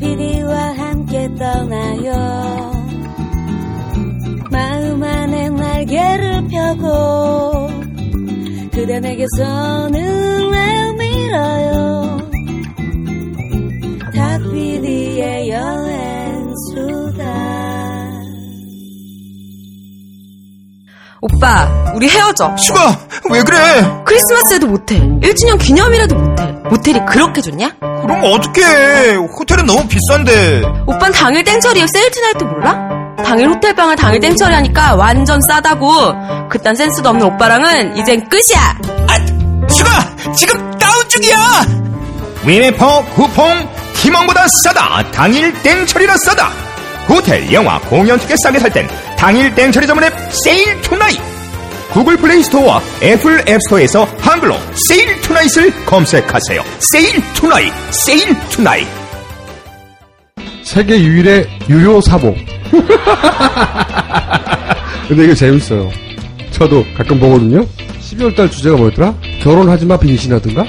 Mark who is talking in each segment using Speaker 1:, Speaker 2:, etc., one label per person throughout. Speaker 1: PD와 함께 떠나요. 마음 안에 날개를 펴고 그대 내게서 눈을 밀어요. 닭 PD의 여행 수다.
Speaker 2: 오빠, 우리 헤어져.
Speaker 3: 슈가 왜 그래?
Speaker 2: 크리스마스에도 모텔, 1주년 기념이라도 모텔. 모텔이 그렇게 좋냐?
Speaker 3: 그럼 어떡해? 호텔은 너무 비싼데.
Speaker 2: 오빤 당일 땡처리에 세일트나이트 몰라? 당일 호텔방을 당일 땡처리 하니까 완전 싸다고. 그딴 센스도 없는 오빠랑은 이젠 끝이야.
Speaker 3: 아, 슈가 지금 다운 중이야. 위메퍼 쿠폰 팀원보다 싸다. 당일 땡처리라 싸다. 호텔, 영화, 공연 티켓 싸게 살 땐 당일 땡처리 전문 앱 세일 투나잇. 구글 플레이 스토어와 애플 앱 스토어에서 한글로 세일 투나잇을 검색하세요. 세일 투나잇, 세일 투나잇.
Speaker 4: 세계 유일의 유료 사복. 근데 이게 재밌어요. 저도 가끔 보거든요. 12월달 주제가 뭐였더라? 결혼하지 마 빙신하든가?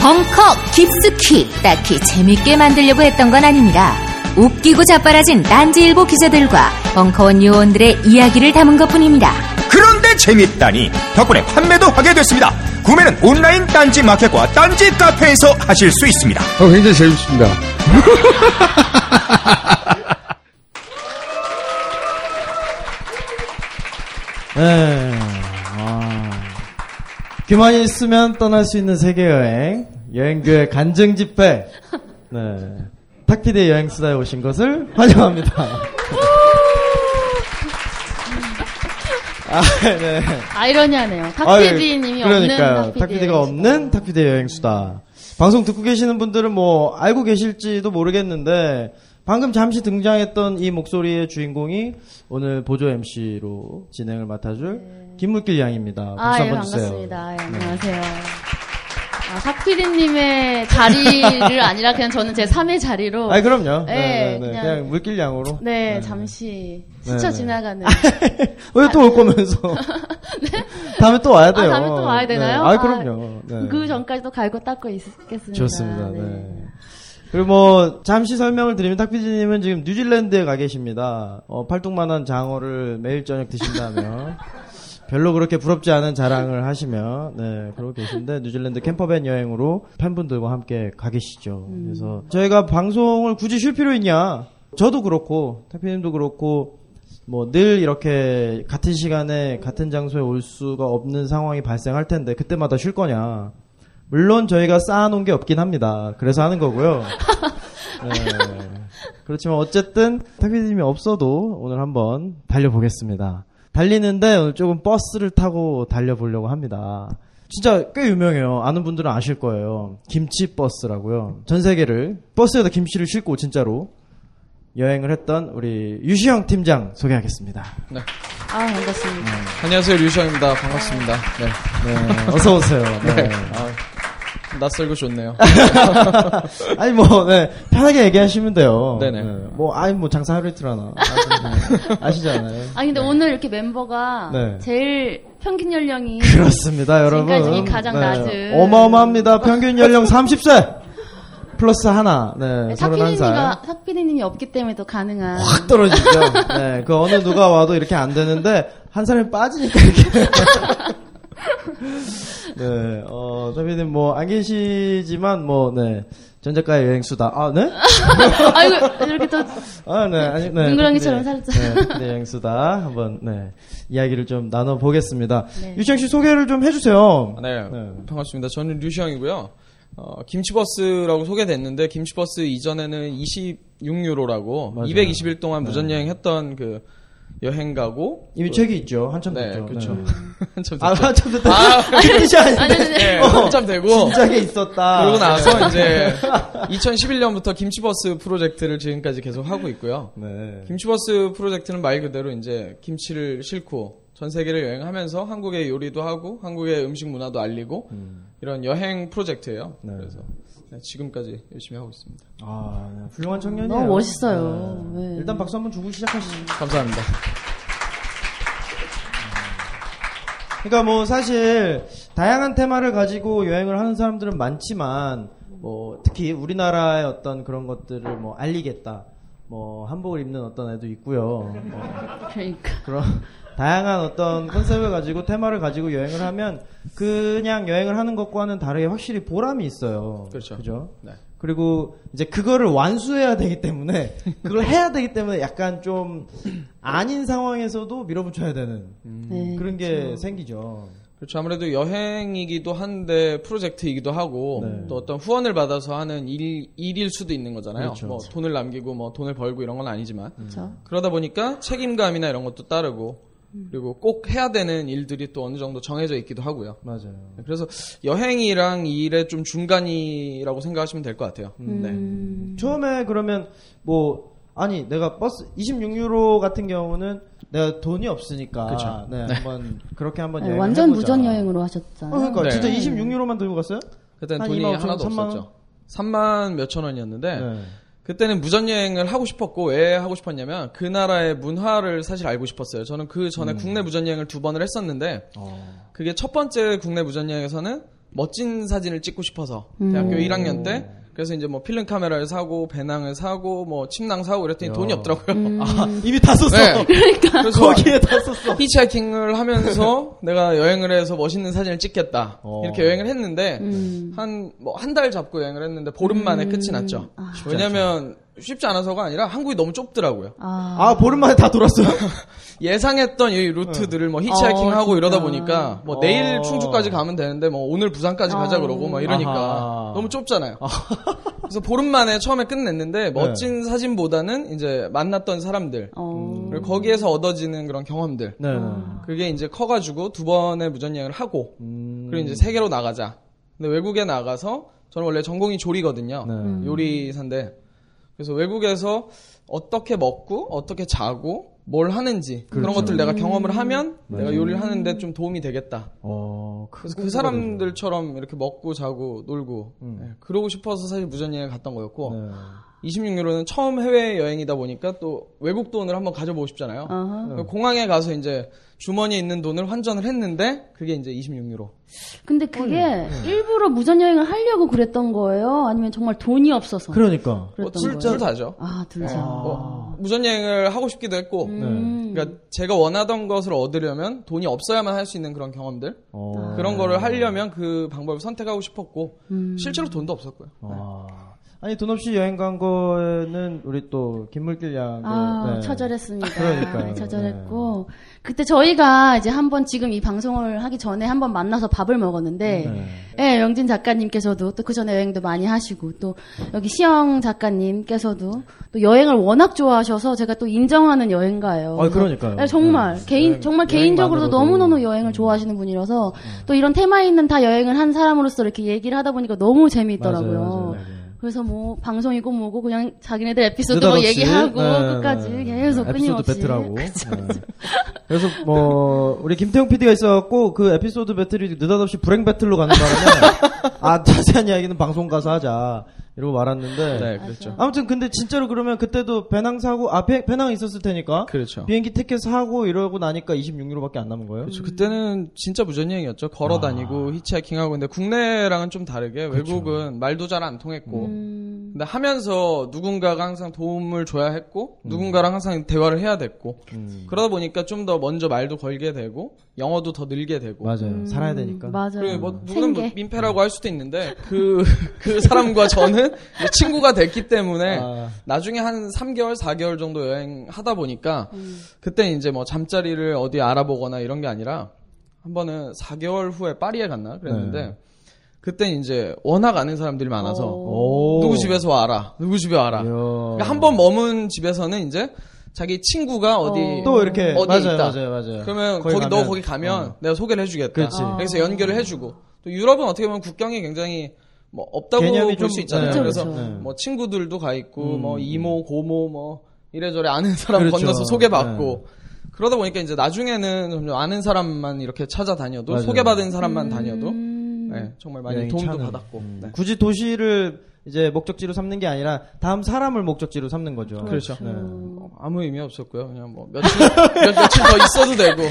Speaker 5: 벙커 깊숙이 딱히 재밌게 만들려고 했던 건 아닙니다. 웃기고 자빠라진 딴지일보 기자들과 벙커원 요원들의 이야기를 담은 것뿐입니다.
Speaker 3: 그런데 재밌다니 덕분에 판매도 하게 됐습니다. 구매는 온라인 딴지 마켓과 딴지 카페에서 하실 수 있습니다.
Speaker 4: 어, 굉장히 재밌습니다.
Speaker 6: 예. 아. 귀만 있으면 떠날 수 있는 세계 여행, 여행교의 간증 집회. 네. 탁피디의 여행 수다에 오신 것을 환영합니다. 아, 네.
Speaker 7: 아이러니하네요.
Speaker 6: 아, 예.
Speaker 7: 탁피디님이
Speaker 6: 그러니까요.
Speaker 7: 없는
Speaker 6: 탁피디가 없는 탁피디의 여행수다. 방송 듣고 계시는 분들은 뭐 알고 계실지도 모르겠는데 방금 잠시 등장했던 이 목소리의 주인공이 오늘 보조 MC로 진행을 맡아줄 김물길 양입니다. 박수
Speaker 7: 네. 아예
Speaker 6: 한번 주세요. 네.
Speaker 7: 반갑습니다. 예, 안녕하세요. 아, 탁피디님의 자리를 아니라 그냥 저는 제 3의 자리로
Speaker 6: 아 그럼요.
Speaker 7: 예,
Speaker 6: 네, 네, 네.
Speaker 7: 그냥-
Speaker 6: 그냥, 물길 양으로.
Speaker 7: 네, 잠시
Speaker 6: 네,
Speaker 7: 스쳐
Speaker 6: 네.
Speaker 7: 지나가는 네?
Speaker 6: 왜 또 올 거면서? 다음에 또 와야 돼요.
Speaker 7: 아, 다음에 또 와야 되나요?
Speaker 6: 네. 아 그럼요. 네.
Speaker 7: 그 전까지 또 갈고 닦고 있겠습니다.
Speaker 6: 좋습니다. 네. 그리고 뭐 잠시 설명을 드리면 탁피디님은 지금 뉴질랜드에 가 계십니다. 어, 팔뚝만한 장어를 매일 저녁 드신다며 별로 그렇게 부럽지 않은 자랑을 하시며 네 그러고 계신데 뉴질랜드 캠퍼밴 여행으로 팬분들과 함께 가 계시죠.
Speaker 7: 음.
Speaker 6: 그래서 저희가 방송을 굳이 쉴 필요 있냐? 저도 그렇고 탁피님도 그렇고 뭐 늘 이렇게 같은 시간에 같은 장소에 올 수가 없는 상황이 발생할 텐데 그때마다 쉴 거냐? 물론 저희가 쌓아놓은 게 없긴 합니다. 그래서 하는 거고요. 네. 그렇지만 어쨌든 탁피디님이 없어도 오늘 한번 달려보겠습니다. 달리는데 오늘 조금 버스를 타고 달려보려고 합니다. 진짜 꽤 유명해요. 아는 분들은 아실 거예요. 김치 버스라고요. 전 세계를 버스에다 김치를 싣고 진짜로 여행을 했던 우리 유시영 팀장 소개하겠습니다.
Speaker 7: 아 반갑습니다.
Speaker 8: 안녕하세요 류시영입니다 반갑습니다 네.
Speaker 6: 네, 어서 오세요. 네.
Speaker 8: 아, 낯설고 좋네요
Speaker 6: 아니 뭐 네, 편하게 얘기하시면 돼요.
Speaker 8: 네네.
Speaker 6: 네, 뭐 아니 뭐 장사 하루 이틀 하나 아시잖아요
Speaker 7: 아 근데 오늘 이렇게 멤버가
Speaker 6: 네.
Speaker 7: 제일 평균 연령이
Speaker 6: 그렇습니다, 여러분. 네.
Speaker 7: 지금까지 가장 낮은.
Speaker 6: 어마어마합니다. 평균 연령 30세 플러스 하나. 네, 서른한 살.
Speaker 7: 탁피디님이가 탁피디님이 없기 때문에 또 가능한
Speaker 6: 확 떨어지죠. 네, 그 어느 누가 와도 이렇게 안 되는데 한 사람이 빠지니까 이렇게. 네, 어, 선배님 뭐 안 계시지만 뭐 네. 전작가의 여행수다. 아, 네?
Speaker 7: 아이고 이렇게 또
Speaker 6: 아, 네, 아니, 네.
Speaker 7: 눈구렁이처럼
Speaker 6: 네,
Speaker 7: 살짝.
Speaker 6: 네, 네, 영수다. 한번, 네. 이야기를 좀 나눠보겠습니다.
Speaker 7: 네.
Speaker 6: 유창 씨 소개를 좀 해주세요.
Speaker 8: 네,
Speaker 6: 네.
Speaker 8: 반갑습니다 저는 류시영이고요 어, 김치버스라고 소개됐는데 김치버스 이전에는 26유로라고
Speaker 6: 맞아요. 네.
Speaker 8: 220일 동안 무전여행 했던 그 여행가고
Speaker 6: 이미 책이 있죠. 한참
Speaker 8: 네,
Speaker 6: 됐죠.
Speaker 8: 그쵸.
Speaker 6: 네.
Speaker 8: 한참
Speaker 6: 아,
Speaker 8: 됐죠.
Speaker 6: 한참 됐다.
Speaker 8: 아,
Speaker 6: 그 뜻이 아닌데.
Speaker 8: 네,
Speaker 6: 어,
Speaker 8: 한참 되고
Speaker 6: 진작에 있었다.
Speaker 8: 그러고 나서
Speaker 6: 네.
Speaker 8: 이제 2011년부터 김치버스 프로젝트를 지금까지 계속 하고 있고요
Speaker 6: 네.
Speaker 8: 김치버스 프로젝트는 말 그대로 이제 김치를 싣고 전 세계를 여행하면서 한국의 요리도 하고 한국의 음식 문화도 알리고 이런 여행 프로젝트예요.
Speaker 6: 네.
Speaker 8: 그래서 네, 지금까지 열심히 하고 있습니다.
Speaker 6: 아, 네. 훌륭한 청년이에요.
Speaker 7: 너무 멋있어요. 네.
Speaker 6: 일단 박수 한번 주고 시작하시죠.
Speaker 8: 감사합니다.
Speaker 6: 그러니까 뭐 사실 다양한 테마를 가지고 여행을 하는 사람들은 많지만 뭐 특히 우리나라의 어떤 그런 것들을 뭐 알리겠다. 뭐 한복을 입는 어떤 애도 있고요. 뭐
Speaker 7: 그러니까.
Speaker 6: 그런 다양한 어떤 컨셉을 가지고 테마를 가지고 여행을 하면 그냥 여행을 하는 것과는 다르게 확실히 보람이 있어요.
Speaker 9: 그렇죠.
Speaker 6: 그죠?
Speaker 9: 네.
Speaker 6: 그리고 이제 그거를 완수해야 되기 때문에 그걸 해야 되기 때문에 약간 좀 아닌 상황에서도 밀어붙여야 되는
Speaker 9: 음.
Speaker 7: 네.
Speaker 6: 음, 그런 게 생기죠.
Speaker 9: 그렇죠. 아무래도 여행이기도 한데 프로젝트이기도 하고
Speaker 6: 네.
Speaker 9: 또 어떤 후원을 받아서 하는 일, 일일 수도 있는 거잖아요.
Speaker 6: 그렇죠. 음.
Speaker 9: 뭐 돈을 남기고 뭐 돈을 벌고 이런 건 아니지만
Speaker 7: 그렇죠.
Speaker 9: 그러다 보니까 책임감이나 이런 것도 따르고
Speaker 7: 음.
Speaker 9: 그리고 꼭 해야 되는 일들이 또 어느 정도 정해져 있기도 하고요.
Speaker 6: 맞아요.
Speaker 9: 네, 그래서 여행이랑 이 일의 좀 중간이라고 생각하시면 될 것 같아요. 네.
Speaker 6: 음. 처음에 그러면 뭐 아니 내가 버스 26유로 같은 경우는 내가 돈이 없으니까
Speaker 9: 그쵸.
Speaker 6: 네, 한번 그렇게 한번
Speaker 7: 네,
Speaker 6: 여행을
Speaker 7: 완전
Speaker 6: 해보자.
Speaker 7: 무전 여행으로
Speaker 6: 어,
Speaker 7: 하셨잖아요.
Speaker 6: 그러니까
Speaker 9: 네.
Speaker 6: 진짜 26유로만 들고 갔어요?
Speaker 9: 그때는
Speaker 6: 한
Speaker 9: 돈이
Speaker 6: 25,000,
Speaker 9: 하나도
Speaker 6: 3만 뭐 원?
Speaker 9: 없었죠. 3만 몇천 원이었는데
Speaker 7: 음.
Speaker 6: 네.
Speaker 9: 그때는 무전여행을 하고 싶었고 왜 하고 싶었냐면 그 나라의 문화를 사실 알고 싶었어요. 저는 그 전에
Speaker 6: 음.
Speaker 9: 국내 무전여행을 두 번을 했었는데
Speaker 6: 어.
Speaker 9: 그게 첫 번째 국내 무전여행에서는 멋진 사진을 찍고 싶어서
Speaker 6: 음.
Speaker 9: 대학교 1학년 때 그래서 이제 뭐 필름 카메라를 사고 배낭을 사고 뭐 침낭 사고 그랬더니 돈이 없더라고요.
Speaker 6: 아, 이미 다 썼어.
Speaker 9: 네.
Speaker 6: 그러니까.
Speaker 7: 그러니까.
Speaker 9: 그래서
Speaker 6: 거기에 다 썼어.
Speaker 9: 히치하이킹을 하면서 내가 여행을 해서 멋있는 사진을 찍겠다 이렇게 여행을 했는데 한 뭐 한 달 잡고 여행을 했는데 보름 만에 끝이 났죠. 왜냐면 쉽지 않아서가 아니라 한국이 너무 좁더라고요.
Speaker 7: 아,
Speaker 6: 아 보름만에 다 돌았어요.
Speaker 9: 예상했던 이 루트들을 뭐 히치하이킹하고
Speaker 7: 어,
Speaker 9: 이러다
Speaker 7: 진짜.
Speaker 9: 보니까 뭐
Speaker 6: 어.
Speaker 9: 내일 충주까지 가면 되는데 뭐 오늘 부산까지 가자
Speaker 7: 아.
Speaker 9: 그러고 막 이러니까
Speaker 6: 아하.
Speaker 9: 너무 좁잖아요. 그래서 보름 만에 처음에 끝냈는데 멋진 사진보다는 이제 만났던
Speaker 6: 음.
Speaker 9: 사람들
Speaker 7: 어.
Speaker 9: 그리고 거기에서 얻어지는 그런 경험들
Speaker 6: 네.
Speaker 9: 그게 이제 커가지고 두 번의 무전여행을 하고
Speaker 6: 음,
Speaker 9: 그리고 이제 세계로 나가자. 근데 외국에 나가서 저는 원래 전공이 조리거든요.
Speaker 6: 네.
Speaker 9: 요리사인데 그래서 외국에서 어떻게 먹고 어떻게 자고 뭘 하는지 그런
Speaker 6: 그렇죠. 네.
Speaker 9: 것들 내가 경험을 하면 내가
Speaker 6: 맞아요.
Speaker 9: 요리를 하는데 좀 도움이 되겠다.
Speaker 6: 어,
Speaker 9: 그래서 그 사람들처럼 이렇게 먹고 자고 놀고
Speaker 6: 음.
Speaker 9: 예, 그러고 싶어서 사실 무전여행 갔던 거였고
Speaker 6: 네.
Speaker 9: 26유로는 처음 해외 여행이다 보니까 또 외국 돈을 한번 가져보고 싶잖아요.
Speaker 7: 아하.
Speaker 9: 그래서 공항에 가서 이제 주머니에 있는 돈을 환전을 했는데 그게 이제 26유로.
Speaker 7: 근데
Speaker 6: 음.
Speaker 7: 그게
Speaker 6: 네.
Speaker 7: 일부러 무전 여행을 하려고 그랬던 거예요? 아니면 정말 돈이
Speaker 9: 네.
Speaker 7: 없어서?
Speaker 6: 그러니까.
Speaker 7: 그랬던
Speaker 9: 둘,
Speaker 7: 거예요?
Speaker 9: 둘 다죠.
Speaker 7: 아, 둘
Speaker 6: 어.
Speaker 7: 다.
Speaker 9: 뭐 무전 여행을 하고 싶기도 했고,
Speaker 7: 음.
Speaker 9: 그러니까 제가 원하던 것을 얻으려면 돈이 없어야만 할 수 있는 그런 경험들
Speaker 6: 어.
Speaker 9: 그런 거를 하려면 그 방법을 선택하고 싶었고 실제로 돈도 없었고요.
Speaker 6: 아. 아니 돈 없이 여행 간 거는 우리 또 김물길 양.
Speaker 7: 아,
Speaker 6: 네.
Speaker 7: 처절했습니다.
Speaker 6: 그러니까요. 네.
Speaker 7: 처절했고. 그때 저희가 이제 한번 지금 이 방송을 하기 전에 한번 만나서 밥을 먹었는데,
Speaker 6: 네.
Speaker 7: 예, 영진 작가님께서도 또 그 전에 여행도 많이 하시고, 또 여기 시영 작가님께서도 또 여행을 워낙 좋아하셔서 제가 또 인정하는 여행가예요.
Speaker 6: 아, 그러니까요.
Speaker 7: 예, 정말.
Speaker 6: 네.
Speaker 7: 개인,
Speaker 6: 여행- 음.
Speaker 7: 정말 개인적으로도
Speaker 6: 여행만으로도.
Speaker 7: 너무너무 여행을 좋아하시는 분이라서 또 이런 테마 있는 다 여행을 한 사람으로서 이렇게 얘기를 하다 보니까 너무 재미있더라고요.
Speaker 6: 맞아요, 맞아요, 맞아요.
Speaker 7: 그래서 뭐 방송이고 뭐고 그냥 자기네들 에피소드 막
Speaker 6: 느닷없이,
Speaker 7: 뭐 얘기하고
Speaker 6: 네,
Speaker 7: 끝까지
Speaker 6: 네, 네.
Speaker 7: 계속 끊임없이
Speaker 6: 에피소드 배틀하고 네. 그래서 뭐 우리 김태형 PD가 있어갖고 그 에피소드 배틀이 느닷없이 불행 배틀로 가는 바람에 아 자세한 이야기는 방송 가서 하자 이러고 말았는데
Speaker 9: 네, 그렇죠.
Speaker 6: 아무튼 근데 진짜로 그러면 그때도 배낭 사고 아 배, 배낭 있었을 테니까
Speaker 9: 그렇죠.
Speaker 6: 비행기 티켓 사고 이러고 나니까 26유로밖에 안 남은 거예요.
Speaker 9: 그렇죠. 그때는 진짜 무전 여행이었죠. 걸어 다니고 히치하이킹하고 근데 국내랑은 좀 다르게 외국은 말도 잘 안 통했고
Speaker 7: 음,
Speaker 9: 근데 하면서 누군가가 항상 도움을 줘야 했고
Speaker 6: 음.
Speaker 9: 누군가랑 항상 대화를 해야 됐고 그러다 보니까 좀 더 먼저 말도 걸게 되고 영어도 더 늘게 되고
Speaker 6: 음. 맞아요.
Speaker 7: 음.
Speaker 6: 살아야 되니까.
Speaker 7: 맞아요.
Speaker 9: 그리고 뭐 누군 뭐
Speaker 7: 음. 생계.
Speaker 9: 민폐라고 할 수도 있는데 그 그 사람과 저는 이제 친구가 됐기 때문에
Speaker 6: 아.
Speaker 9: 나중에 한 3개월 4개월 정도 여행하다 보니까
Speaker 7: 음.
Speaker 9: 그때 이제 뭐 잠자리를 어디 알아보거나 이런 게 아니라 한 번은 4개월 후에 파리에 갔나 그랬는데
Speaker 6: 네.
Speaker 9: 그때 이제 워낙 아는 사람들이 많아서
Speaker 6: 오.
Speaker 9: 누구 집에서 와라 누구 집에 와라 그러니까
Speaker 6: 이야.
Speaker 9: 한 번 머문 집에서는 이제 자기 친구가 어디
Speaker 6: 또 이렇게
Speaker 9: 어디
Speaker 6: 맞아요,
Speaker 9: 있다.
Speaker 6: 맞아요, 맞아요.
Speaker 9: 그러면 거기, 너 거기 가면
Speaker 6: 어.
Speaker 9: 내가 소개를 해주겠다.
Speaker 6: 그렇지.
Speaker 9: 래서 연결을 해주고 또 유럽은 어떻게 보면 국경이 굉장히 뭐 없다고
Speaker 6: 개념이
Speaker 9: 볼
Speaker 6: 좀-
Speaker 9: 수 있잖아요.
Speaker 6: 네,
Speaker 9: 그래서
Speaker 6: 그렇죠. 네. 음.
Speaker 9: 뭐 친구들도 가 있고 뭐 이모 고모 뭐 이래저래 아는 사람
Speaker 6: 그렇죠. 네.
Speaker 9: 건너서 소개받고 그러다 보니까 이제 나중에는 점점 아는 사람만 이렇게 찾아다녀도
Speaker 6: 맞아요.
Speaker 9: 소개받은 사람만 다녀도
Speaker 6: 음.
Speaker 9: 네, 정말 많이
Speaker 6: 여행이
Speaker 9: 도움도
Speaker 6: 차는.
Speaker 9: 받았고
Speaker 6: 음.
Speaker 9: 네.
Speaker 6: 굳이 도시를 이제 목적지로 삼는 게 아니라 다음 사람을 목적지로 삼는 거죠.
Speaker 9: 그렇죠.
Speaker 6: 네.
Speaker 9: 아무 의미 없었고요. 그냥 뭐 며칠 몇, 며칠 더 있어도 되고,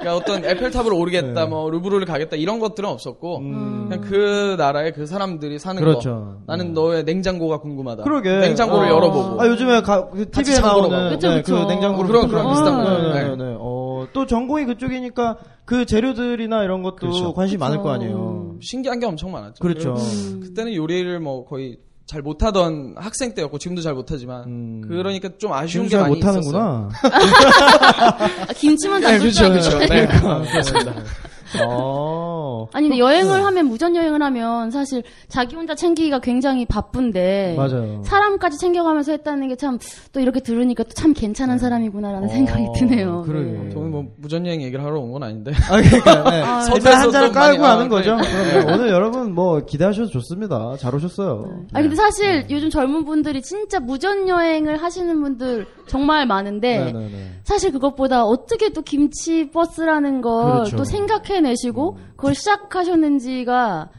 Speaker 9: 그러니까 어떤 에펠탑을 오르겠다,
Speaker 6: 네.
Speaker 9: 뭐 루브르를 가겠다 이런 것들은 없었고, 그냥 그 나라의 그 사람들이 사는
Speaker 6: 음. 그렇죠.
Speaker 9: 거. 나는 너의 냉장고가 궁금하다.
Speaker 6: 그러게.
Speaker 9: 냉장고를
Speaker 6: 어.
Speaker 9: 열어보고.
Speaker 6: 아 요즘에 가, 그
Speaker 9: 같이
Speaker 6: TV에
Speaker 9: 창고로
Speaker 6: 나오는
Speaker 9: 가고.
Speaker 7: 그쵸,
Speaker 6: 네, 그
Speaker 7: 그쵸.
Speaker 6: 냉장고를
Speaker 9: 그런- 그런 비슷한 거.
Speaker 6: 네, 네,
Speaker 9: 네.
Speaker 6: 네. 어, 또 전공이 그쪽이니까 그 재료들이나 이런 것도
Speaker 9: 그렇죠.
Speaker 6: 관심이 많을 거 아니에요.
Speaker 9: 신기한 게 엄청 많았죠.
Speaker 6: 그렇죠.
Speaker 9: 그리고 그때는 요리를 뭐 거의 잘 못하던 학생 때였고 지금도 잘 못하지만
Speaker 6: 음.
Speaker 9: 그러니까 좀
Speaker 6: 지금
Speaker 9: 아쉬운 게
Speaker 6: 잘
Speaker 9: 많이 있었어요.
Speaker 6: 못하는구나.
Speaker 7: 아, 김치만 다줄 줄 알고.
Speaker 9: 네.
Speaker 6: 그러니까. 어.
Speaker 7: 아니 근데 여행을 하면 무전 여행을 하면 사실 자기 혼자 챙기기가 굉장히 바쁜데
Speaker 6: 네. 맞아요.
Speaker 7: 사람까지 챙겨가면서 했다는 게 참 또 이렇게 들으니까 또 참 괜찮은 사람이구나라는 생각이
Speaker 6: 네. 어,
Speaker 7: 드네요.
Speaker 6: 그러게.
Speaker 7: 네.
Speaker 9: 저는 뭐 무전여행 얘기를 하러 온 건 아닌데.
Speaker 6: 아, 그러니까, 네.
Speaker 7: 아,
Speaker 6: 일단 한
Speaker 9: 선배로서
Speaker 6: 잔을
Speaker 9: 또 많이
Speaker 6: 깔고 하는
Speaker 9: 아,
Speaker 6: 거죠.
Speaker 9: 그래.
Speaker 6: 그럼요. 오늘 여러분 뭐 기대하셔도 좋습니다. 잘 오셨어요.
Speaker 7: 아니 근데 사실 요즘 젊은 분들이 진짜 무전 여행을 하시는 분들 정말 많은데
Speaker 6: 네네네.
Speaker 7: 사실 그것보다 어떻게 또 김치 버스라는 걸 또
Speaker 6: 그렇죠.
Speaker 7: 생각해내시고 그걸 시작하셨는지가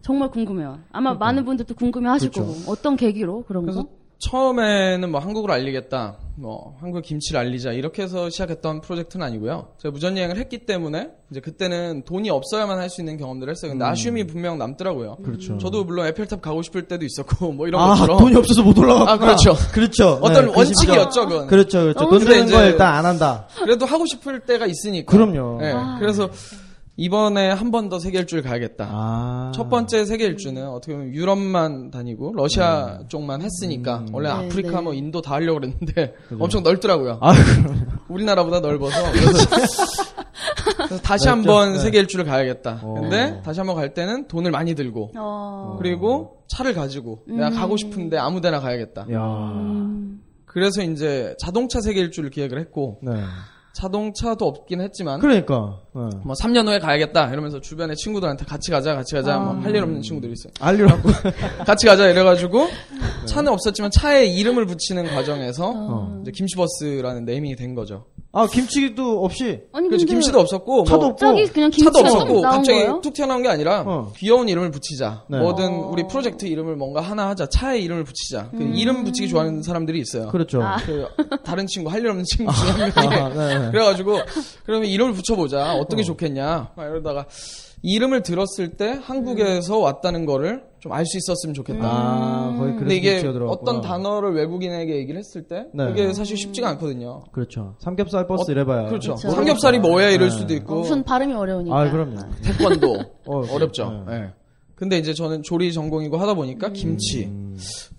Speaker 7: 정말 궁금해요. 아마 많은 분들도 궁금해하실
Speaker 6: 그렇죠.
Speaker 7: 거고 어떤 계기로 그런
Speaker 9: 그래서
Speaker 7: 거?
Speaker 9: 처음에는 뭐 한국을 알리겠다, 뭐 한국 김치를 알리자 이렇게 해서 시작했던 프로젝트는 아니고요. 제가 무전 여행을 했기 때문에 이제 그때는 돈이 없어야만 할 수 있는 경험들을 했어요. 근데 아쉬움이 분명 남더라고요.
Speaker 6: 음. 그렇죠.
Speaker 9: 저도 물론 에펠탑 가고 싶을 때도 있었고 뭐 이런
Speaker 6: 아,
Speaker 9: 것처럼
Speaker 6: 돈이 없어서 못 올라가.
Speaker 9: 아, 그렇죠.
Speaker 6: 그렇죠.
Speaker 9: 어떤
Speaker 6: 네, 그 심정.
Speaker 9: 원칙이었죠, 그건.
Speaker 6: 그렇죠, 그렇죠.
Speaker 7: 너무
Speaker 6: 돈 드는
Speaker 9: 근데
Speaker 6: 거
Speaker 9: 이제-
Speaker 6: 일단 안 한다.
Speaker 9: 그래도 하고 싶을 때가 있으니까.
Speaker 6: 그럼요.
Speaker 9: 예, 그래서 이번에 한 번 더 세계 일주를 가야겠다.
Speaker 6: 아.
Speaker 9: 첫 번째 세계 일주는 어떻게 보면 유럽만 다니고 러시아
Speaker 6: 네.
Speaker 9: 쪽만 했으니까
Speaker 6: 음.
Speaker 9: 원래
Speaker 7: 네,
Speaker 9: 아프리카
Speaker 7: 네.
Speaker 9: 뭐 인도 다 하려고 그랬는데 엄청 넓더라고요.
Speaker 6: 아, 그럼.
Speaker 9: 우리나라보다 넓어서 그래서, 그래서 다시 한 번
Speaker 6: 넓죠? 네.
Speaker 9: 세계 일주를 가야겠다.
Speaker 6: 어.
Speaker 9: 근데 다시 한 번 갈 때는 돈을 많이 들고
Speaker 7: 어.
Speaker 9: 그리고 차를 가지고
Speaker 6: 음.
Speaker 9: 내가 가고 싶은데 아무데나 가야겠다.
Speaker 6: 야.
Speaker 9: 그래서 이제 자동차 세계 일주를 기획을 했고
Speaker 6: 네.
Speaker 9: 자동차도 없긴 했지만
Speaker 6: 그러니까. 네.
Speaker 9: 뭐 3년 후에 가야겠다 이러면서 주변에 친구들한테 같이 가자 같이
Speaker 6: 아.
Speaker 9: 가자 뭐 할 일 없는 친구들이 있어요.
Speaker 6: 알리라고.
Speaker 9: 같이 가자 이래가지고 차는 없었지만 차에 이름을 붙이는 과정에서
Speaker 6: 어.
Speaker 9: 어. 이제 김치버스라는 네이밍이 된 거죠.
Speaker 6: 아, 김치도 없이.
Speaker 7: 아니
Speaker 9: 그래서
Speaker 7: 근데
Speaker 9: 김치도 없었고
Speaker 6: 차도
Speaker 9: 뭐
Speaker 6: 없고.
Speaker 7: 갑자기 그냥
Speaker 9: 차도
Speaker 7: 김치가
Speaker 9: 없었고
Speaker 7: 나온
Speaker 9: 갑자기
Speaker 7: 거예요?
Speaker 9: 툭 튀어나온 게 아니라
Speaker 6: 어.
Speaker 9: 귀여운 이름을 붙이자
Speaker 6: 네.
Speaker 9: 뭐든 우리 프로젝트 이름을 뭔가 하나 하자 차에 이름을 붙이자
Speaker 7: 음.
Speaker 9: 그 이름 붙이기 좋아하는 사람들이 있어요.
Speaker 6: 그렇죠.
Speaker 9: 그 다른 친구 할 일 없는 친구 중에 한 명이
Speaker 6: 아, 네, 네.
Speaker 9: 그래가지고 그러면 이름을 붙여보자 어떻게 좋겠냐 막 이러다가 이름을 들었을 때 한국에서 왔다는 거를 좀 알 수 있었으면 좋겠다.
Speaker 6: 아, 거의 그래서
Speaker 9: 근데 이게
Speaker 6: 김치가 들어갔구나.
Speaker 9: 어떤 단어를 외국인에게 얘기를 했을 때
Speaker 6: 네.
Speaker 9: 그게 사실 쉽지가 않거든요.
Speaker 6: 그렇죠. 삼겹살 버스 이래봐야.
Speaker 9: 그렇죠.
Speaker 7: 그렇죠.
Speaker 9: 삼겹살이 뭐야 이럴 수도
Speaker 7: 어,
Speaker 9: 있고
Speaker 7: 무슨 발음이 어려우니까.
Speaker 6: 아, 그럼요.
Speaker 9: 태권도
Speaker 6: 네. 어, 그렇죠.
Speaker 9: 어렵죠. 예. 근데 이제 저는 조리 전공이고 하다
Speaker 6: 음.
Speaker 9: 보니까 김치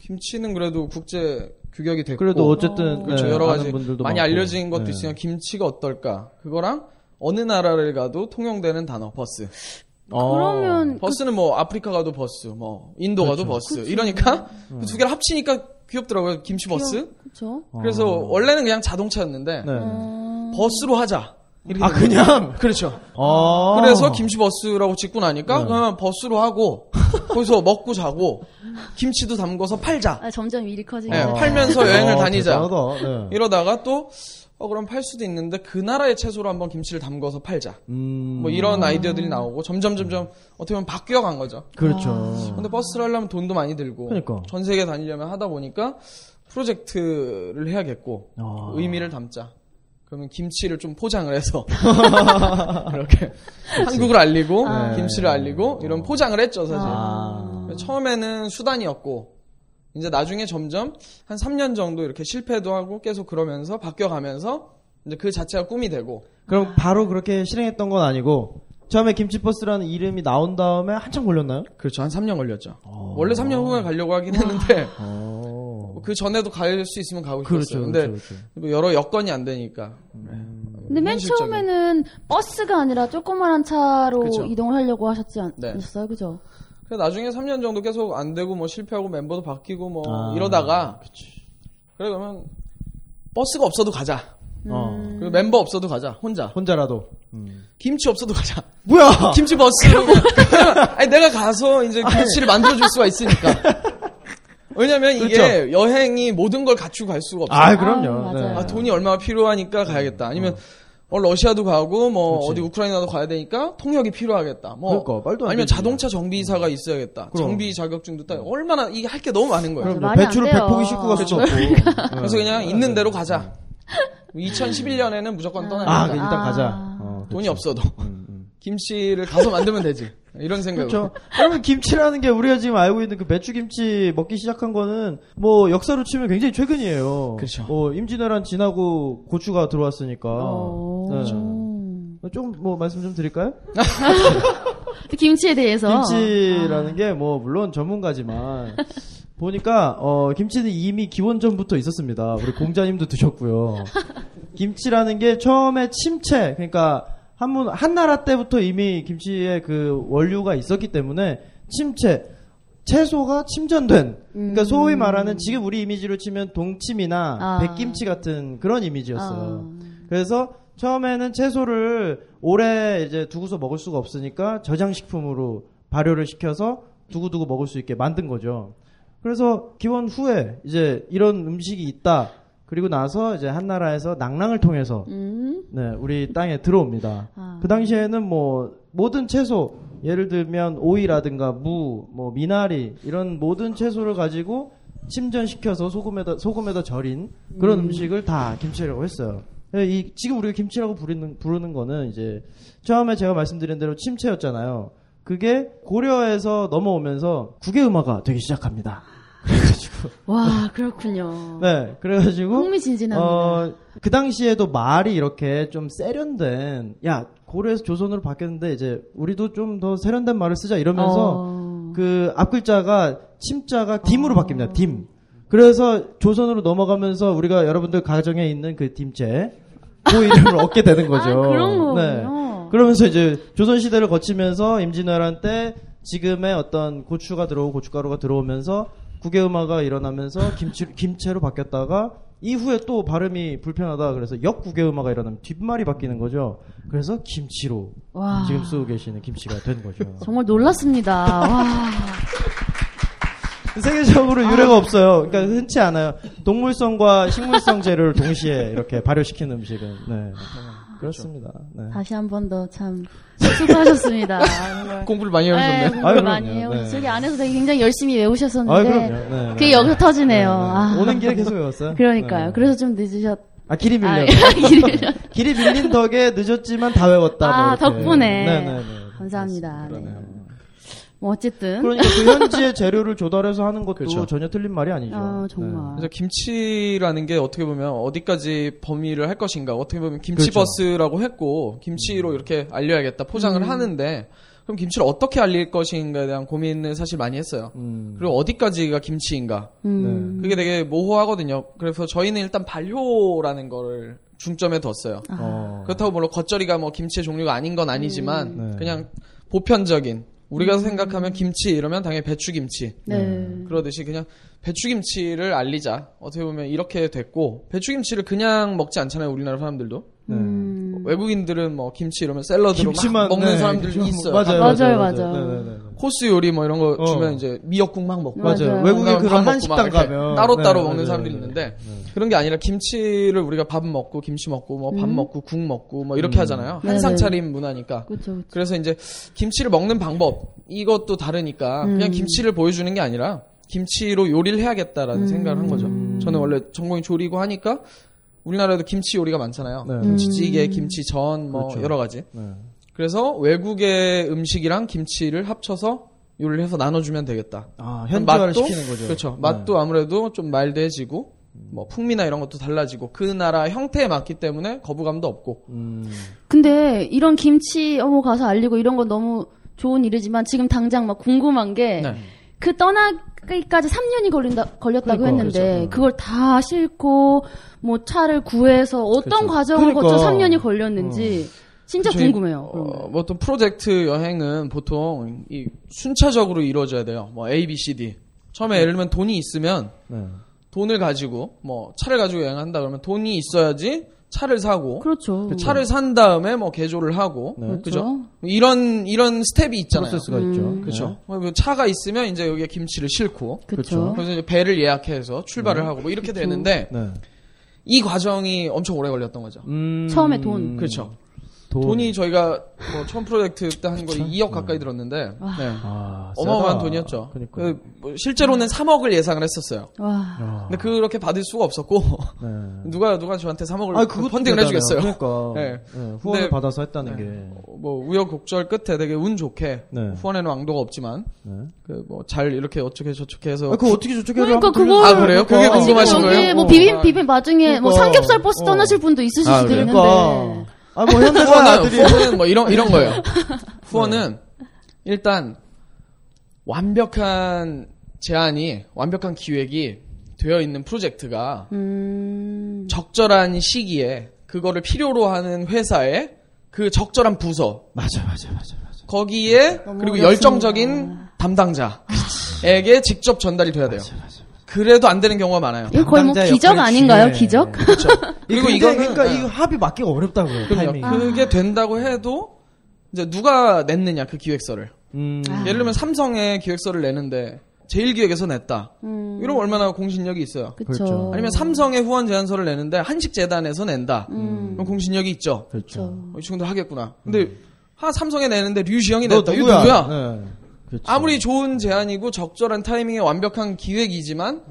Speaker 9: 김치는 그래도 국제 규격이 됐고
Speaker 6: 그래도 어쨌든
Speaker 9: 그렇죠.
Speaker 6: 네,
Speaker 9: 여러
Speaker 6: 아는
Speaker 9: 가지
Speaker 6: 분들도
Speaker 9: 많이
Speaker 6: 많고.
Speaker 9: 알려진 것도
Speaker 6: 네.
Speaker 9: 있으니까 김치가 어떨까? 그거랑 어느 나라를 가도 통용되는 단어 버스.
Speaker 7: 그러면
Speaker 9: 버스는 뭐 아프리카 가도 버스, 뭐 인도
Speaker 6: 그렇죠.
Speaker 9: 가도 버스. 이러니까
Speaker 6: 음.
Speaker 9: 그두 개를 합치니까 귀엽더라고요. 김치 버스.
Speaker 7: 그렇죠.
Speaker 9: 그래서 원래는 그냥 자동차였는데
Speaker 6: 어. 네.
Speaker 7: 음.
Speaker 9: 버스로 하자. 이렇게
Speaker 6: 아,
Speaker 9: 된 거예요.
Speaker 6: 그냥?
Speaker 9: 그렇죠.
Speaker 6: 아.
Speaker 9: 그래서 김치 버스라고 짓고
Speaker 6: 네.
Speaker 9: 나니까 그냥 버스로 하고 거기서 먹고 자고 김치도 담궈서 팔자.
Speaker 7: 아, 점점 일이 커지게.
Speaker 9: 예,
Speaker 7: 되죠.
Speaker 9: 팔면서 여행을
Speaker 6: 어,
Speaker 9: 다니자. 예.
Speaker 6: 대단하다. 네.
Speaker 9: 이러다가 또 어, 그럼 팔 수도 있는데 그 나라의 채소로 한번 김치를 담궈서 팔자.
Speaker 6: 음,
Speaker 9: 뭐 이런 아이디어들이 나오고 점점 점점 어떻게 보면 바뀌어간 거죠.
Speaker 6: 그렇죠.
Speaker 9: 근데 버스를 하려면 돈도 많이 들고
Speaker 6: 그러니까.
Speaker 9: 전 세계 다니려면 하다 보니까 프로젝트를 해야겠고
Speaker 6: 아.
Speaker 9: 의미를 담자. 그러면 김치를 좀 포장을 해서 이렇게 한국을 알리고
Speaker 6: 아.
Speaker 9: 김치를 알리고 이런 포장을 했죠 사실.
Speaker 6: 아.
Speaker 9: 처음에는 수단이었고 이제 나중에 점점 한 3년 정도 이렇게 실패도 하고 계속 그러면서 바뀌어가면서 이제 그 자체가 꿈이 되고
Speaker 6: 그럼 바로 그렇게 실행했던 건 아니고 처음에 김치버스라는 이름이 나온 다음에 한참 걸렸나요?
Speaker 9: 그렇죠 한 3년 걸렸죠. 어. 원래 3년 후에 가려고 하긴 했는데
Speaker 6: 아. 어.
Speaker 9: 그 전에도 갈 수 있으면 가고
Speaker 6: 그렇죠. 그렇죠.
Speaker 9: 싶었어요. 근데
Speaker 6: 그렇죠. 음.
Speaker 9: 뭐 여러 여건이 안 되니까
Speaker 7: 근데 맨
Speaker 9: 현실적인.
Speaker 7: 처음에는 버스가 아니라 조그만한 차로
Speaker 9: 그쵸.
Speaker 7: 이동을 하려고 하셨지 않-
Speaker 9: 네.
Speaker 7: 않으셨어요? 그죠?
Speaker 9: 그래서 나중에 3년 정도 계속 안 되고 뭐 실패하고 멤버도 바뀌고 뭐
Speaker 6: 아,
Speaker 9: 이러다가 그래 그러면 버스가 없어도 가자.
Speaker 7: 음.
Speaker 6: 어.
Speaker 9: 그리고 멤버 없어도 가자. 혼자.
Speaker 6: 혼자라도. 아,
Speaker 9: 김치 없어도 가자.
Speaker 6: 뭐야?
Speaker 9: 김치 버스. 아니 내가 가서 이제 김치를 만들어 줄 수가 있으니까. 왜냐면 이게 여행이 모든 걸 갖추고 갈 수가 없어요.
Speaker 6: 아, 그럼요.
Speaker 7: 아,
Speaker 6: 네.
Speaker 7: 맞아요.
Speaker 9: 아, 돈이 얼마나 필요하니까 가야겠다. 아니면 어, 러시아도 가고 뭐 어디 우크라이나도 가야 되니까 통역이 필요하겠다. 뭐
Speaker 6: 그러니까, 말도 안
Speaker 9: 아니면
Speaker 6: 되지.
Speaker 9: 자동차 정비사가 있어야겠다.
Speaker 6: 그럼.
Speaker 9: 정비 자격증도 따. 얼마나 이게 할 게 너무 많은 거예요.
Speaker 7: 맞아,
Speaker 6: 그럼요.
Speaker 7: 말이 안
Speaker 6: 배추를
Speaker 7: 돼요. 그러니까.
Speaker 6: 100포기 싣고 갈 수도 없고.
Speaker 9: 그래서 그냥 있는 대로 가자. 2011년에는 무조건 떠나야
Speaker 6: 네. 아,
Speaker 9: 된다.
Speaker 6: 일단
Speaker 7: 아.
Speaker 6: 가자. 어, 그렇죠.
Speaker 9: 돈이 없어도 김치를 가서 만들면 되지. 이런 생각으로.
Speaker 6: 그렇죠. 여러분 김치라는 게 우리가 지금 알고 있는 그 배추 김치 먹기 시작한 거는 뭐 역사로 치면 굉장히 최근이에요.
Speaker 9: 그렇죠.
Speaker 6: 뭐 임진왜란 지나고 고추가 들어왔으니까.
Speaker 7: 오.
Speaker 6: 조금 뭐 말씀 좀 드릴까요?
Speaker 7: 또 김치에 대해서. 아.
Speaker 6: 김치라는 게 뭐 물론 전문가지만 보니까 어 김치는 이미 기원전부터 있었습니다. 우리 공자님도 드셨고요. 김치라는 게 처음에 침체 그러니까 한문 한나라 때부터 이미 김치의 그 원류가 있었기 때문에 침체 채소가 침전된 그러니까 소위 말하는 지금 우리 이미지로 치면 동치미나
Speaker 7: 음. 아.
Speaker 6: 백김치 같은 그런 이미지였어요.
Speaker 7: 아.
Speaker 6: 그래서 처음에는 채소를 오래 이제 두고서 먹을 수가 없으니까 저장식품으로 발효를 시켜서 두고두고 먹을 수 있게 만든 거죠. 그래서 기원 후에 이제 이런 음식이 있다. 그리고 나서 이제 한나라에서 낭랑을 통해서
Speaker 7: 음.
Speaker 6: 네, 우리 땅에 들어옵니다.
Speaker 7: 아.
Speaker 6: 그 당시에는 뭐 모든 채소 예를 들면 오이라든가 무, 뭐 미나리 이런 모든 채소를 가지고 침전시켜서 소금에다 소금에다 절인 그런 음. 식을다 김치라고 했어요. 예, 이 지금 우리가 김치라고 부르는 부르는 거는 이제 처음에 제가 말씀드린 대로 침체였잖아요. 그게 고려에서 넘어오면서 국외음화가 되기 시작합니다.
Speaker 7: 와, 그렇군요.
Speaker 6: 네, 그래가지고
Speaker 7: 어. 흥미진진합니다.
Speaker 6: 어, 그 당시에도 말이 이렇게 좀 세련된, 야, 고려에서 조선으로 바뀌었는데, 이제, 우리도 좀 더 세련된 말을 쓰자 이러면서,
Speaker 7: 어.
Speaker 6: 그, 앞글자가, 침자가 딤으로 바뀝니다, 딤. 그래서 조선으로 넘어가면서 우리가 여러분들 가정에 있는 그 딤체, 그 이름을 얻게 되는 거죠. 네.
Speaker 7: 아, 그런 거군요.
Speaker 6: 그러면서 이제 조선시대를 거치면서 임진왜란 때 지금의 어떤 고추가 들어오고 고춧가루가 들어오면서 국외음화가 일어나면서 김치, 김채로 바뀌었다가 이후에 또 발음이 불편하다 그래서 역국외음화가 일어나면 뒷말이 바뀌는 거죠. 그래서 김치로
Speaker 7: 와.
Speaker 6: 지금 쓰고 계시는 김치가 된 거죠.
Speaker 7: 정말 놀랐습니다. 와.
Speaker 6: 세계적으로
Speaker 7: 아.
Speaker 6: 유래가 없어요. 그러니까 흔치 않아요. 동물성과 식물성 재료를 동시에 이렇게 발효시키는 음식은 네. 그렇습니다. 네.
Speaker 7: 다시 한 번 더 참 수고하셨습니다. 정말.
Speaker 9: 공부를 많이
Speaker 7: 네,
Speaker 9: 하셨네요.
Speaker 6: 아유,
Speaker 7: 공부 많이
Speaker 6: 그럼요.
Speaker 7: 해요.
Speaker 6: 네.
Speaker 7: 저기 안에서 되게 굉장히 열심히
Speaker 6: 아,
Speaker 7: 외우셨었는데
Speaker 6: 그럼요. 네,
Speaker 7: 그게
Speaker 6: 네.
Speaker 7: 여기서 터지네요.
Speaker 6: 네, 네.
Speaker 7: 아.
Speaker 6: 오는 길에 계속 외웠어요.
Speaker 7: 그러니까요.
Speaker 6: 네.
Speaker 7: 그래서 좀 늦으셨.
Speaker 6: 아 길이 밀려.
Speaker 7: 아,
Speaker 6: 요
Speaker 7: 길을-
Speaker 6: 길이 밀린 덕에 늦었지만 다 외웠다. 뭐
Speaker 7: 아,
Speaker 6: 이렇게.
Speaker 7: 덕분에.
Speaker 6: 네네네.
Speaker 7: 감사합니다. 네.
Speaker 6: 그러네요.
Speaker 7: 뭐 어쨌든
Speaker 6: 그러니까 그 현지의 재료를 조달해서 하는 것도
Speaker 9: 그렇죠.
Speaker 6: 전혀 틀린 말이 아니죠. 네.
Speaker 7: 아, 정말.
Speaker 9: 그래서 김치라는 게 어떻게 보면 어디까지 범위를 할 것인가 어떻게 보면
Speaker 6: 그렇죠. 음.
Speaker 9: 김치버스라고 했고 김치로 이렇게 알려야겠다 포장을 하는데 그럼 김치를 어떻게 알릴 것인가에 대한 고민을 사실 많이 했어요.
Speaker 6: 음.
Speaker 9: 그리고 어디까지가 김치인가
Speaker 7: 음.
Speaker 9: 그게 되게 모호하거든요. 그래서 저희는 일단 발효라는 거를 중점에 뒀어요.
Speaker 6: 어.
Speaker 9: 그렇다고 물론 겉절이가 뭐 김치의 종류가 아닌 건 아니지만
Speaker 6: 네.
Speaker 9: 그냥 보편적인 우리가 생각하면 김치 이러면 당연히 배추김치
Speaker 7: 네.
Speaker 9: 그러듯이 그냥 배추김치를 알리자 어떻게 보면 이렇게 됐고 배추김치를 그냥 먹지 않잖아요 우리나라 사람들도
Speaker 6: 네.
Speaker 7: 음.
Speaker 9: 외국인들은 뭐 김치 이러면 샐러드로 막 먹는
Speaker 6: 네,
Speaker 9: 사람들이
Speaker 6: 김치만-
Speaker 9: 있어요
Speaker 6: 맞아요.
Speaker 7: 맞아요, 맞아요.
Speaker 6: 네네네.
Speaker 9: 코스 요리 뭐 이런 거
Speaker 6: 어.
Speaker 9: 주면 이제 미역국 막 먹고
Speaker 6: 맞아요.
Speaker 7: 맞아요.
Speaker 6: 외국에
Speaker 9: 밥 먹고
Speaker 6: 그런
Speaker 9: 막
Speaker 6: 한식당
Speaker 9: 이렇게
Speaker 6: 가면
Speaker 9: 따로따로
Speaker 6: 네,
Speaker 9: 먹는
Speaker 6: 네,
Speaker 9: 사람들이
Speaker 6: 네, 네.
Speaker 9: 있는데 그런 게 아니라 김치를 우리가 밥 먹고 김치 먹고 뭐 밥 먹고 국 먹고
Speaker 6: 음.
Speaker 9: 뭐 이렇게 하잖아요
Speaker 7: 네,
Speaker 9: 한상
Speaker 7: 네.
Speaker 9: 차림 문화니까
Speaker 7: 그렇죠, 그렇죠.
Speaker 9: 그래서 이제 김치를 먹는 방법 이것도 다르니까 그냥 김치를 보여주는 게 아니라 김치로 요리를 해야겠다라는 생각을 한 거죠.
Speaker 6: 음.
Speaker 9: 저는 원래 전공이 조리고 하니까 우리나라에도 김치 요리가 많잖아요.
Speaker 6: 네.
Speaker 9: 김치찌개, 김치전 뭐
Speaker 6: 그렇죠.
Speaker 9: 여러 가지.
Speaker 6: 네.
Speaker 9: 그래서 외국의 음식이랑 김치를 합쳐서 요리를 해서 나눠주면 되겠다.
Speaker 6: 아, 현지화를
Speaker 9: 맛도-
Speaker 6: 시키는 거죠.
Speaker 9: 그렇죠.
Speaker 6: 네. 음.
Speaker 9: 맛도 아무래도 좀 마일드해지고 뭐 풍미나 이런 것도 달라지고 그 나라 형태에 맞기 때문에 거부감도 없고
Speaker 6: 음.
Speaker 7: 근데 이런 김치 어머 가서 알리고 이런 건 너무 좋은 일이지만 지금 당장 막 궁금한 게 그
Speaker 9: 네.
Speaker 7: 떠나기까지 3년이 걸린다 걸렸다고
Speaker 6: 그러니까,
Speaker 7: 했는데
Speaker 6: 그렇죠.
Speaker 7: 그걸다 싣고 뭐 차를 구해서 어떤
Speaker 6: 그렇죠.
Speaker 7: 과정을
Speaker 6: 그러니까.
Speaker 7: 거쳐 3년이 걸렸는지 진짜
Speaker 9: 저희,
Speaker 7: 궁금해요.
Speaker 9: 어,
Speaker 7: 그런 거.
Speaker 9: 뭐 어떤 프로젝트 여행은 보통 이 순차적으로 이루어져야 돼요. 뭐 A, B, C, D. 처음에 예를 들면 돈이 있으면
Speaker 6: 네.
Speaker 9: 돈을 가지고 뭐 차를 가지고 여행한다 그러면 돈이 있어야지 차를 사고
Speaker 7: 그렇죠.
Speaker 9: 차를 산 다음에 뭐 개조를 하고
Speaker 6: 네.
Speaker 9: 그죠? 이런 이런 스텝이 있잖아요.
Speaker 6: 프로세스가
Speaker 7: 음.
Speaker 6: 있죠.
Speaker 9: 그렇죠. 뭐 차가 있으면 이제 여기에 김치를 싣고
Speaker 7: 그렇죠.
Speaker 9: 그래서 이제 배를 예약해서 출발을
Speaker 6: 음.
Speaker 9: 하고 뭐 이렇게 되는데
Speaker 6: 네. 네.
Speaker 9: 이 과정이 엄청 오래 걸렸던 거죠.
Speaker 6: 음.
Speaker 7: 처음에 돈.
Speaker 9: 그렇죠. 돈. 이 저희가 뭐 처음 프로젝트 때 한 거에 2억 가까이 들었는데 네.
Speaker 6: 아, 세다.
Speaker 9: 어마어마한
Speaker 6: 음.
Speaker 9: 돈이었죠.
Speaker 6: 그러니까.
Speaker 9: 그, 뭐 실제로는 3억을 예상을 했었어요.
Speaker 7: 와.
Speaker 9: 근데 그렇게 받을 수가 없었고
Speaker 6: 아, 네.
Speaker 9: 누가 누가 저한테 3억을
Speaker 6: 아, 그것도
Speaker 9: 펀딩을
Speaker 6: 대단해요.
Speaker 9: 해주겠어요.
Speaker 6: 그러니까.
Speaker 9: 네.
Speaker 6: 네, 후원을
Speaker 9: 근데-
Speaker 6: 받아서 했다는 게.
Speaker 9: 뭐 우여곡절 끝에 되게 운 좋게
Speaker 6: 네.
Speaker 9: 후원에는 왕도가 없지만
Speaker 6: 네.
Speaker 9: 그 뭐 잘 이렇게 어떻게 저렇게 해서
Speaker 6: 아, 그거 어떻게 저쪽에
Speaker 7: 그러니까
Speaker 6: 한번
Speaker 7: 그걸
Speaker 9: 아, 그래요? 그게
Speaker 7: 아, 지금
Speaker 9: 궁금하신
Speaker 7: 여기
Speaker 9: 거예요?
Speaker 7: 뭐
Speaker 9: 어.
Speaker 7: 비빔 비빔 마중에 뭐
Speaker 6: 네, 그러니까.
Speaker 7: 삼겹살 버스
Speaker 6: 어.
Speaker 7: 떠나실 분도 있으실 수도
Speaker 6: 돌려-
Speaker 7: 있는데. 네.
Speaker 6: 그러니까. 아, 뭐 현대가
Speaker 9: 후원은,
Speaker 6: 아들이.
Speaker 9: 후원은 뭐 이런 이런 거예요. 후원은 일단 완벽한 제안이 완벽한 기획이 되어 있는 프로젝트가
Speaker 7: 음.
Speaker 9: 적절한 시기에 그거를 필요로 하는 회사의 그 적절한 부서
Speaker 6: 맞아, 맞아, 맞아, 맞아.
Speaker 9: 거기에
Speaker 7: 너무
Speaker 9: 그리고
Speaker 7: 어렵습니다.
Speaker 9: 열정적인 담당자에게 직접 전달이 돼야 돼요. 그래도 안 되는 경우가 많아요.
Speaker 7: 이거 거의 뭐
Speaker 6: 담당자
Speaker 7: 기적
Speaker 6: 역할이
Speaker 7: 아닌가요?
Speaker 6: 중요해. 네.
Speaker 7: 기적?
Speaker 9: 그렇죠. 그리고
Speaker 6: 근데
Speaker 9: 이거는
Speaker 6: 그러니까
Speaker 9: 네.
Speaker 6: 이거 합이 맞기가 어렵다고요. 타이밍이.
Speaker 9: 그럼요.
Speaker 7: 아.
Speaker 9: 그게 된다고 해도 이제 누가 냈느냐 그 기획서를.
Speaker 6: 음.
Speaker 7: 아,
Speaker 9: 예를 들면 삼성의 기획서를 내는데 제일기획에서 냈다.
Speaker 7: 음.
Speaker 9: 이러면 얼마나 공신력이 있어요.
Speaker 7: 그렇죠.
Speaker 9: 아니면 삼성의 후원 제안서를 내는데 한식재단에서 낸다.
Speaker 7: 음.
Speaker 9: 그럼 공신력이 있죠.
Speaker 6: 그렇죠.
Speaker 9: 어, 이 친구들 하겠구나. 근데 하 삼성에 내는데 류시영이
Speaker 6: 음. 너
Speaker 9: 냈다. 이거 누구야?
Speaker 6: 네. 그렇죠.
Speaker 9: 아무리 좋은 제안이고 적절한 타이밍에 완벽한 기획이지만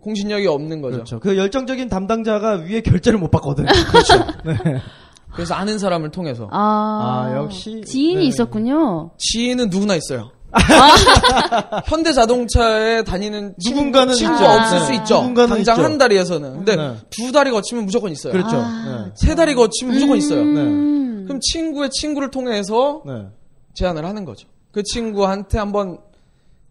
Speaker 9: 공신력이 없는 거죠.
Speaker 6: 그렇죠. 그 열정적인 담당자가 위에 결제를 못 받거든. 그렇죠. 네.
Speaker 9: 그래서 아는 사람을 통해서
Speaker 7: 아,
Speaker 6: 아, 역시.
Speaker 7: 지인이
Speaker 6: 네.
Speaker 7: 있었군요.
Speaker 9: 지인은 누구나 있어요.
Speaker 7: 아.
Speaker 9: 현대자동차에 다니는 친-
Speaker 6: 누군가는
Speaker 9: 친구
Speaker 6: 있죠.
Speaker 9: 없을
Speaker 6: 네.
Speaker 9: 수 있죠.
Speaker 6: 누군가는
Speaker 9: 당장
Speaker 6: 있죠.
Speaker 9: 한 다리에서는. 근데
Speaker 6: 네.
Speaker 9: 두 다리 거치면 무조건 있어요.
Speaker 6: 그렇죠.
Speaker 7: 아,
Speaker 9: 세 다리 거치면 무조건 있어요.
Speaker 7: 음.
Speaker 9: 그럼 친구의 친구를 통해서
Speaker 6: 네. 네.
Speaker 9: 제안을 하는 거죠. 그 친구한테 한번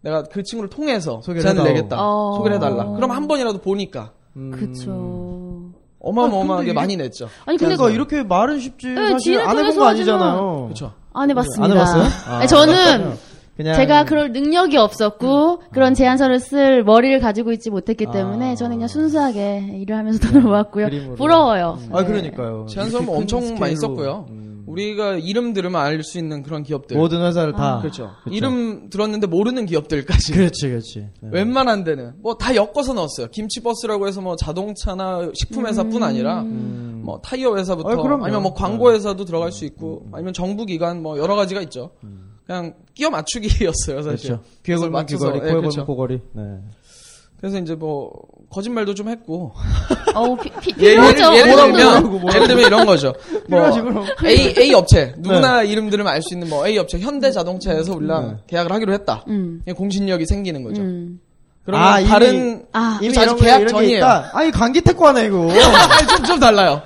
Speaker 9: 내가 그 친구를 통해서
Speaker 6: 소개를
Speaker 9: 제안을
Speaker 6: 해다오.
Speaker 9: 내겠다.
Speaker 7: 어.
Speaker 9: 소개를 해달라. 그럼 한 번이라도 보니까
Speaker 6: 음.
Speaker 7: 그쵸.
Speaker 9: 어마어마하게
Speaker 6: 아, 이게-
Speaker 9: 많이 냈죠.
Speaker 7: 아니, 근데
Speaker 6: 그러니까 이렇게 말은 쉽지
Speaker 7: 네,
Speaker 6: 사실
Speaker 7: 지인을
Speaker 6: 안 해본
Speaker 7: 통해서
Speaker 6: 거
Speaker 7: 하지만-
Speaker 6: 아니잖아요.
Speaker 9: 네. 그렇죠.
Speaker 7: 안 해봤습니다.
Speaker 6: 안 해봤어요?
Speaker 7: 네,
Speaker 6: 아, 네,
Speaker 7: 저는
Speaker 6: 그냥
Speaker 7: 제가 그럴 능력이 없었고 그런 제안서를 쓸 머리를 가지고 있지 못했기
Speaker 6: 아. 네.
Speaker 7: 때문에 저는 그냥 순수하게 일을 하면서 돌아왔고요.
Speaker 6: 그림으로.
Speaker 7: 부러워요.
Speaker 6: 아
Speaker 7: 네.
Speaker 6: 그러니까요.
Speaker 9: 제안서는
Speaker 6: 이렇게 큰
Speaker 9: 엄청 많이
Speaker 6: 스케일로.
Speaker 9: 썼고요.
Speaker 6: 음.
Speaker 9: 우리가 이름 들으면 알 수 있는 그런 기업들.
Speaker 6: 모든 회사를
Speaker 7: 아.
Speaker 6: 다
Speaker 9: 그렇죠.
Speaker 6: 그렇죠.
Speaker 9: 이름 들었는데 모르는 기업들까지.
Speaker 6: 그렇지, 그렇지. 네.
Speaker 9: 웬만한 데는 뭐 다 엮어서 넣었어요. 김치버스라고 해서 뭐 자동차나 식품 회사뿐 아니라 뭐 타이어 회사부터
Speaker 6: 음. 아, 그럼요. 음.
Speaker 9: 니면뭐 광고 회사도 들어갈 수 있고 아니면 정부 기관 뭐 여러 가지가 있죠. 그냥 끼워 맞추기였어요, 사실.
Speaker 6: 그렇죠.
Speaker 9: 그래서
Speaker 6: 귀에 걸면
Speaker 9: 맞춰서,
Speaker 6: 귀걸이,
Speaker 9: 예,
Speaker 6: 코에 걸면
Speaker 9: 그렇죠.
Speaker 6: 코걸이. 네.
Speaker 9: 그래서 이제 뭐 거짓말도 좀 했고
Speaker 7: 어우, 피, 피,
Speaker 9: 예, 예를,
Speaker 7: 필요하죠. 어,
Speaker 9: 예를
Speaker 7: 그렇죠. 그런
Speaker 9: 들면
Speaker 7: 거는.
Speaker 9: 예를 들면 이런 거죠. 뭐
Speaker 6: 필요하지, 그럼.
Speaker 9: A A 업체
Speaker 6: 네.
Speaker 9: 누구나 이름 들으면 알 수 있는 뭐 A 업체 현대자동차에서 우리랑
Speaker 6: 네.
Speaker 9: 계약을 하기로 했다.
Speaker 7: 음.
Speaker 9: 이게 공신력이 생기는 거죠.
Speaker 7: 음.
Speaker 9: 그러면
Speaker 6: 아, 이미-
Speaker 9: 다른
Speaker 7: 아.
Speaker 9: 이미
Speaker 6: 이미
Speaker 9: 아직
Speaker 6: 이런
Speaker 9: 계약
Speaker 6: 계약 이런 전이에요.
Speaker 9: 전이에요.
Speaker 6: 있다. 아니 관계 태코하네 이거.
Speaker 9: 아니, 좀, 좀 달라요.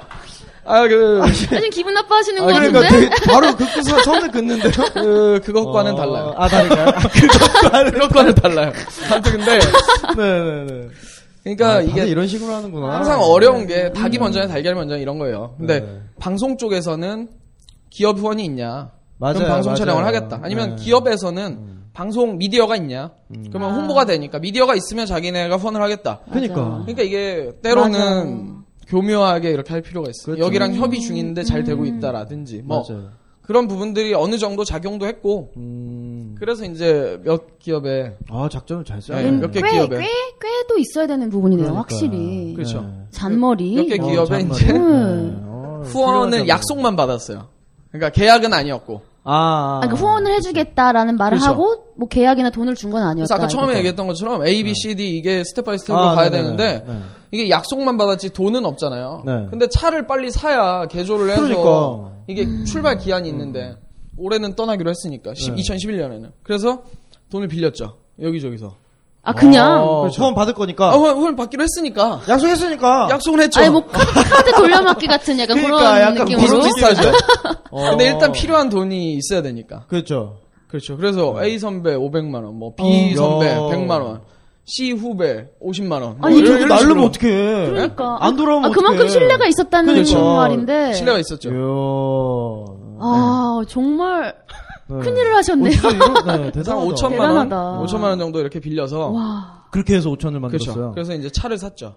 Speaker 9: 아, 그,
Speaker 7: 아니, 기분 나빠하시는
Speaker 6: 아,
Speaker 7: 거
Speaker 6: 그러니까
Speaker 7: 같은데?
Speaker 6: 되게 바로 그 끝에서 처음에 긋는데요.
Speaker 9: 그, 그것과는 달라요.
Speaker 6: 아 다른가요? 아, 그것과는.
Speaker 9: 그것과는 달라요. 아무튼 근데,
Speaker 6: 네네네. 아,
Speaker 9: 그러니까 이게
Speaker 6: 이게 이런 식으로 하는구나.
Speaker 9: 항상 어려운 게 닭이 먼저냐 달걀이 먼저냐 이런 거예요. 근데
Speaker 6: 네.
Speaker 9: 방송 쪽에서는 기업 후원이 있냐?
Speaker 6: 맞아요,
Speaker 9: 그럼 방송
Speaker 6: 맞아요.
Speaker 9: 촬영을 하겠다. 아니면
Speaker 6: 네. 음.
Speaker 9: 기업에서는 방송 미디어가 있냐? 그러면 홍보가 되니까 미디어가 있으면 자기네가 후원을 하겠다.
Speaker 6: 그러니까.
Speaker 9: 그러니까 이게 때로는
Speaker 7: 맞아요.
Speaker 9: 교묘하게 이렇게 할 필요가 있어요.
Speaker 6: 그렇죠. 음.
Speaker 9: 여기랑 협의 중인데 잘 되고 있다라든지 뭐
Speaker 6: 맞아요.
Speaker 9: 그런 부분들이 어느 정도 작용도 했고
Speaker 6: 음.
Speaker 9: 그래서 이제 몇 기업에
Speaker 6: 아 작전을 잘 써야
Speaker 9: 네,
Speaker 6: 되네.
Speaker 9: 몇 개-
Speaker 7: 꽤,
Speaker 9: 기업에.
Speaker 7: 꽤, 꽤도 있어야 되는 부분이네요,
Speaker 6: 그러니까.
Speaker 7: 확실히.
Speaker 9: 그렇죠.
Speaker 7: 잔머리.
Speaker 9: 몇 개
Speaker 6: 어,
Speaker 9: 기업에
Speaker 6: 정말.
Speaker 9: 이제
Speaker 7: 음.
Speaker 6: 네. 어,
Speaker 9: 후원을
Speaker 6: 훌륭하다.
Speaker 9: 약속만 받았어요. 그러니까 계약은 아니었고.
Speaker 6: 아,
Speaker 7: 아, 그러니까 후원을 해주겠다라는 말을
Speaker 9: 그렇죠.
Speaker 7: 하고 뭐 계약이나 돈을 준 건
Speaker 9: 그래서
Speaker 7: 아니었다.
Speaker 9: 아까 처음에
Speaker 7: 이거죠.
Speaker 9: 얘기했던 것처럼 A, B, C, D 이게 스텝 바이 스텝으로 가야
Speaker 6: 네네네.
Speaker 9: 되는데
Speaker 6: 네.
Speaker 9: 이게 약속만 받았지 돈은 없잖아요.
Speaker 6: 네.
Speaker 9: 근데 차를 빨리 사야 개조를 해서
Speaker 6: 그러니까. 음.
Speaker 9: 이게
Speaker 7: 음.
Speaker 9: 출발 기한이 있는데 올해는 떠나기로 했으니까
Speaker 6: 네.
Speaker 9: 2011년에는 그래서 돈을 빌렸죠 여기저기서
Speaker 7: 아 그냥
Speaker 9: 어,
Speaker 6: 그렇죠. 후원 받을 거니까.
Speaker 9: 아 후원, 후원 받기로 했으니까
Speaker 6: 약속했으니까.
Speaker 9: 약속을 했죠.
Speaker 7: 아니 뭐 카드, 카드 돌려막기 같은 약간
Speaker 6: 그러니까
Speaker 7: 그런
Speaker 6: 약간
Speaker 7: 느낌으로
Speaker 9: 비슷비슷하죠.
Speaker 6: 어.
Speaker 9: 근데 일단 필요한 돈이 있어야 되니까
Speaker 6: 그렇죠.
Speaker 9: 그렇죠. 그래서 A 선배 500만 원, 뭐 B 선배
Speaker 6: 어. 야.
Speaker 9: 100만 원, C 후배 50만 원. 뭐
Speaker 7: 아니,
Speaker 9: 이런
Speaker 6: 저렇게
Speaker 9: 식으로
Speaker 6: 날르면 어떻게 해?
Speaker 7: 그러니까
Speaker 6: 안 돌아오면
Speaker 7: 아, 그만큼
Speaker 6: 어떡해.
Speaker 7: 신뢰가 있었다는
Speaker 6: 그러니까.
Speaker 7: 말인데
Speaker 9: 신뢰가 있었죠.
Speaker 6: 이야.
Speaker 7: 아 정말
Speaker 6: 그렇죠. 네.
Speaker 7: 큰일을 하셨네요.
Speaker 6: 어떻게 이런- 네,
Speaker 9: 한
Speaker 6: 대단하다. 네.
Speaker 9: 5천만
Speaker 7: 대단하다.
Speaker 9: 원, 5천만 원 정도 이렇게 빌려서
Speaker 7: 와
Speaker 6: 그렇게 해서 5천을
Speaker 9: 그렇죠.
Speaker 6: 만들었어요. 아.
Speaker 9: 그래서 이제 차를 샀죠.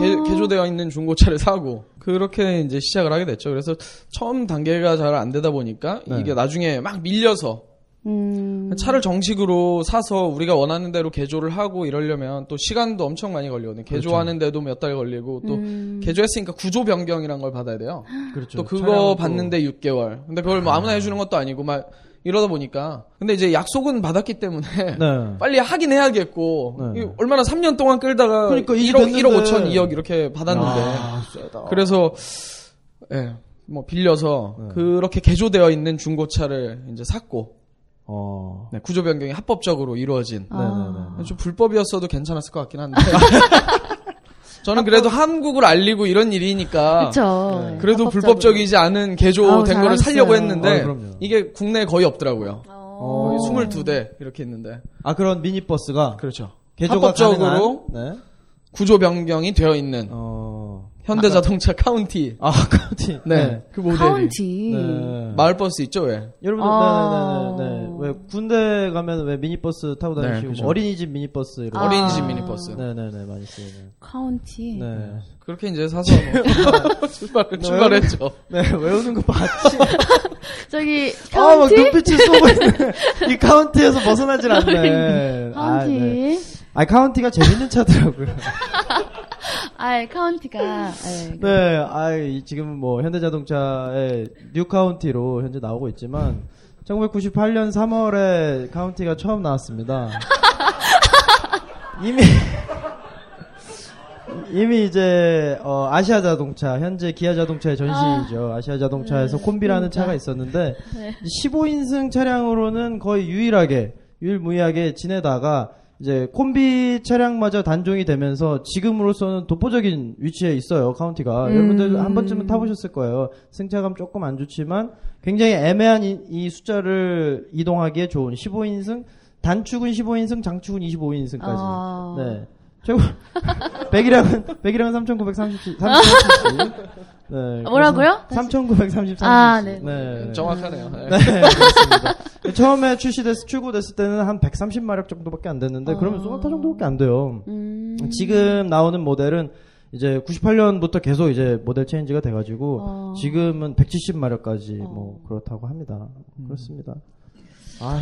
Speaker 9: 개, 개조되어 있는 중고차를 사고 그렇게 이제 시작을 하게 됐죠. 그래서 처음 단계가 잘 안 되다 보니까
Speaker 6: 네.
Speaker 9: 이게 나중에 막 밀려서
Speaker 7: 음.
Speaker 9: 차를 정식으로 사서 우리가 원하는 대로 개조를 하고 이러려면 또 시간도 엄청 많이 걸리거든요.
Speaker 6: 그렇죠.
Speaker 9: 개조하는데도 몇 달 걸리고 또 개조했으니까 구조 변경이란 걸 받아야 돼요.
Speaker 6: 음. 그렇죠.
Speaker 9: 또 그거
Speaker 6: 차량도-
Speaker 9: 받는데 6개월. 근데 그걸 뭐 아무나 해주는 것도 아니고 막 이러다 보니까. 근데 이제 약속은 받았기 때문에
Speaker 6: 네.
Speaker 9: 빨리 하긴 해야겠고
Speaker 6: 네.
Speaker 9: 이거 얼마나 3년 동안 끌다가
Speaker 6: 그러니까 이게
Speaker 9: 1억,
Speaker 6: 됐는데.
Speaker 9: 1억 5천 2억 이렇게 받았는데
Speaker 6: 아, 쎄다.
Speaker 9: 그래서 예. 뭐 빌려서
Speaker 6: 네.
Speaker 9: 그렇게 개조되어 있는 중고차를 이제 샀고
Speaker 6: 어.
Speaker 9: 네, 구조 변경이 합법적으로 이루어진
Speaker 7: 아.
Speaker 9: 좀 불법이었어도 괜찮았을 것 같긴 한데 저는 그래도 한국을 알리고 이런
Speaker 6: 아,
Speaker 9: 일이니까
Speaker 6: 네.
Speaker 7: 그쵸. 예,
Speaker 9: 그래도
Speaker 7: 합법적으로.
Speaker 9: 불법적이지 않은 개조된
Speaker 7: 아우,
Speaker 9: 거를
Speaker 7: 잘하셨어요.
Speaker 9: 살려고 했는데
Speaker 6: 아, 그럼요.
Speaker 9: 이게 국내에 거의 없더라고요.
Speaker 7: 어.
Speaker 9: 거의 22대 이렇게 있는데
Speaker 6: 아 그런 미니버스가
Speaker 9: 그렇죠.
Speaker 6: 개조가
Speaker 9: 합법적으로
Speaker 6: 가능한? 네.
Speaker 9: 구조 변경이 되어 있는
Speaker 6: 어.
Speaker 9: 현대자동차 카운티
Speaker 6: 아 카운티.
Speaker 9: 네, 그 모델이
Speaker 7: 카운티.
Speaker 6: 네.
Speaker 9: 마을버스 있죠 왜?
Speaker 6: 여러분들
Speaker 7: 아.
Speaker 6: 네, 네, 네, 네. 왜 군대 가면 왜 미니버스 타고
Speaker 9: 네,
Speaker 6: 다니시고 뭐
Speaker 9: 그죠.
Speaker 6: 어린이집 미니버스 이런 거.
Speaker 7: 아.
Speaker 9: 어린이집 미니버스
Speaker 6: 네, 네, 네. 많이 쓰이는.
Speaker 7: 카운티.
Speaker 6: 네.
Speaker 9: 그렇게 이제 사서 뭐 출발, 출발했죠.
Speaker 6: 네, 외우는 거 봤지.
Speaker 7: 저기
Speaker 6: 아, 막
Speaker 7: 카운티.
Speaker 6: 눈빛을 쏘고 있네. 이 카운티에서 벗어나질 않네. 아, 네.
Speaker 7: 카운티.
Speaker 6: 아, 카운티가 재밌는 차더라고요.
Speaker 7: 아, 예, 카운티가. 예, 그-
Speaker 6: 네, 아, 이 지금 뭐 현대자동차의 뉴 카운티로 현재 나오고 있지만 1998년 3월에 카운티가 처음 나왔습니다. 이미 이미 이제 어, 아시아 자동차 현재 기아 자동차의 전신이죠. 아시아 자동차에서 콤비라는 차가 있었는데 15인승 차량으로는 거의 유일하게 유일무이하게 지내다가 이제 콤비 차량마저 단종이 되면서 지금으로서는 독보적인 위치에 있어요 카운티가 여러분들 한 번쯤은 타보셨을 거예요 승차감 조금 안 좋지만 굉장히 애매한 이, 이 숫자를 이동하기에 좋은 15인승 단축은 15인승 장축은 25인승까지
Speaker 7: 아.
Speaker 6: 네 최고 100이랑은 100이랑은 3,937 3,937 네,
Speaker 7: 아, 뭐라고요?
Speaker 6: 3,933.
Speaker 7: 아, 네.
Speaker 9: 정확하네요. 네.
Speaker 6: 그렇습니다. 네, 처음에 출시됐, 출고됐을 때는 한 130마력 정도밖에 안 됐는데, 그러면 소나타 정도밖에 안 돼요.
Speaker 7: 아. 음.
Speaker 6: 지금 나오는 모델은 이제 98년부터 계속 이제 모델 체인지가 돼가지고,
Speaker 7: 어.
Speaker 6: 지금은 170마력까지 뭐 그렇다고 합니다. 그렇습니다. 아,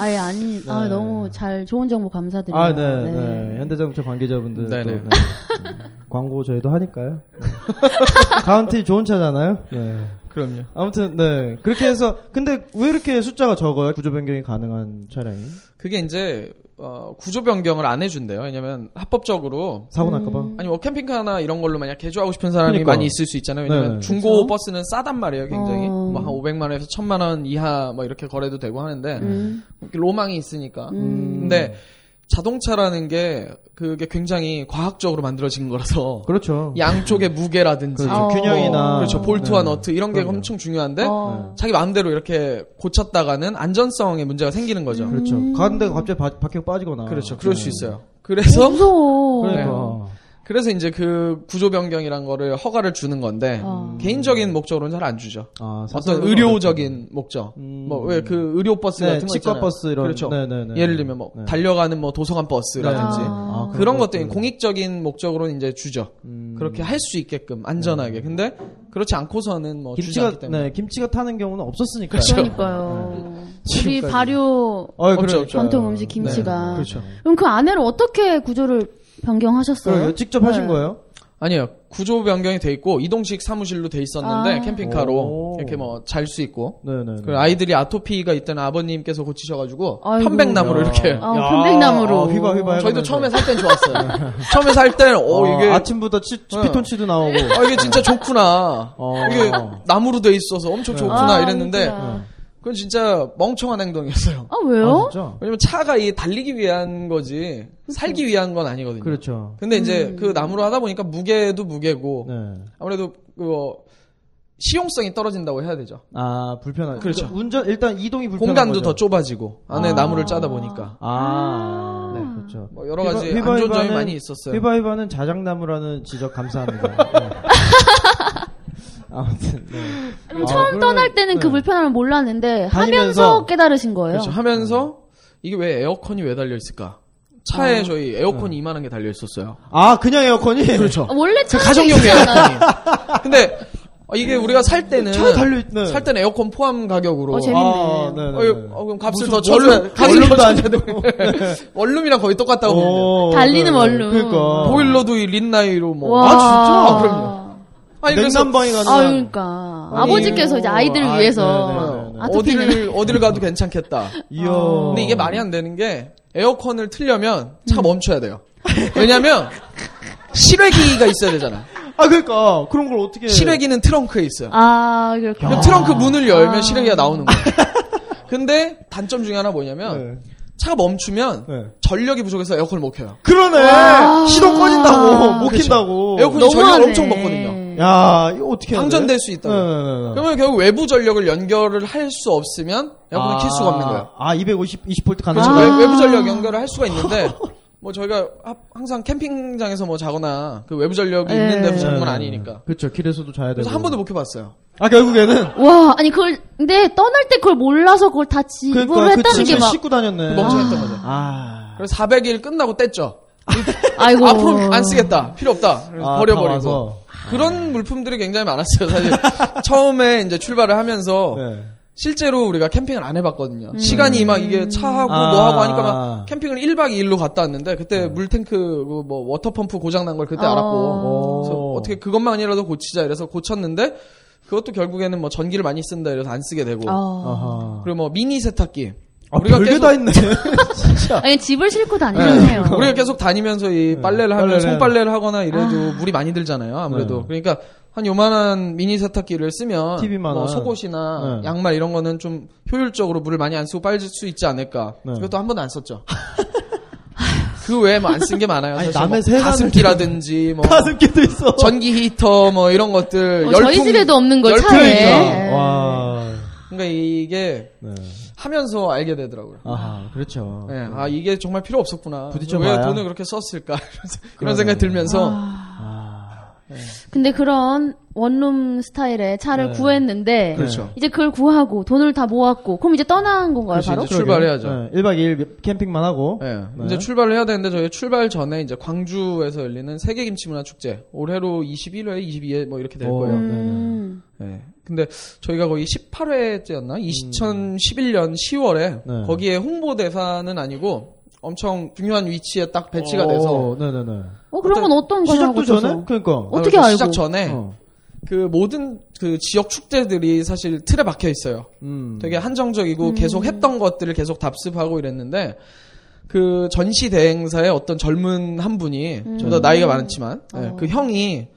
Speaker 7: 아예 아니. 아, 너무 잘 좋은 정보 감사드립니다.
Speaker 6: 네. 아, 네, 네. 현대자동차 관계자분들.
Speaker 9: 네,
Speaker 6: 또,
Speaker 9: 네.
Speaker 6: 네. 광고 저희도 하니까요. 네. 가운티 좋은 차잖아요. 네.
Speaker 9: 그럼요.
Speaker 6: 아무튼 네 그렇게 해서 근데 왜 이렇게 숫자가 적어요? 구조 변경이 가능한 차량이
Speaker 9: 그게 이제 어, 구조 변경을 안 해준대요. 왜냐면 합법적으로
Speaker 6: 사고 날까봐.
Speaker 9: 아니 뭐 캠핑카나 이런 걸로 만약 개조하고 싶은 사람이
Speaker 6: 그러니까.
Speaker 9: 많이 있을 수 있잖아요. 왜냐면
Speaker 6: 네.
Speaker 9: 중고 버스는 싸단 말이에요, 굉장히.
Speaker 7: 어.
Speaker 9: 뭐 한 500만 원에서 1000만 원 이하 뭐 이렇게 거래도 되고 하는데
Speaker 6: 음.
Speaker 9: 이렇게 로망이 있으니까. 근데 자동차라는 게 그게 굉장히 과학적으로 만들어진 거라서
Speaker 6: 그렇죠.
Speaker 9: 양쪽의 무게라든지
Speaker 6: 그렇죠.
Speaker 7: 어.
Speaker 6: 균형이나
Speaker 9: 그렇죠. 볼트와
Speaker 6: 네.
Speaker 9: 너트 이런 게
Speaker 6: 그럼요.
Speaker 9: 엄청 중요한데
Speaker 7: 어.
Speaker 9: 자기 마음대로 이렇게 고쳤다가는 안전성에 문제가 생기는 거죠.
Speaker 7: 음.
Speaker 6: 그렇죠. 가는데 갑자기 바, 바퀴가 빠지거나.
Speaker 9: 그렇죠. 그럴 수
Speaker 6: 네.
Speaker 9: 있어요. 그래서
Speaker 7: 무서워.
Speaker 6: 그러니까.
Speaker 9: 그래서 이제 그 구조 변경이란 거를 허가를 주는 건데
Speaker 7: 어.
Speaker 9: 개인적인 목적으로는 잘 안 주죠.
Speaker 6: 아,
Speaker 9: 어떤
Speaker 6: 사설로는
Speaker 9: 의료적인 목적,
Speaker 6: 음.
Speaker 9: 뭐 왜 그 의료 버스
Speaker 6: 네,
Speaker 9: 같은 거
Speaker 6: 치과
Speaker 9: 있잖아요.
Speaker 6: 버스 이런-
Speaker 9: 그렇죠.
Speaker 6: 네, 네, 네.
Speaker 9: 예를 들면 뭐
Speaker 6: 네.
Speaker 9: 달려가는 뭐 도서관
Speaker 6: 어렵죠. 네.
Speaker 9: 버스라든지
Speaker 6: 아,
Speaker 9: 그런 것들
Speaker 6: 것들.
Speaker 9: 공익적인 목적으로는 이제 주죠.
Speaker 6: 음.
Speaker 9: 그렇게 할 수 있게끔 안전하게. 근데 그렇지 않고서는 뭐 주지
Speaker 6: 김치가
Speaker 9: 않기 때문에
Speaker 6: 네 김치가 타는 경우는 없었으니까.
Speaker 7: 그렇죠. 그러니까요. 우리
Speaker 6: 네. 지금까지.
Speaker 7: 발효
Speaker 6: 어,
Speaker 9: 없죠,
Speaker 6: 그렇죠.
Speaker 9: 없죠.
Speaker 7: 전통 음식 김치가.
Speaker 9: 네, 그렇죠.
Speaker 7: 그럼 그 안에를 어떻게 구조를 변경하셨어요?
Speaker 6: 그러게요. 직접 하신
Speaker 7: 네.
Speaker 6: 거예요?
Speaker 9: 아니요 구조 변경이 돼 있고 이동식 사무실로 돼 있었는데
Speaker 7: 아.
Speaker 9: 캠핑카로
Speaker 6: 오.
Speaker 9: 이렇게 뭐 잘 수 있고
Speaker 6: 네, 네.
Speaker 9: 그 아이들이 아토피가 있던 아버님께서 고치셔가지고
Speaker 7: 아이고.
Speaker 9: 편백나무로 이렇게
Speaker 7: 아, 편백나무로.
Speaker 6: 아, 휘바 휘바.
Speaker 9: 저희도
Speaker 6: 해가면서.
Speaker 9: 처음에 살 땐 좋았어요. 처음에 살 때는 어
Speaker 6: 아,
Speaker 9: 이게 아,
Speaker 6: 아침부터 치,
Speaker 9: 네.
Speaker 6: 피톤치도
Speaker 7: 아,
Speaker 6: 나오고.
Speaker 9: 이게 진짜 좋구나.
Speaker 6: 어.
Speaker 9: 이게 나무로 돼 있어서 엄청 좋구나
Speaker 7: 아,
Speaker 9: 이랬는데
Speaker 7: 아니구나.
Speaker 9: 그건 진짜 멍청한 행동이었어요.
Speaker 7: 아, 왜요?
Speaker 6: 아, 진짜?
Speaker 9: 왜냐면 차가 이 달리기 위한 거지 살기 위한 건 아니거든요.
Speaker 6: 그렇죠.
Speaker 9: 근데 이제 그 나무로 하다 보니까 무게도 무게고
Speaker 6: 네.
Speaker 9: 아무래도 그거 실용성이 떨어진다고 해야 되죠.
Speaker 6: 아 불편하죠.
Speaker 9: 그렇죠.
Speaker 6: 운전 일단 이동이 불편한
Speaker 9: 공간도
Speaker 6: 거죠.
Speaker 9: 더 좁아지고 안에
Speaker 6: 아.
Speaker 9: 나무를 짜다 보니까
Speaker 6: 아, 네, 그렇죠.
Speaker 9: 뭐 여러 가지
Speaker 6: 휘바- 휘바-
Speaker 9: 안 좋은 점이
Speaker 6: 휘바는-
Speaker 9: 많이 있었어요.
Speaker 6: 휘바휘바는 자작나무라는 지적 감사합니다. 네. 아무튼 네.
Speaker 7: 그럼
Speaker 6: 아,
Speaker 7: 처음
Speaker 6: 그러면-
Speaker 7: 떠날 때는 그
Speaker 6: 네.
Speaker 7: 불편함을 몰랐는데
Speaker 6: 다니면서-
Speaker 7: 하면서 깨달으신 거예요.
Speaker 6: 아.
Speaker 9: 그렇죠. 하면서
Speaker 6: 음.
Speaker 9: 이게 왜 에어컨이 왜 달려 있을까? 차에 저희 에어컨
Speaker 6: 네.
Speaker 9: 이 이만한 게 달려 있었어요.
Speaker 6: 아 그냥 에어컨이 그렇죠.
Speaker 7: 아, 원래
Speaker 9: 가정용
Speaker 7: 잖아요
Speaker 9: 에어컨이. 근데 아, 이게 우리가 살 때는
Speaker 6: 차에 달려있네.
Speaker 9: 살 때는 에어컨 포함 가격으로
Speaker 7: 어, 재밌네.
Speaker 6: 아,
Speaker 9: 어,
Speaker 6: 네네.
Speaker 9: 어, 그럼 값을
Speaker 6: 무슨 뭐
Speaker 9: 더 절로
Speaker 6: 원룸,
Speaker 9: 가격이 더
Speaker 6: 원룸도
Speaker 9: 절로
Speaker 6: 아니고.
Speaker 9: 원룸이랑 거의 똑같다고 보면
Speaker 6: 어,
Speaker 7: 달리는
Speaker 6: 네.
Speaker 7: 원룸.
Speaker 6: 그러니까.
Speaker 9: 보일러도 이 린나이로 뭐
Speaker 7: 와.
Speaker 9: 아, 진짜? 아, 그럼요. 아니 그래서
Speaker 6: 냉난방이
Speaker 7: 아,
Speaker 6: 가능한.
Speaker 7: 그러니까.
Speaker 6: 아니,
Speaker 7: 아버지께서 이제 아이들을
Speaker 6: 아,
Speaker 7: 위해서.
Speaker 6: 네, 어. 네, 네.
Speaker 7: 아토피는.
Speaker 9: 어, 어디를 어디를 가도 괜찮겠다.
Speaker 6: 이야.
Speaker 7: 아.
Speaker 9: 근데 이게 말이 안 되는 게 에어컨을 틀려면 차
Speaker 7: 음.
Speaker 9: 멈춰야 돼요. 왜냐면 실외기가 있어야 되잖아.
Speaker 6: 아, 그러니까. 그런 걸 어떻게.
Speaker 9: 실외기는 트렁크에 있어요.
Speaker 7: 아, 그렇구나.
Speaker 9: 그럼 트렁크 문을 열면 실외기가 나오는 거예요. 근데 단점 중에 하나 뭐냐면
Speaker 6: 네.
Speaker 9: 차가 멈추면
Speaker 6: 네.
Speaker 9: 전력이 부족해서 에어컨을 못 켜요.
Speaker 6: 그러네! 시동 꺼진다고. 못 킨다고.
Speaker 9: 아, 에어컨이 전력을 엄청
Speaker 7: 네.
Speaker 9: 먹거든요.
Speaker 6: 야, 이거 어떻게 해야 돼?
Speaker 9: 방전될 수 있다고.
Speaker 7: 어.
Speaker 6: 네, 네, 네.
Speaker 9: 그러면 결국 외부 전력을 연결을 할 수 없으면 에어컨을 킬 수가 없는 거예요.
Speaker 6: 아, 250, 20V 가는
Speaker 9: 그렇죠.
Speaker 7: 아.
Speaker 6: 거
Speaker 9: 외, 부 전력 연결을 할 수가 있는데 뭐 저희가 하- 항상 캠핑장에서 뭐 자거나 그 외부
Speaker 7: 네.
Speaker 9: 전력이 있는데 자는 건 아니니까.
Speaker 6: 그렇죠. 길에서도 자야 되고.
Speaker 9: 그래서 한 번도 못 켜봤어요.
Speaker 6: 아, 결국에는.
Speaker 7: 와, 아니, 그걸, 근데 떠날 때 그걸 몰라서 그걸 다 집으로
Speaker 6: 그러니까 그
Speaker 7: 했다는 게
Speaker 6: 짐을
Speaker 7: 막,
Speaker 6: 씻고 다녔네.
Speaker 9: 멍청했던 거죠.
Speaker 6: 아.
Speaker 9: 그래서 400일 끝나고 뗐죠.
Speaker 7: 아이고.
Speaker 9: 앞으로 안 쓰겠다. 필요 없다. 그래서
Speaker 6: 아, 다
Speaker 9: 버려버리고.
Speaker 6: 와서.
Speaker 9: 그런 물품들이 굉장히 많았어요, 사실. 처음에 이제 출발을 하면서
Speaker 6: 네.
Speaker 9: 실제로 우리가 캠핑을 안 해봤거든요. 시간이 막 이게 차하고
Speaker 6: 아. 음.
Speaker 9: 뭐하고 하니까 막 캠핑을 1박 2일로 갔다 왔는데 그때 물탱크 그뭐 워터펌프 고장난 걸 그때
Speaker 7: 어.
Speaker 9: 알았고 그래서
Speaker 6: 오.
Speaker 9: 어떻게 그것만이라도 고치자 이래서 고쳤는데 그것도 결국에는 뭐 전기를 많이 쓴다 이래서 안 쓰게 되고
Speaker 7: 어.
Speaker 6: 아하.
Speaker 9: 그리고 뭐 미니 세탁기
Speaker 6: 아, 별게 다 있네.
Speaker 7: 아니, 집을 싣고 다니셨네요. 아.
Speaker 9: 우리가 계속 다니면서 이 빨래를 하면
Speaker 6: 네. 빨래를
Speaker 9: 손빨래를 하거나 이래도 물이 많이 들잖아요. 아무래도
Speaker 6: 네.
Speaker 9: 그러니까 한 요만한 미니 세탁기를 쓰면
Speaker 6: TV 만한.
Speaker 9: 뭐 속옷이나
Speaker 6: 네.
Speaker 9: 양말 이런 거는 좀 효율적으로 물을 많이 안 쓰고 빨수 있지 않을까.
Speaker 6: 네.
Speaker 9: 그것도 한 번도 안 썼죠. 그 외에 뭐 안 쓴 게 많아요.
Speaker 6: 아니,
Speaker 9: 사실
Speaker 6: 남의
Speaker 9: 뭐
Speaker 6: 세관을
Speaker 9: 가습기라든지 뭐
Speaker 6: 가습기도 있어.
Speaker 9: 전기 히터 뭐 이런 것들
Speaker 7: 어,
Speaker 9: 열풍
Speaker 7: 저희 집에도 없는 걸
Speaker 9: 열풍-
Speaker 7: 차에.
Speaker 6: 그러니까. 와.
Speaker 9: 그러니까 이게
Speaker 6: 네.
Speaker 9: 하면서 알게 되더라고요.
Speaker 6: 아하, 그렇죠.
Speaker 9: 예, 아 이게 정말 필요 없었구나.
Speaker 6: 부딪혀
Speaker 9: 왜
Speaker 6: 봐야.
Speaker 9: 돈을 그렇게 썼을까 이런 생각이 들면서
Speaker 7: 아. 근데 그런 원룸 스타일의 차를 구했는데,
Speaker 9: 네. 그렇죠.
Speaker 7: 이제 그걸 구하고 돈을 다 모았고, 그럼 이제 떠난 건가요,
Speaker 9: 그렇죠,
Speaker 7: 바로?
Speaker 9: 이제 출발해야죠.
Speaker 6: 네, 1박 2일 캠핑만 하고.
Speaker 9: 예,
Speaker 6: 네.
Speaker 9: 이제 출발을 해야 되는데 저희 출발 전에 이제 광주에서 열리는 세계 김치 문화 축제 올해로 21회, 22회 뭐 이렇게 될
Speaker 6: 오,
Speaker 9: 거예요.
Speaker 6: 네, 네.
Speaker 7: 음.
Speaker 9: 예. 근데 저희가 거의 18회째였나? 2011년 10월에
Speaker 6: 음. 네.
Speaker 9: 거기에 홍보대사는 아니고 엄청 중요한 위치에 딱
Speaker 6: 어.
Speaker 9: 배치가 돼서
Speaker 6: 오, 네네네.
Speaker 7: 어, 그런 건 어떤 거
Speaker 6: 시작도 전에? 그러니까.
Speaker 7: 어떻게
Speaker 9: 그
Speaker 7: 알고?
Speaker 9: 시작 전에
Speaker 6: 어.
Speaker 9: 그 모든 그 지역 축제들이 사실 틀에 박혀 있어요.
Speaker 6: 음.
Speaker 9: 되게 한정적이고 계속 했던 것들을 계속 답습하고 이랬는데 그 전시 대행사의 어떤 젊은 한 분이
Speaker 7: 음.
Speaker 9: 저보다 나이가 많았지만
Speaker 7: 어.
Speaker 9: 예, 그 형이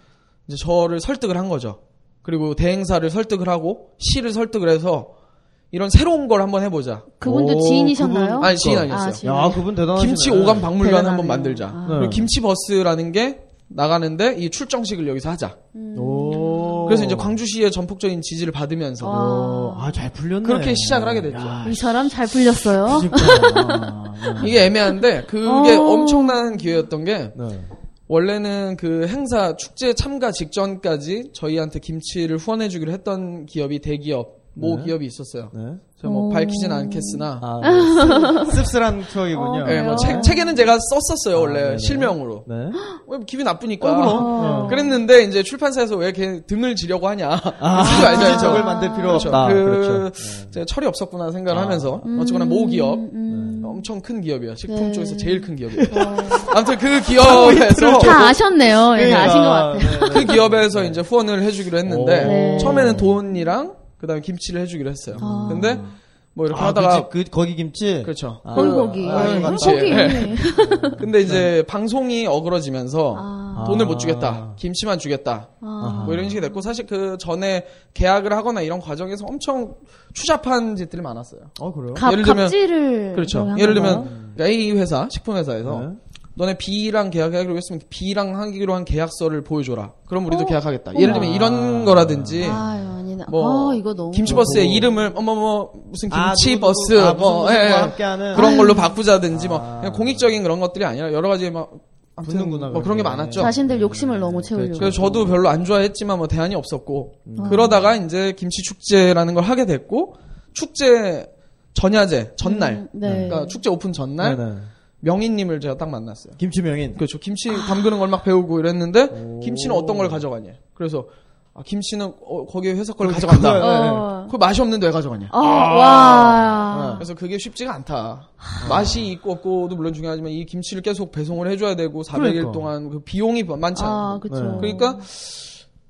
Speaker 9: 이제 저를 설득을 한 거죠. 그리고 대행사를 설득을 하고 시를 설득을 해서 이런 새로운 걸 한번 해보자.
Speaker 7: 그분도
Speaker 6: 오,
Speaker 7: 지인이셨나요?
Speaker 9: 아니 지인 아니었어요.
Speaker 7: 아, 지인.
Speaker 6: 야, 그분 대단하시네.
Speaker 9: 김치 오감 박물관
Speaker 7: 대단하네요.
Speaker 9: 한번 만들자.
Speaker 7: 아.
Speaker 9: 그리고 김치 버스라는 게 나가는데 이 출정식을 여기서 하자.
Speaker 7: 음.
Speaker 6: 오.
Speaker 9: 그래서 이제 광주시의 전폭적인 지지를 받으면서
Speaker 6: 오, 아, 잘 풀렸네.
Speaker 9: 그렇게 시작을 하게 됐죠.
Speaker 6: 야, 그러니까.
Speaker 7: 이 사람 잘 풀렸어요.
Speaker 6: 진짜.
Speaker 9: 이게 애매한데 그게
Speaker 7: 어.
Speaker 9: 엄청난 기회였던 게
Speaker 6: 네.
Speaker 9: 원래는 그 행사 축제 참가 직전까지 저희한테 김치를 후원해주기로 했던 기업이 대기업 모
Speaker 6: 네.
Speaker 9: 기업이 있었어요.
Speaker 6: 네.
Speaker 9: 제가 뭐 밝히진 않겠으나
Speaker 6: 아, 네. 씁- 씁쓸한 추억이군요.
Speaker 7: 어,
Speaker 9: 예,
Speaker 7: 그래요?
Speaker 9: 뭐 책, 책에는 제가 썼었어요 원래
Speaker 6: 아, 네네.
Speaker 9: 실명으로
Speaker 6: 네.
Speaker 9: 왜 기분 나쁘니까
Speaker 7: 아.
Speaker 6: 그럼. 어.
Speaker 9: 그랬는데 이제 출판사에서 왜 걔 등을 지려고 하냐 쓰지
Speaker 6: 아,
Speaker 9: 말자
Speaker 6: 굳이
Speaker 9: 이제
Speaker 6: 적을 만들 필요
Speaker 9: 그렇죠.
Speaker 6: 없다.
Speaker 9: 그
Speaker 6: 그렇죠. 아.
Speaker 9: 제가 철이 없었구나 생각을 하면서 어쨌거나 모 기업 엄청 큰 기업이에요 식품
Speaker 7: 음. 네. 어.
Speaker 9: 쪽에서 제일 큰 기업이에요 아무튼 그 기업에서
Speaker 7: 다 아셨네요. 예, 다 아신 것 같아요.
Speaker 6: 네.
Speaker 9: 그 기업에서 이제 후원을 해주기로 했는데
Speaker 6: 오.
Speaker 7: 네.
Speaker 9: 처음에는 돈이랑 그다음에 김치를 해주기로 했어요.
Speaker 7: 아.
Speaker 9: 근데 뭐 이렇게
Speaker 6: 아,
Speaker 9: 하다가
Speaker 6: 그, 집, 그 거기 김치.
Speaker 9: 그렇죠.
Speaker 6: 아, 네.
Speaker 7: 콩고기.
Speaker 9: 아,
Speaker 7: 예,
Speaker 9: 그렇지.
Speaker 7: 콩고기.
Speaker 9: 예. 근데 이제 방송이 어그러지면서
Speaker 7: 아.
Speaker 9: 돈을
Speaker 6: 아.
Speaker 9: 못 주겠다, 김치만 주겠다,
Speaker 7: 아.
Speaker 9: 뭐 이런 식이 됐고 사실 그 전에 계약을 하거나 이런 과정에서 엄청 추잡한 짓들이 많았어요.
Speaker 6: 어, 그래요?
Speaker 7: 갑,
Speaker 9: 예를 들면-
Speaker 7: 갑질을.
Speaker 9: 그렇죠.
Speaker 7: 한
Speaker 9: 예를
Speaker 7: 건가요?
Speaker 9: 들면 A 회사 식품 회사에서
Speaker 6: 네.
Speaker 9: 너네 B랑 계약하기로 했으면 B랑 하기로 한 계약서를 보여줘라. 그럼 우리도
Speaker 7: 어?
Speaker 9: 계약하겠다. 예를 들면 이런
Speaker 6: 아.
Speaker 9: 거라든지
Speaker 7: 아유, 아니,
Speaker 9: 뭐
Speaker 7: 아, 이거 너무.
Speaker 9: 김치버스의 이름을 어머머 무슨
Speaker 6: 아,
Speaker 9: 김치버스
Speaker 6: 누구누구, 아,
Speaker 9: 뭐
Speaker 6: 무슨
Speaker 9: 예,
Speaker 6: 누구와
Speaker 9: 예.
Speaker 6: 함께하는.
Speaker 9: 그런
Speaker 6: 아유. 아.
Speaker 9: 걸로 바꾸자든지 뭐 그냥 공익적인 그런 것들이 아니라 여러 가지 막 아무튼
Speaker 6: 붙는구나,
Speaker 9: 뭐 그런
Speaker 6: 그렇게.
Speaker 9: 게
Speaker 6: 네.
Speaker 9: 많았죠.
Speaker 7: 자신들 욕심을 너무 채우려고.
Speaker 9: 그래서 저도 별로 안 좋아했지만 뭐 대안이 없었고
Speaker 6: 음.
Speaker 9: 그러다가 이제 김치 축제라는 걸 하게 됐고 축제 전야제 전날
Speaker 7: 네.
Speaker 9: 그러니까 축제 오픈 전날
Speaker 6: 네네.
Speaker 9: 명인님을 제가 딱 만났어요. 그
Speaker 6: 김치 명인.
Speaker 9: 그렇죠. 김치 담그는 걸 막 배우고 이랬는데 김치는 어떤 걸 가져가냐. 그래서 아, 김씨는 어, 거기 회사 걸 가져간다.
Speaker 6: 그거야. 네.
Speaker 7: 어.
Speaker 9: 그 맛이 없는데 왜 가져가냐?
Speaker 7: 어, 와.
Speaker 9: 그래서 그게 쉽지가 않다. 맛이 있고 없고도 물론 중요하지만 이 김치를 계속 배송을 해줘야 되고 400일
Speaker 6: 그러니까.
Speaker 9: 동안 그 비용이 많지
Speaker 7: 아,
Speaker 9: 않고.
Speaker 7: 그쵸.
Speaker 9: 그러니까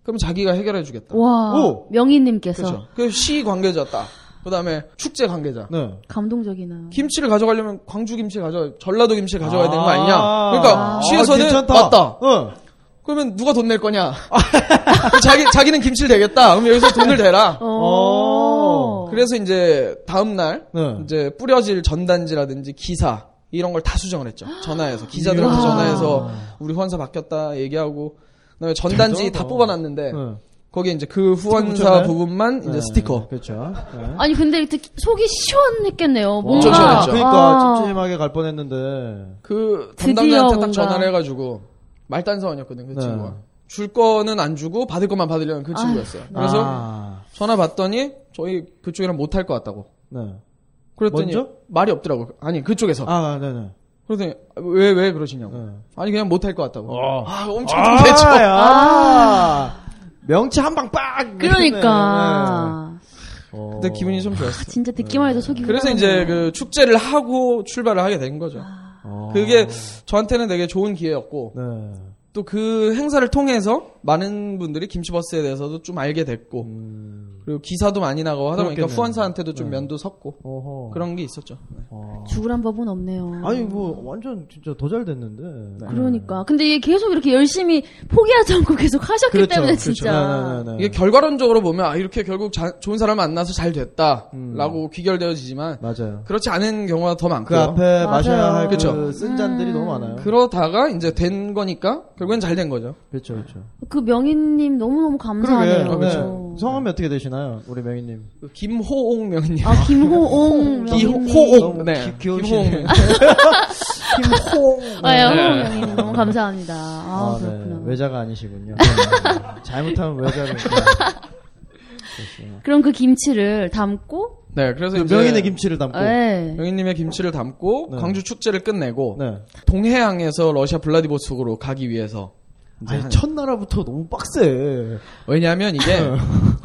Speaker 9: 그럼 자기가 해결해주겠다.
Speaker 7: 와.
Speaker 9: 오!
Speaker 7: 명희님께서
Speaker 9: 그렇죠. 그시 관계자다. 그다음에 축제 관계자.
Speaker 6: 네.
Speaker 7: 감동적이나.
Speaker 9: 김치를 가져가려면 광주 김치 가져, 전라도 김치 가져가야 되는 거 아니냐?
Speaker 6: 아.
Speaker 9: 그러니까
Speaker 6: 아,
Speaker 9: 시에서는
Speaker 6: 괜찮다.
Speaker 9: 맞다.
Speaker 6: 응.
Speaker 9: 그러면 누가 돈 낼 거냐? 자기 자기는 김치를 대겠다. 그럼 여기서 돈을 대라.
Speaker 7: 어.
Speaker 9: 그래서 이제 다음 날
Speaker 6: 네.
Speaker 9: 이제 뿌려질 전단지라든지 기사 이런 걸 다 수정을 했죠. 전화해서 기자들한테
Speaker 7: 이야.
Speaker 9: 전화해서 우리 후원사 바뀌었다 얘기하고 그다음에 전단지
Speaker 6: 대단하다.
Speaker 9: 다 뽑아놨는데
Speaker 6: 네.
Speaker 9: 거기에 이제 그 후원사
Speaker 6: 붙였나요?
Speaker 9: 부분만 이제
Speaker 6: 네.
Speaker 9: 스티커.
Speaker 6: 그렇죠. 네.
Speaker 7: 아니 근데 특히 속이 시원했겠네요. 뭔가.
Speaker 9: 엄청 시원했죠. 그렇죠.
Speaker 7: 아.
Speaker 6: 그러니까 찜찜하게 갈 뻔했는데.
Speaker 9: 그
Speaker 7: 드디어
Speaker 9: 담당자한테 딱
Speaker 7: 뭔가.
Speaker 9: 전화를 해가지고 말단사원이었거든 그
Speaker 6: 네.
Speaker 9: 친구가 줄 거는 안 주고 받을 것만 받으려는 그 친구였어요.
Speaker 7: 네.
Speaker 9: 그래서
Speaker 6: 아.
Speaker 9: 전화 받더니 저희 그쪽이랑 못 할 것 같다고.
Speaker 6: 네.
Speaker 9: 그랬더니
Speaker 6: 먼저?
Speaker 9: 말이 없더라고. 아니 그쪽에서.
Speaker 6: 아, 네네.
Speaker 9: 그랬더니 왜 왜 그러시냐고.
Speaker 6: 네.
Speaker 9: 아니 그냥 못 할 것 같다고. 아 엄청
Speaker 6: 아,
Speaker 9: 대죠.
Speaker 6: 야. 명치 한 방 빡! 네, 네.
Speaker 7: 그러니까.
Speaker 6: 어.
Speaker 9: 근데 기분이 좀 좋았어. 요
Speaker 7: 진짜 듣기만
Speaker 6: 네.
Speaker 7: 해도 속이.
Speaker 9: 그래서 이제 그 축제를 하고 출발을 하게 된 거죠.
Speaker 6: 어.
Speaker 9: 그게 저한테는 되게 좋은 기회였고
Speaker 6: 네.
Speaker 9: 또 그 행사를 통해서 많은 분들이 김치버스에 대해서도 좀 알게 됐고
Speaker 6: 음.
Speaker 9: 그리고 기사도 많이 나가고 하다 보니까
Speaker 6: 그렇겠네요.
Speaker 9: 후원사한테도 좀 면도 섰고
Speaker 6: 어허.
Speaker 9: 그런 게 있었죠. 네.
Speaker 6: 어.
Speaker 7: 죽으란 법은 없네요.
Speaker 6: 아니 뭐 완전 진짜 더 잘 됐는데.
Speaker 9: 네.
Speaker 7: 그러니까. 근데 얘 계속 이렇게 열심히 포기하지 않고 계속 하셨기
Speaker 6: 네. 그렇죠,
Speaker 7: 때문에
Speaker 6: 그렇죠.
Speaker 7: 진짜.
Speaker 6: 네, 네, 네, 네.
Speaker 9: 이게 결과론적으로 보면 아 이렇게 결국 자- 좋은 사람 만나서 잘
Speaker 6: 음.
Speaker 9: 됐다라고 귀결되어지지만
Speaker 6: 맞아요.
Speaker 9: 그렇지 않은 경우가 더
Speaker 6: 그
Speaker 9: 많고요.
Speaker 6: 앞에 마셔야 할 그
Speaker 9: 그쵸.
Speaker 6: 쓴
Speaker 7: 음.
Speaker 6: 잔들이 너무 많아요.
Speaker 9: 네. 그러다가 이제 된 거니까 결국엔 잘 된 거죠.
Speaker 6: 그렇죠, 그렇죠.
Speaker 7: 그 명희님 너무너무 감사하네요.
Speaker 9: 아, 그렇죠.
Speaker 7: 어.
Speaker 6: 성함이 어떻게 되시나요, 우리 명희님?
Speaker 9: 그 김호옥 명님.
Speaker 7: 아, 김호옹
Speaker 9: 기-
Speaker 7: 명희님.
Speaker 9: 호옥. 네.
Speaker 6: 기- 귀여우시네.
Speaker 9: 김호옥 명.
Speaker 6: 김홍.
Speaker 7: 아, 예,
Speaker 9: 네.
Speaker 7: 호옹 명희님 너무 감사합니다. 아,
Speaker 6: 아,
Speaker 7: 그렇구나. 네.
Speaker 6: 네. 외자가 아니시군요. 네. 잘못하면 외자를.
Speaker 7: 그럼 그 김치를 담고,
Speaker 9: 네. 그래서 이제
Speaker 6: 명인의 김치를 담고.
Speaker 7: 예.
Speaker 9: 명희님의 김치를 담고
Speaker 6: 네.
Speaker 9: 광주 축제를 끝내고
Speaker 6: 네.
Speaker 7: 아,
Speaker 9: 동해항에서 러시아 블라디보스크로 가기 위해서 이제
Speaker 7: 네.
Speaker 6: 아니,
Speaker 9: 한-
Speaker 6: 첫 나라부터 너무 빡세.
Speaker 9: 왜냐하면 이게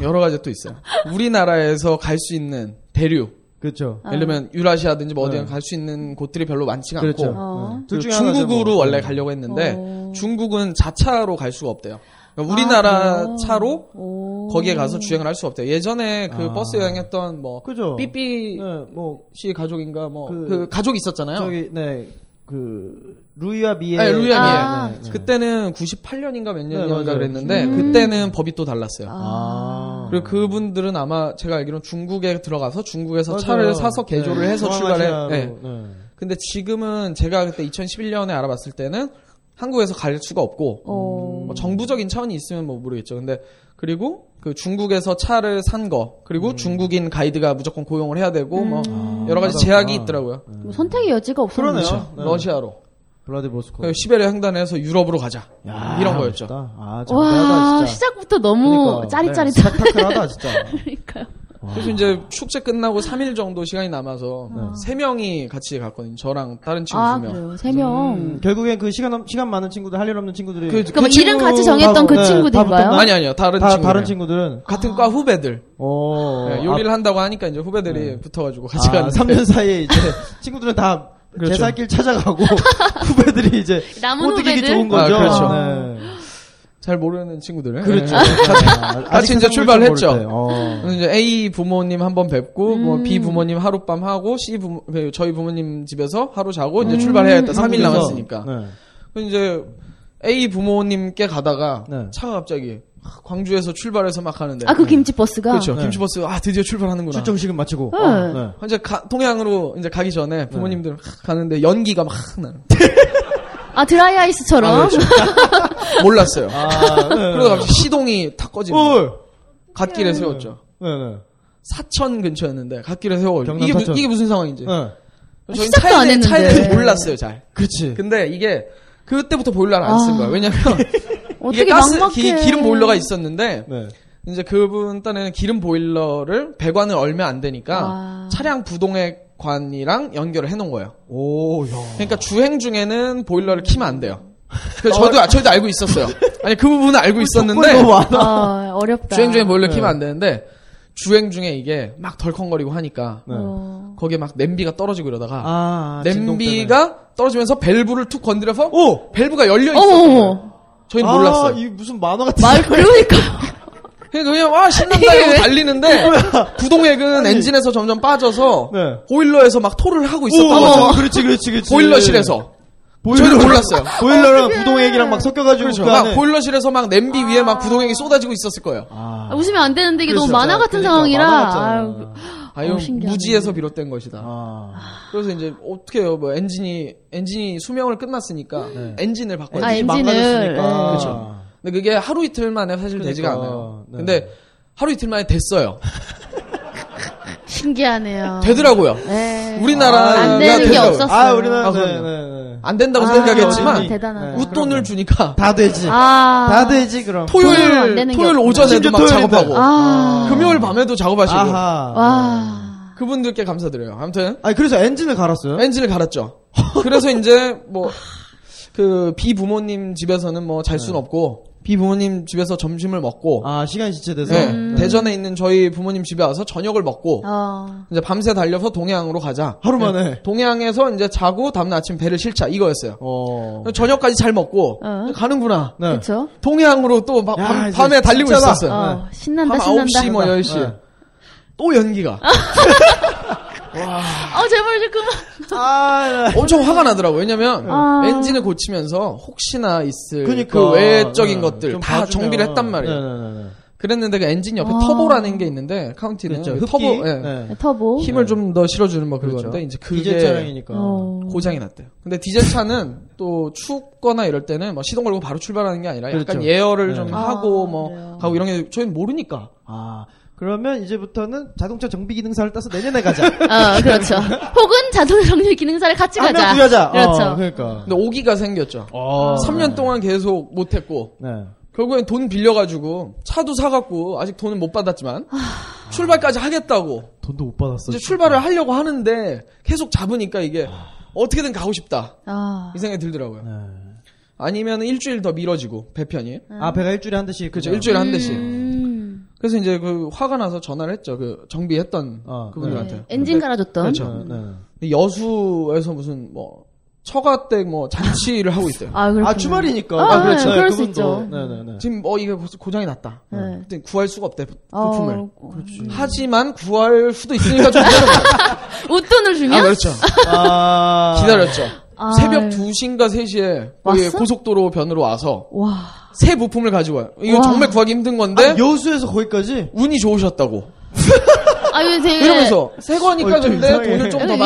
Speaker 9: 여러 가지 또 있어요. 우리나라에서 갈 수 있는 대륙,
Speaker 7: 아,
Speaker 6: 그렇죠.
Speaker 9: 예를 들면 유라시아든지 뭐 어디가
Speaker 6: 네.
Speaker 9: 갈 수 있는 곳들이 별로 많지가
Speaker 6: 그렇죠.
Speaker 9: 않고
Speaker 7: 어.
Speaker 6: 네.
Speaker 9: 그
Speaker 6: 둘 중에 하나죠,
Speaker 9: 중국으로
Speaker 6: 뭐.
Speaker 9: 원래 가려고 했는데
Speaker 7: 어.
Speaker 9: 중국은 자차로 갈 수가 없대요. 그러니까 우리나라
Speaker 7: 아, 그래요?
Speaker 9: 차로
Speaker 7: 오.
Speaker 9: 거기에 가서 주행을 할 수 없대요. 예전에 그
Speaker 6: 아.
Speaker 9: 버스 여행했던 뭐
Speaker 6: 그죠.
Speaker 9: 삐삐
Speaker 6: 네, 뭐
Speaker 9: 씨 가족인가 뭐 그
Speaker 6: 그-
Speaker 9: 가족이 있었잖아요.
Speaker 6: 저기 네, 네그 루이와 미에.
Speaker 9: 예.
Speaker 6: 네,
Speaker 9: 아니, 루이와
Speaker 7: 아.
Speaker 9: 네,
Speaker 6: 미에.
Speaker 9: 그때는 98년인가 몇 년인가
Speaker 6: 맞아요.
Speaker 9: 그랬는데
Speaker 7: 음.
Speaker 9: 그때는 법이 또 달랐어요.
Speaker 6: 아.
Speaker 9: 그리고 그분들은 아마 제가 알기로는 중국에 들어가서 중국에서
Speaker 6: 맞아요.
Speaker 9: 차를 사서 개조를
Speaker 6: 네,
Speaker 9: 해서 출발해.
Speaker 6: 중앙아시아로,
Speaker 9: 네.
Speaker 6: 네.
Speaker 9: 근데 지금은 제가 그때 2011년에 알아봤을 때는 한국에서 갈 수가 없고
Speaker 7: 어.
Speaker 9: 뭐 정부적인 차원이 있으면 뭐 모르겠죠. 근데 그리고 그 중국에서 차를 산 거 그리고 중국인 가이드가 무조건 고용을 해야 되고 뭐
Speaker 7: 음.
Speaker 9: 여러
Speaker 6: 음.
Speaker 9: 가지
Speaker 6: 맞아,
Speaker 9: 제약이
Speaker 6: 맞아.
Speaker 9: 있더라고요.
Speaker 7: 뭐 선택의 여지가 없었네요.
Speaker 6: 그러네요. 네.
Speaker 9: 러시아로
Speaker 6: 블라디보스코.
Speaker 9: 그래서 시베리아 횡단해서 유럽으로 가자
Speaker 6: 야,
Speaker 9: 이런 거였죠.
Speaker 6: 멋있다. 아,
Speaker 7: 와,
Speaker 6: 장대하다 진짜.
Speaker 7: 시작부터 너무
Speaker 6: 그러니까,
Speaker 7: 짜릿짜릿.
Speaker 6: 네, 스펙타클하다 진짜.
Speaker 7: 그러니까요.
Speaker 9: 그래서 이제 축제 끝나고 3일 정도 시간이 남아서 세 명이 같이 갔거든요. 저랑 다른 친구
Speaker 7: 아,
Speaker 9: 두 명.
Speaker 7: 그래요. 세 명.
Speaker 6: 음, 결국엔 그 시간 없- 시간 많은 친구들 할 일 없는 친구들이
Speaker 9: 그-
Speaker 7: 그럼 이름 같이 정했던
Speaker 6: 친구하고,
Speaker 7: 그
Speaker 6: 네,
Speaker 7: 친구들인가요?
Speaker 6: 다
Speaker 9: 아니 아니요 다른
Speaker 6: 다
Speaker 9: 친구
Speaker 6: 다른 친구들은
Speaker 9: 같은
Speaker 7: 아.
Speaker 9: 과 후배들
Speaker 6: 어,
Speaker 9: 네, 요리를 한다고 하니까 이제 후배들이 붙어가지고 같이
Speaker 6: 아, 아,
Speaker 9: 가는
Speaker 6: 3년 사이에 이제 친구들은 다
Speaker 9: 그렇죠.
Speaker 6: 제살길 찾아가고 후배들이 이제
Speaker 7: 남은
Speaker 6: 꼬드기기
Speaker 7: 후배들?
Speaker 6: 좋은 거죠.
Speaker 9: 아, 그렇죠.
Speaker 6: 네.
Speaker 9: 잘 모르는 친구들을
Speaker 6: 그렇죠.
Speaker 9: 네.
Speaker 6: 아, 아직
Speaker 9: 이제
Speaker 6: 세상을
Speaker 9: 출발을
Speaker 6: 좀 모를
Speaker 9: 했죠.
Speaker 6: 때. 어.
Speaker 9: 그래서 이제 A 부모님 한 번 뵙고 뭐
Speaker 6: 음.
Speaker 9: B 부모님 하룻밤 하고 C 부모 그 저희 부모님 집에서 하루 자고 이제 출발해야겠다. 3일
Speaker 6: 음. 그래서,
Speaker 9: 남았으니까.
Speaker 6: 네.
Speaker 9: 그래서 이제 A 부모님께 가다가
Speaker 6: 네.
Speaker 9: 차가 갑자기 광주에서 출발해서 막 가는데
Speaker 7: 아, 그 김치 버스가?
Speaker 9: 그렇죠.
Speaker 6: 네.
Speaker 9: 김치버스 아 드디어 출발하는구나.
Speaker 6: 출정식은 마치고.
Speaker 7: 네.
Speaker 6: 어, 네.
Speaker 9: 이제 가- 동양으로 이제 가기 전에 부모님들 확 가는데 연기가 막 나는.
Speaker 7: 아, 드라이
Speaker 6: 네,
Speaker 7: 아이스처럼?
Speaker 6: 그렇죠.
Speaker 9: 아, 네. 몰랐어요.
Speaker 6: 아, 네.
Speaker 9: 그러다 갑자기 시동이 탁 꺼지고
Speaker 6: 어,
Speaker 9: 갓길에 세웠죠.
Speaker 6: 네, 네.
Speaker 9: 사천 근처였는데 갓길에 세워.
Speaker 6: 경남
Speaker 9: 이게, 무-
Speaker 6: 사천.
Speaker 9: 이게 무슨 상황인지.
Speaker 6: 네.
Speaker 9: 저희
Speaker 7: 시작도 안
Speaker 9: 차에
Speaker 7: 했는데.
Speaker 9: 차에 몰랐어요 잘.
Speaker 6: 그렇지.
Speaker 9: 근데 이게 그때부터 보일러를 안 쓴
Speaker 7: 아.
Speaker 9: 거예요. 왜냐면 이게
Speaker 7: 어떻게
Speaker 9: 가스
Speaker 7: 막막해.
Speaker 9: 기, 기름 보일러가 있었는데
Speaker 6: 네.
Speaker 9: 이제 그분 딴에는 기름 보일러를 배관을 얼면 안 되니까
Speaker 7: 아.
Speaker 9: 차량 부동액 관이랑 연결을 해놓은 거예요.
Speaker 6: 오, 야.
Speaker 9: 그러니까 주행 중에는 보일러를 키면 안 돼요. 그 저도 저도 알고 있었어요. 아니 그 부분은
Speaker 6: 어,
Speaker 9: 알고 있었는데
Speaker 6: 너무 많아.
Speaker 7: 아, 어렵다.
Speaker 9: 주행 중에 몰래
Speaker 6: 네.
Speaker 9: 키면 안 되는데 주행 중에 이게 막 덜컹거리고 하니까
Speaker 7: 어.
Speaker 9: 거기에 막 냄비가 떨어지고 이러다가
Speaker 6: 네. 아, 아, 진동 때문에.
Speaker 9: 냄비가 떨어지면서 벨브를 툭 건드려서
Speaker 6: 오!
Speaker 9: 밸브가 열려
Speaker 7: 어머,
Speaker 9: 있어.
Speaker 7: 어머.
Speaker 9: 저희 는
Speaker 6: 아,
Speaker 9: 몰랐어요.
Speaker 6: 이 무슨 만화 같은.
Speaker 7: 말, 그러니까.
Speaker 9: 그러니까 그냥 와 신난다 이러고 달리는데 구동액은 엔진에서 점점 빠져서
Speaker 6: 네.
Speaker 9: 보일러에서 막 토를 하고
Speaker 6: 오,
Speaker 9: 있었던
Speaker 6: 맞아.
Speaker 9: 거죠.
Speaker 6: 그렇지, 그렇지, 그렇지.
Speaker 9: 보일러실에서 저희도 몰랐어요.
Speaker 7: 아,
Speaker 6: 보일러랑 부동액이랑 막 섞여가지고
Speaker 9: 그렇죠.
Speaker 6: 그 안에-
Speaker 9: 막 보일러실에서 막 냄비 위에 막 구동액이 쏟아지고 있었을 거예요.
Speaker 7: 아, 웃으면 안 되는데 이게 너무
Speaker 6: 그래서
Speaker 7: 만화 같은
Speaker 6: 그러니까
Speaker 7: 상황이라.
Speaker 6: 만화 같잖아.
Speaker 7: 아유,
Speaker 9: 아 이건
Speaker 7: 어, 신기하네.
Speaker 9: 무지에서 비롯된 것이다.
Speaker 6: 아,
Speaker 9: 그래서 이제 어떻게 해요? 뭐 엔진이 엔진이 수명을 끝났으니까
Speaker 6: 네.
Speaker 9: 엔진을 바꿔야
Speaker 7: 아,
Speaker 9: 돼.
Speaker 7: 엔진을.
Speaker 6: 망가졌으니까.
Speaker 7: 그렇죠.
Speaker 9: 근데 그게 하루 이틀 만에 사실 되지가
Speaker 6: 그러니까,
Speaker 9: 않아요.
Speaker 6: 네.
Speaker 9: 근데 하루 이틀 만에 됐어요. 아,
Speaker 7: 신기하네요.
Speaker 9: 되더라고요.
Speaker 7: 네.
Speaker 9: 우리나라가
Speaker 7: 안 되는 게
Speaker 9: 되더라고요.
Speaker 7: 없었어요.
Speaker 6: 아, 우리나라
Speaker 9: 아,
Speaker 6: 네,
Speaker 9: 그럼요.
Speaker 6: 네, 네.
Speaker 9: 안 된다고
Speaker 6: 아,
Speaker 9: 생각했지만
Speaker 6: 어린이.
Speaker 7: 대단하다.
Speaker 6: 네.
Speaker 9: 웃돈을 주니까
Speaker 6: 다 되지.
Speaker 7: 아.
Speaker 6: 다 되지 그럼.
Speaker 7: 토요일 안 되는 게
Speaker 9: 토요일 토요일
Speaker 7: 없구나.
Speaker 9: 오전에도
Speaker 6: 심지어
Speaker 9: 막
Speaker 6: 토요일에도.
Speaker 9: 작업하고
Speaker 7: 아.
Speaker 9: 금요일 밤에도 작업하시고
Speaker 6: 아하.
Speaker 7: 와.
Speaker 9: 그분들께 감사드려요. 아무튼
Speaker 6: 아니 그래서 엔진을 갈았어요.
Speaker 9: 엔진을 갈았죠. 그래서 이제 뭐 그 비부모님 집에서는 뭐 잘 순 없고 비부모님 집에서 점심을 먹고
Speaker 6: 네. 아 시간 지체돼서.
Speaker 9: 네, 대전에 있는 저희 부모님 집에 와서 저녁을 먹고
Speaker 7: 음. 어.
Speaker 9: 이제 밤새 달려서 동해안으로 가자. 네,
Speaker 6: 하루 만에.
Speaker 9: 동해안에서 이제 자고 다음날 아침 배를 실자 이거였어요.
Speaker 6: 어.
Speaker 9: 저녁까지 잘 먹고
Speaker 7: 어.
Speaker 9: 가는구나.
Speaker 6: 네.
Speaker 7: 그쵸?
Speaker 9: 동해안으로 또 바-
Speaker 6: 야,
Speaker 9: 밤,
Speaker 6: 이제
Speaker 9: 밤에 달리고
Speaker 6: 진짜다.
Speaker 9: 있었어요. 네.
Speaker 7: 어. 신난다,
Speaker 9: 밤
Speaker 7: 신난다. 아,
Speaker 9: 9시 뭐 10시.
Speaker 6: 네.
Speaker 9: 또 연기가.
Speaker 7: 어, 제발 좀 그만.
Speaker 6: 아,
Speaker 9: 엄청 화가 나더라고요. 왜냐면
Speaker 7: 아.
Speaker 9: 엔진을 고치면서 혹시나 있을 그
Speaker 6: 그러니까
Speaker 9: 외적인
Speaker 6: 네,
Speaker 9: 것들
Speaker 6: 좀
Speaker 9: 다
Speaker 6: 봐주면.
Speaker 9: 정비를 했단 말이에요.
Speaker 6: 네네네.
Speaker 9: 그랬는데 그 엔진 옆에
Speaker 7: 아.
Speaker 9: 터보라는 게 있는데 카운티는
Speaker 6: 그렇죠.
Speaker 9: 그
Speaker 6: 흡기.
Speaker 9: 터보 예.
Speaker 6: 네.
Speaker 7: 터보.
Speaker 9: 힘을 좀 더 실어주는 뭐 그건데
Speaker 6: 그렇죠.
Speaker 9: 이제
Speaker 6: 디젤
Speaker 9: 그게
Speaker 6: 차량이니까.
Speaker 7: 어.
Speaker 9: 고장이 났대요. 근데 디젤 차는 또 춥거나 이럴 때는 막 시동 걸고 바로 출발하는 게 아니라 약간
Speaker 6: 그렇죠.
Speaker 9: 예열을
Speaker 6: 네.
Speaker 9: 좀
Speaker 7: 아,
Speaker 9: 하고 뭐
Speaker 7: 그래요.
Speaker 9: 하고 이런 게 저희는 모르니까
Speaker 6: 아 그러면 이제부터는 자동차 정비 기능사를 따서 내년에 가자.
Speaker 7: 어, 그렇죠. 혹은 자동 정렬 기능사를 같이 가자.
Speaker 6: 하면 부여자.
Speaker 7: 그렇죠.
Speaker 6: 어, 그러니까.
Speaker 9: 근데 오기가 생겼죠.
Speaker 6: 어.
Speaker 9: 3년 동안 계속 못했고
Speaker 6: 네.
Speaker 9: 결국엔 돈 빌려가지고 차도 사갖고 아직 돈은 못 받았지만
Speaker 7: 아.
Speaker 9: 출발까지 하겠다고
Speaker 6: 돈도 못 받았어.
Speaker 9: 이제 출발을 하려고 하는데 계속 잡으니까 이게 어떻게든 가고 싶다
Speaker 7: 아.
Speaker 9: 이 생각이 들더라고요.
Speaker 6: 네.
Speaker 9: 아니면 일주일 더 미뤄지고 배편이
Speaker 6: 아 배가 일주일에 한 대씩.
Speaker 9: 그죠 일주일에 한 대씩.
Speaker 7: 음.
Speaker 9: 그래서 이제 그 화가 나서 전화를 했죠 그 정비했던
Speaker 6: 어,
Speaker 9: 그분들한테.
Speaker 7: 엔진 갈아줬던.
Speaker 9: 네. 그렇죠.
Speaker 6: 네. 네.
Speaker 9: 근데 여수에서 무슨 뭐 처가 때뭐 잔치를 하고 있어요.
Speaker 7: 아, 그렇죠.
Speaker 6: 아 주말이니까.
Speaker 7: 아,
Speaker 6: 아, 그렇죠.
Speaker 7: 네, 그럴 수
Speaker 6: 그분도.
Speaker 7: 있죠.
Speaker 6: 네네네.
Speaker 9: 지금 뭐 이게 벌써 고장이 났다.
Speaker 7: 네.
Speaker 9: 그때 구할 수가 없대
Speaker 7: 어,
Speaker 9: 부품을.
Speaker 7: 어.
Speaker 9: 하지만 구할 수도 있으니까 좀 기다려봐.
Speaker 7: 웃돈을 주면?
Speaker 9: 아, 그렇죠.
Speaker 6: 아
Speaker 9: 기다렸죠.
Speaker 7: 아.
Speaker 9: 새벽 2시인가 3시에 거기
Speaker 7: 왔어?
Speaker 9: 고속도로 변으로 와서
Speaker 7: 와.
Speaker 9: 새 부품을 가지고 와요. 이거
Speaker 7: 와.
Speaker 9: 정말 구하기 힘든 건데
Speaker 6: 아, 여수에서 거기까지.
Speaker 9: 운이 좋으셨다고.
Speaker 7: 아, 이거 되게.
Speaker 9: 이러면서 새 거니까
Speaker 6: 어, 좀
Speaker 9: 근데
Speaker 6: 이상해.
Speaker 9: 돈을 좀 더
Speaker 7: 약간
Speaker 9: 받아야 된다.
Speaker 7: 네,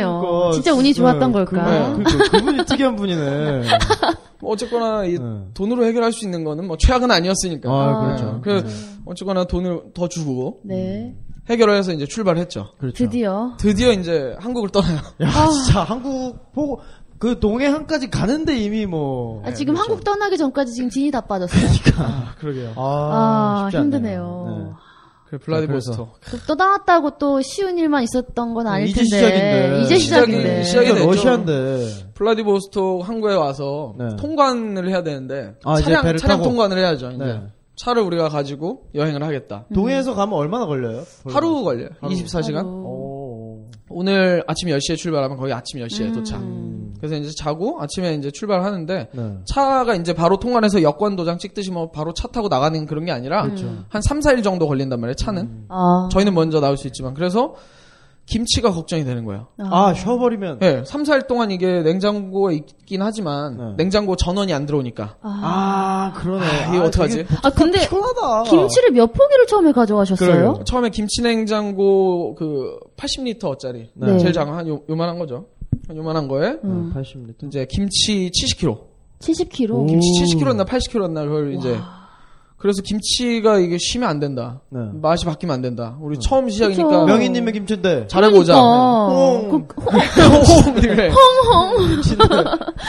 Speaker 7: 의심스럽네요.
Speaker 6: 그러니까,
Speaker 7: 어, 진짜 운이
Speaker 6: 네,
Speaker 7: 좋았던 걸까?
Speaker 6: 그, 그, 그, 그분이 특이한 분이네.
Speaker 9: 뭐 어쨌거나 이
Speaker 6: 네.
Speaker 9: 돈으로 해결할 수 있는 거는 뭐 최악은 아니었으니까.
Speaker 6: 아, 그렇죠.
Speaker 9: 그 어쨌거나 돈을 더 주고
Speaker 7: 네.
Speaker 9: 해결을 해서 이제 출발했죠.
Speaker 6: 그렇죠.
Speaker 7: 드디어.
Speaker 9: 드디어 이제 한국을 떠나요.
Speaker 7: 아.
Speaker 6: 야, 진짜 한국 보고 그 동해안까지 가는데 이미 뭐.
Speaker 7: 아, 지금 한국 떠나기 전까지 지금 진이 다 빠졌어요.
Speaker 9: 그러게요.
Speaker 7: 아,
Speaker 6: 쉽지 않네요.
Speaker 7: 힘드네요.
Speaker 9: 그
Speaker 6: 네,
Speaker 9: 블라디보스토크.
Speaker 7: 또 떠나왔다고 또 쉬운 일만 있었던 건 아닐
Speaker 6: 이제
Speaker 7: 텐데.
Speaker 6: 시작인데.
Speaker 7: 이제
Speaker 9: 시작이-
Speaker 7: 시작인데.
Speaker 9: 시작이
Speaker 6: 그러니까
Speaker 9: 됐죠.
Speaker 6: 러시아인데.
Speaker 9: 블라디보스토크 항구에 와서
Speaker 6: 네.
Speaker 9: 통관을 해야 되는데
Speaker 6: 아, 이제
Speaker 9: 차량
Speaker 6: 배를
Speaker 9: 차량
Speaker 6: 타고.
Speaker 9: 통관을 해야죠. 이제
Speaker 6: 네.
Speaker 7: 음.
Speaker 9: 차를 우리가 가지고 여행을 하겠다.
Speaker 6: 동해에서 가면 얼마나 걸려요?
Speaker 9: 하루 걸려요. 24시간.
Speaker 6: 오.
Speaker 9: 오늘 아침 10시에 출발하면 거의 아침 10시에 도착. 그래서 이제 자고 아침에 이제 출발하는데
Speaker 6: 네.
Speaker 9: 차가 이제 바로 통관해서 여권 도장 찍듯이 뭐 바로 차 타고 나가는 그런 게 아니라 한 3, 4일 정도 걸린단 말이에요. 차는.
Speaker 7: 아.
Speaker 9: 저희는 먼저 나올 수 있지만 그래서 김치가 걱정이 되는 거예요.
Speaker 6: 아, 쉬어버리면.
Speaker 9: 예, 3, 4일 동안 이게 냉장고에 있긴 하지만
Speaker 6: 네.
Speaker 9: 냉장고 전원이 안 들어오니까
Speaker 6: 아, 그러네.
Speaker 9: 아, 이거 어떡하지?
Speaker 6: 되게
Speaker 7: 아, 근데
Speaker 6: 피곤하다.
Speaker 7: 김치를 몇 포기를 처음에 가져가셨어요?
Speaker 6: 그래요.
Speaker 9: 처음에 김치 냉장고 그 80리터짜리
Speaker 7: 네.
Speaker 9: 제일 작은 한 요, 만한 거죠. 한 요만한 거에
Speaker 6: 네,
Speaker 7: 음.
Speaker 6: 80리터.
Speaker 9: 이제 김치 70kg,
Speaker 7: 70kg.
Speaker 9: 김치 70kg나 80kg나 그걸 이제 그래서 김치가 이게 쉬면 안 된다.
Speaker 6: 네.
Speaker 9: 맛이 바뀌면 안 된다. 우리 처음
Speaker 7: 네. 그쵸.
Speaker 9: 시작이니까
Speaker 7: 명인-
Speaker 6: 명희님의 김치인데.
Speaker 9: 잘해보자.
Speaker 6: 네.
Speaker 7: 그러니까. 그-
Speaker 9: 홍! 그래.
Speaker 7: 홍, 홍.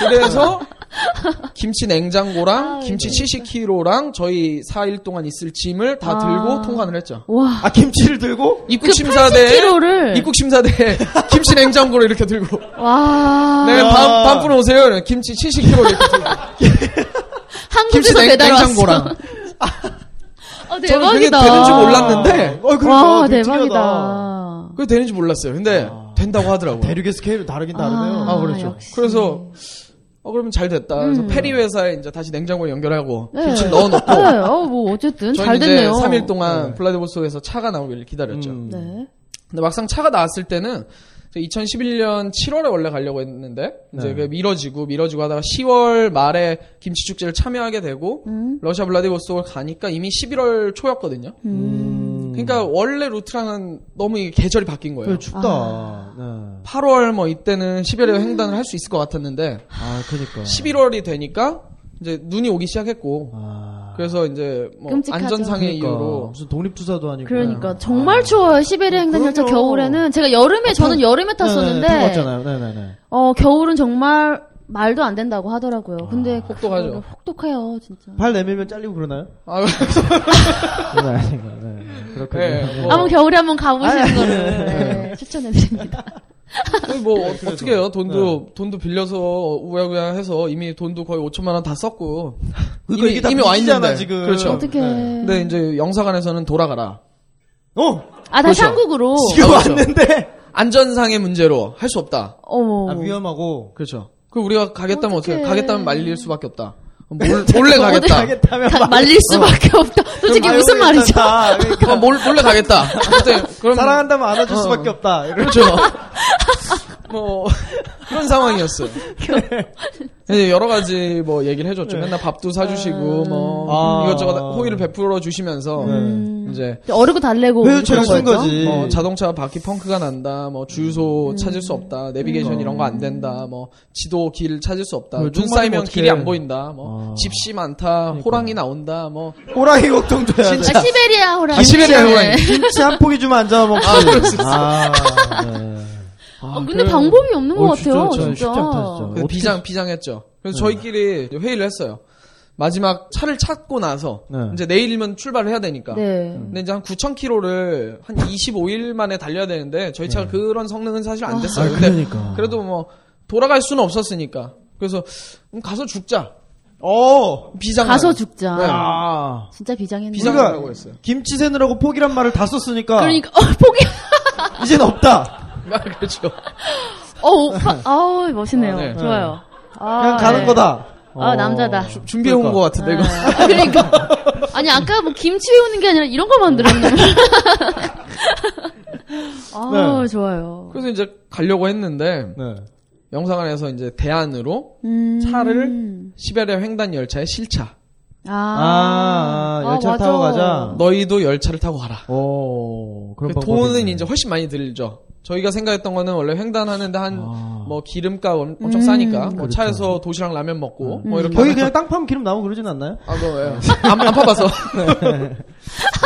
Speaker 9: 그래서 김치 냉장고랑
Speaker 7: 아,
Speaker 9: 김치 70kg랑 저희 4일 동안 있을 짐을 다 들고
Speaker 7: 아.
Speaker 9: 통관을 했죠.
Speaker 7: 와.
Speaker 6: 아 김치를 들고?
Speaker 9: 입국
Speaker 7: 그
Speaker 9: 심사대
Speaker 7: 80kg를
Speaker 9: 입국 심사대 김치 냉장고를 이렇게 들고
Speaker 7: 와.
Speaker 9: 네,
Speaker 6: 아.
Speaker 9: 밤, 밤분 오세요. 이러면 김치 70kg 이렇게 들고. 김치
Speaker 7: 한국에서
Speaker 9: 냉,
Speaker 7: 배달 왔어.
Speaker 9: 냉장고랑.
Speaker 7: 어,
Speaker 9: 저는 그게
Speaker 7: 대박이다.
Speaker 9: 되는 줄 몰랐는데.
Speaker 6: 어, 아. 그러니까
Speaker 7: 와,
Speaker 6: 되게
Speaker 7: 대박이다.
Speaker 6: 특이하다.
Speaker 9: 그게 되는지 몰랐어요. 근데 된다고 하더라고요.
Speaker 6: 대륙의 스케일이 다르긴 다르네요.
Speaker 7: 아, 그렇죠. 역시.
Speaker 9: 그래서 어 그러면 잘 됐다. 그래서 페리 회사에 이제 다시 냉장고에 연결하고
Speaker 7: 음. 네.
Speaker 9: 김치 넣어
Speaker 7: 네,
Speaker 9: 놓고
Speaker 7: 어, 뭐 어쨌든
Speaker 9: 저는
Speaker 7: 잘 됐네요.
Speaker 9: 이제 3일 동안 블라디보스토크에서 차가 나오길 기다렸죠.
Speaker 6: 음.
Speaker 7: 네.
Speaker 9: 근데 막상 차가 나왔을 때는 2011년 7월에 원래 가려고 했는데 이제
Speaker 6: 네.
Speaker 9: 그게 미뤄지고 미뤄지고 하다가 10월 말에 김치 축제를 참여하게 되고
Speaker 7: 음.
Speaker 9: 러시아 블라디보스토크를 가니까 이미 11월 초였거든요.
Speaker 7: 음.
Speaker 9: 그러니까 원래 루트랑은 너무 이게 계절이 바뀐 거예요.
Speaker 6: 그래, 춥다.
Speaker 7: 아.
Speaker 6: 네.
Speaker 9: 8월 뭐 이때는 시베리아
Speaker 7: 음.
Speaker 9: 횡단을 할 수 있을 것 같았는데
Speaker 6: 아, 그니까.
Speaker 9: 11월이 되니까 이제 눈이 오기 시작했고
Speaker 6: 아.
Speaker 9: 그래서 이제 뭐
Speaker 7: 끔찍하죠.
Speaker 9: 안전상의
Speaker 6: 그러니까.
Speaker 9: 이유로
Speaker 6: 무슨 독립투사도 아니고. 네.
Speaker 7: 그러니까 정말 추워요. 시베리아 횡단 열차
Speaker 6: 그럼요. 아,
Speaker 7: 겨울에는 제가 여름에 저는 여름에
Speaker 6: 네네,
Speaker 7: 탔었는데
Speaker 6: 타봤잖아요. 네네네.
Speaker 7: 어 겨울은 정말 말도 안 된다고
Speaker 6: 아,
Speaker 7: 하더라고요. 근데
Speaker 9: 혹독하죠.
Speaker 7: 그거를- 혹독해요, 진짜.
Speaker 6: 발 내밀면 잘리고 그러나요?
Speaker 9: 아,
Speaker 6: 그건
Speaker 7: 네,
Speaker 6: 아니고, 네. 그렇군요.
Speaker 9: 예, 뭐,
Speaker 7: 아무 겨울에 한번 가보시는
Speaker 6: 아니,
Speaker 7: 거를 네, 추천해드립니다.
Speaker 9: 거의 뭐 어떻게 해요? 돈도
Speaker 6: 네.
Speaker 9: 돈도 빌려서 우야우야 해서 이미 돈도 거의 5천만 원 다 썼고
Speaker 6: 그러니까 이게 다 빚이잖아, 지금.
Speaker 9: 그렇죠.
Speaker 7: 어떻게?
Speaker 6: 네.
Speaker 9: 근데 이제 영사관에서는 돌아가라.
Speaker 6: 어!
Speaker 7: 아 다시 한국으로.
Speaker 6: 지금
Speaker 9: 그렇죠.
Speaker 6: 왔는데!
Speaker 9: 안전상의 문제로 할 수 없다.
Speaker 7: 어머.
Speaker 6: 아, 위험하고.
Speaker 9: 그렇죠. 그 우리가 가겠다면 어떻게?
Speaker 7: 어떡해.
Speaker 9: 가겠다면 말릴 수밖에 없다. 몰, 몰래 가겠다.
Speaker 6: 네, 가겠다면
Speaker 7: 다
Speaker 6: 말-
Speaker 7: 말릴
Speaker 6: 어.
Speaker 7: 수밖에 없다. 솔직히
Speaker 6: 알고
Speaker 7: 무슨 말이죠? 뭐,
Speaker 6: 괜찮다. 그러니까
Speaker 9: 어, 몰, 몰래 가겠다. 어때? 그럼
Speaker 6: 사랑한다면
Speaker 7: 어.
Speaker 6: 안아줄 수밖에 없다. 이런-
Speaker 9: 그렇죠. 뭐 그런 상황이었어요. 이제 여러 가지 뭐 얘기를 해줬죠. 맨날 밥도 사주시고 뭐
Speaker 6: 네. 아. 네.
Speaker 9: 이것저것 호의를 베풀어 주시면서 음, 이제
Speaker 7: 어르고 달래고
Speaker 6: 회유처럼 네, 쓴
Speaker 7: 거였죠? 어,
Speaker 6: 거지.
Speaker 9: 뭐 자동차 바퀴 펑크가 난다. 뭐 주유소
Speaker 6: 음.
Speaker 9: 찾을 수 없다. 내비게이션 이런 거 안 된다. 뭐 지도 길 찾을 수 없다.
Speaker 6: 그래,
Speaker 9: 눈
Speaker 6: 쫑맞으면
Speaker 9: 쌓이면
Speaker 6: 어떡해.
Speaker 9: 길이 안 보인다. 뭐
Speaker 6: 아.
Speaker 9: 집시 많다. 호랑이 나온다. 뭐
Speaker 6: 호랑이 걱정돼야 돼.
Speaker 7: 아, 시베리아 호랑이.
Speaker 9: 아, 시베리아
Speaker 7: 네.
Speaker 9: 호랑이.
Speaker 6: 김치 한 포기 주면 안 잡아먹지. 아, 네.
Speaker 7: 어, 근데 방법이 없는 것
Speaker 6: 어, 진짜,
Speaker 7: 같아요,
Speaker 6: 진짜
Speaker 7: 진짜.
Speaker 6: 쉽지 않다, 진짜.
Speaker 9: 그래서
Speaker 6: 어떻게- 네.
Speaker 9: 비장 비장했죠. 그래서 저희끼리 이제 회의를 했어요. 마지막 차를 찾고 나서
Speaker 6: 네.
Speaker 9: 이제 내일이면 출발을 해야 되니까.
Speaker 7: 네.
Speaker 9: 근데 이제 한 9,000km를 한 25일 만에 달려야 되는데 저희 차가 그런 성능은 사실 안 됐어요.
Speaker 6: 아,
Speaker 9: 근데
Speaker 6: 그러니까.
Speaker 9: 네. 그래도 뭐 돌아갈 수는 없었으니까. 그래서 음, 가서 죽자.
Speaker 6: 어.
Speaker 9: 비장
Speaker 7: 가서 죽자.
Speaker 9: 네.
Speaker 6: 아.
Speaker 7: 진짜 비장했네.
Speaker 9: 비장이라고 했어요.
Speaker 6: 김치 새느라고 포기란 말을 다 썼으니까.
Speaker 7: 그러니까 어, 포기.
Speaker 6: 이젠 없다.
Speaker 9: 아, 그렇죠.
Speaker 7: 어, 오빠. 아우 멋있네요.
Speaker 9: 아, 네.
Speaker 7: 좋아요. 아,
Speaker 6: 그냥 가는
Speaker 7: 네.
Speaker 6: 거다. 어.
Speaker 7: 아 남자다.
Speaker 9: 준비해 온
Speaker 6: 그러니까.
Speaker 9: 것 같은데 이거.
Speaker 7: 아, 그러니까. 아니 아까 뭐 김치 외우는 게 아니라 이런 거 만들었네. 아
Speaker 6: 네.
Speaker 7: 좋아요.
Speaker 9: 그래서 이제 가려고 했는데
Speaker 6: 네.
Speaker 9: 영상관에서 이제 대안으로
Speaker 7: 음.
Speaker 9: 차를 시베리아 횡단 열차에 실차.
Speaker 6: 아, 아, 열차 타고 가자.
Speaker 9: 너희도 열차를 타고 가라.
Speaker 6: 오. 그런
Speaker 9: 그
Speaker 6: 방법이
Speaker 9: 돈은
Speaker 6: 있네.
Speaker 9: 이제 훨씬 많이 들죠. 저희가 생각했던 거는 원래 횡단하는데 한 뭐
Speaker 6: 아. 그렇죠.
Speaker 9: 기름값 엄- 엄청
Speaker 7: 음.
Speaker 9: 싸니까 뭐 차에서 도시락 라면 먹고 뭐 이렇게
Speaker 6: 음. 거기
Speaker 9: 하면서-
Speaker 6: 그냥 땅 파면 기름 나오고 그러진 않나요?
Speaker 9: 아, 그거 왜요? 안, 안 파봐서. 그래서
Speaker 6: 네.